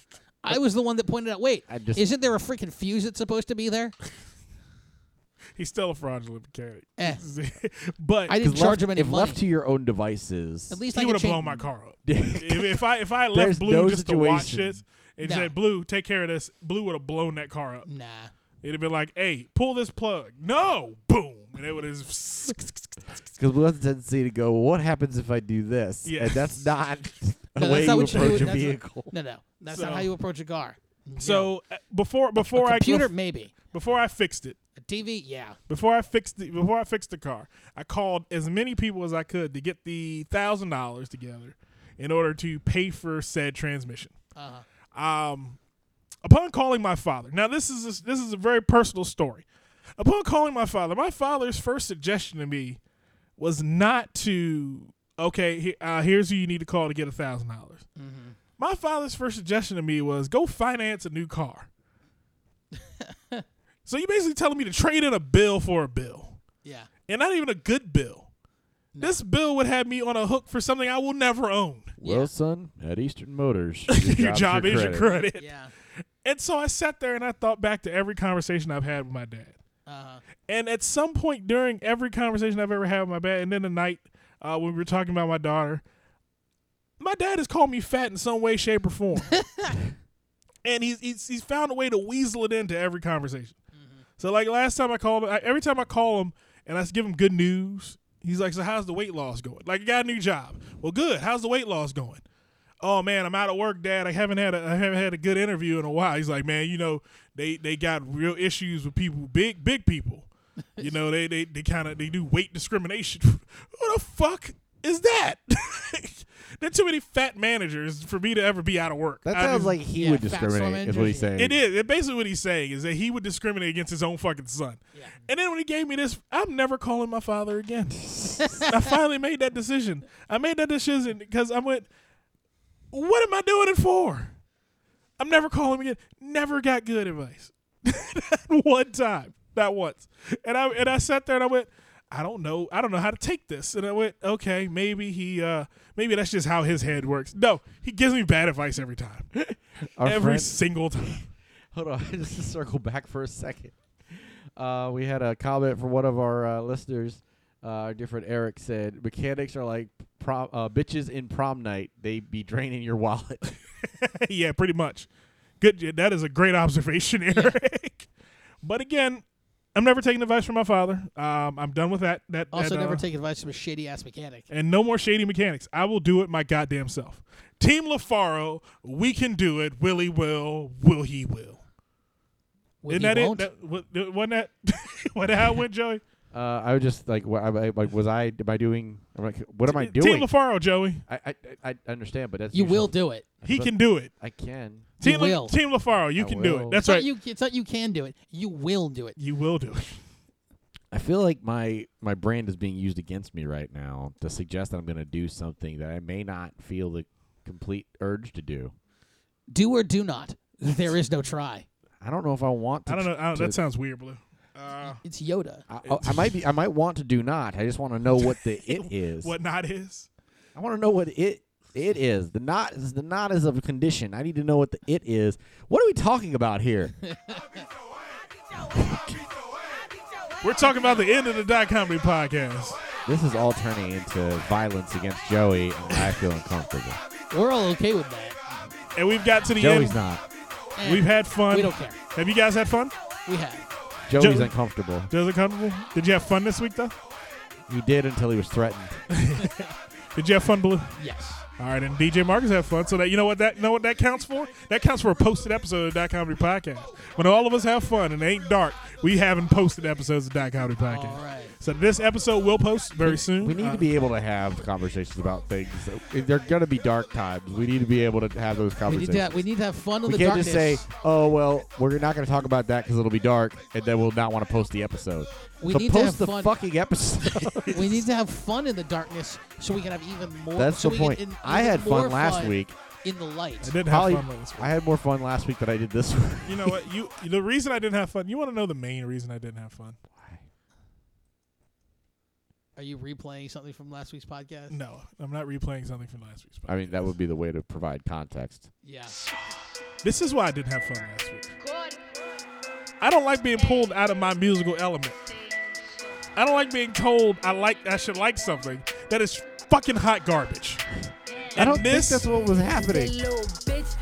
S1: <laughs>
S4: I was the one that pointed out. Wait,
S3: I just-
S4: isn't there a freaking fuse that's supposed to be there?
S1: He's still a fraudulent mechanic. <laughs>
S4: Eh.
S1: but
S4: I didn't
S3: 'Cause
S4: charge
S3: left-
S4: him any
S3: if
S4: money.
S3: left to your own devices,
S4: At least I
S1: he
S4: could
S1: would have
S4: change-
S1: blown my car
S4: <laughs>
S1: up.
S3: There's
S1: if, if I if I had left Blue
S3: no
S1: just to watch it
S3: situation.
S1: and
S4: No.
S1: said, "Blue, take care of this," Blue would have blown that car up.
S4: Nah.
S1: It'd have been like, "Hey, pull this plug." No, boom, and it would have.
S4: <laughs>
S3: because we have the tendency to go, "What happens if I do this?"
S1: Yeah.
S3: And that's
S1: <laughs>
S3: not a
S4: No,
S3: way
S4: that's not
S3: you
S4: what you do.
S3: approach a
S4: That's not-
S3: vehicle.
S4: No, no, that's not
S1: So-
S4: how you approach a car.
S1: <laughs> So uh, before before
S4: a
S1: I
S4: computer, maybe
S1: before I fixed it,
S4: a TV, yeah.
S1: before I fixed the before I fixed the car, I called as many people as I could to get the thousand dollars together in order to pay for said transmission.
S4: Uh-huh.
S1: Um, upon calling my father, now this is a, this is a very personal story. Upon calling my father, my father's first suggestion to me was not to okay, he, uh, here's who you need to call to get a thousand dollars. My father's first suggestion to me was go finance a new car. so you're basically telling me to trade in a bill for a bill,
S4: Yeah.
S1: and not even a good bill. This bill would have me on a hook for something I will never own. <laughs>
S3: Well, son, at Eastern Motors,
S1: Your job is your credit.
S4: Yeah.
S1: And so I sat there and I thought back to every conversation I've had with my dad.
S4: Uh,
S1: And at some point during every conversation I've ever had with my dad, and then the night uh, when we were talking about my daughter, my dad has called me fat in some way, shape, or form. and he's, he's he's found a way to weasel it into every conversation. So like last time I called him, I, every time I call him and I s- give him good news, he's like, "So how's the weight loss going? Like I got a new job. Well, good. How's the weight loss going? Oh man, I'm out of work, Dad. I haven't had a I haven't had a good interview in a while. He's like, man, you know, they they got real issues with people, big big people. You know, they they they kind of they do weight discrimination. <laughs> Who the fuck is that? <laughs> There's too many fat managers for me to ever be out of work.
S8: That
S1: I
S8: sounds
S1: just-
S8: like he
S4: Yeah,
S8: would
S4: facts
S8: discriminate.
S4: on
S8: Is what he's
S4: injury.
S1: it
S8: saying.
S1: is. It basically what he's saying is that he would discriminate against his own fucking son. And then when he gave me this, I'm never calling my father again. I finally made that decision. I made that decision because I went, what am I doing it for? I'm never calling him again. Never got good advice. <laughs> Not one time. Not once. And I and I sat there and I went, I don't know. I don't know how to take this. And I went, okay, maybe he uh maybe that's just how his head works. No, he gives me bad advice every time.
S3: Our
S1: every
S3: friend-
S1: single time.
S3: <laughs> Hold on, <laughs> just to circle back for a second. Uh, we had a comment from one of our uh, listeners. Uh, our different Eric said, "Mechanics are like prom, uh, bitches in prom night. They be draining
S1: <laughs>
S3: your wallet."
S1: yeah, pretty much. Good. yeah, That is a great <laughs> observation, Eric. but again, I'm never taking advice from my father. Um, I'm done with that. That
S4: also,
S1: that,
S4: never
S1: uh,
S4: take advice from a shady ass mechanic.
S1: and no more shady mechanics. I will do it my goddamn self. Team LaFaro, we can do it. Willie will. Will he will?
S4: When
S1: Isn't
S4: he
S1: that
S4: won't.
S1: it? That, wa- that- wasn't that? <laughs> wasn't that how it went,
S3: <laughs>
S1: Joey?
S3: uh, I was just like, "What? I, I- like, was I? Am I doing? am I- what am I
S1: Team
S3: doing?"
S1: LaFaro, Joey.
S3: I, I I I understand, but that's
S4: you
S3: usually-
S4: will do it.
S1: He
S3: But-
S1: can do it.
S3: I can.
S4: You
S1: Team,
S4: will.
S1: Team LaFaro, you
S3: I
S1: can do
S3: will.
S1: it. That's
S4: it's
S1: right.
S4: Not you, it's not you can do it. You will do it.
S1: you will do it.
S3: I feel like my my brand is being used against me right now to suggest that I'm going to do something that I may not feel the complete urge to do.
S4: Do or do not. There is
S3: <laughs>
S4: no try.
S3: I don't know if I want to.
S1: I don't know. I don't,
S3: to-
S1: that sounds weird, Blue. Uh,
S4: It's Yoda.
S3: I, I- I might be. I might want to do not. I just want to know what
S1: <laughs>
S3: the it is.
S1: what not is?
S3: I want to know what it it is. The not is the not is of a condition. I need to know what the it is. What are we talking about
S4: <laughs>
S3: here?
S1: We're talking about the end of the Dot Comedy podcast.
S3: this is all turning into violence against Joey, and I
S1: <laughs>
S3: feel uncomfortable.
S4: We're all okay with that.
S1: And we've got to the
S3: Joey's
S1: end.
S3: not.
S4: Eh,
S1: We've had fun.
S4: We don't care.
S1: Have you guys had fun?
S4: We have.
S3: Joey's
S1: Joey-
S3: uncomfortable.
S1: Does it comfortable? Did you have fun this week, though?
S3: He did until he was threatened.
S1: Did you have fun, Blue?
S4: Yes.
S1: All right, and DJ Marcus had fun. So that you know what that you know what that counts for? That counts for a posted episode of Dot Comedy Podcast. When all of us have fun and it ain't dark, we haven't posted episodes of Dot Comedy Podcast.
S4: All right.
S1: So this episode will post very soon.
S3: We need
S1: Uh,
S3: to be able to have conversations about things. If They're going to be dark times. We need to be able to have those
S4: We
S3: conversations.
S4: need to have, we need to have fun in
S3: We
S4: the
S3: can't
S4: darkness.
S3: just say, "Oh well, we're not going to talk about that because it'll be dark, and then we'll not want to post the episode."
S4: We
S3: so
S4: need to
S3: post
S4: have
S3: the
S4: fun.
S3: fucking episode.
S4: <laughs> we need to have fun in the darkness so we can have even more.
S3: <laughs> That's
S4: so
S3: the
S4: we can
S3: point.
S4: in-
S3: I
S4: even
S3: had fun
S4: more
S3: last week.
S4: in the light.
S1: I didn't have
S3: Probably,
S1: fun last
S3: I
S1: week.
S3: had more fun last week than I did this <laughs> week.
S1: You know what? You the reason I didn't have fun. You want to know the main reason I didn't have fun?
S4: Are you replaying something from last week's podcast?
S1: No, I'm not replaying something from last week's. podcast.
S3: I mean, that would be the way to provide context.
S4: Yeah.
S1: This is why I didn't have fun last week. I don't like being pulled out of my musical element. I don't like being told I like I should like something that is fucking hot garbage.
S3: I don't
S1: and this
S3: think that's what was happening.
S1: It's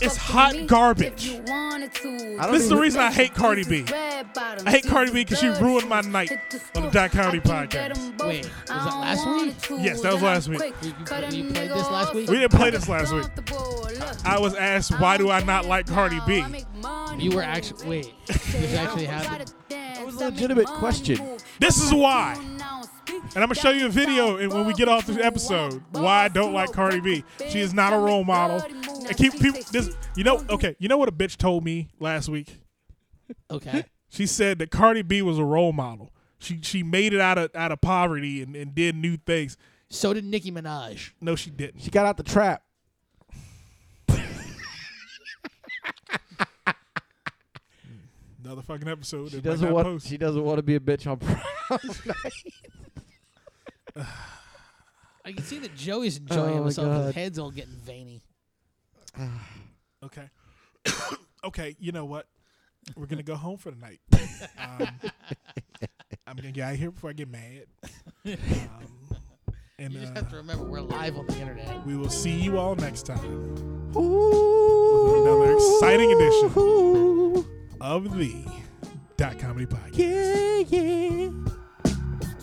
S9: It's
S1: hot garbage.
S3: I don't
S1: this is the
S3: even-
S1: reason I hate Cardi B.
S9: I hate Cardi B because she ruined my night on the Dot Comedy podcast.
S4: Wait, was that last week?
S9: Yes, that was last week.
S4: You- you- you played this last week?
S9: We didn't play this
S1: last
S9: last
S1: week.
S9: week.
S1: I was asked why do I not like Cardi B?
S4: You were actually wait. This actually happened.
S9: That
S3: was a legitimate question.
S9: This is why.
S1: And I'm gonna show you a video and when we get off this episode why I don't like Cardi B. She is not a role model. And keep people this you know okay, you know what a bitch told me last week?
S4: Okay.
S3: <laughs>
S1: She said that Cardi B was a role model. She she made it out of out of poverty and, and did new things.
S4: So did Nicki Minaj.
S1: No, she didn't.
S3: She got out the trap.
S1: Another fucking episode.
S3: She
S1: that
S3: doesn't
S1: might not
S3: want.
S1: post.
S3: She doesn't want to be a bitch on <laughs> Browns night.
S4: I can see that Joey's enjoying
S3: Oh, my
S4: himself.
S3: God.
S4: His head's all getting veiny.
S1: Okay. <coughs> okay, you know what? We're gonna go home for the night. Um, I'm gonna get out of here before I get mad. Um,
S4: You
S1: and
S4: just
S1: uh,
S4: have to remember we're live on the internet.
S1: we will see you all next time
S3: Another
S1: exciting edition.
S3: edition.
S1: of the Dot Comedy Podcast.
S3: Yeah, yeah.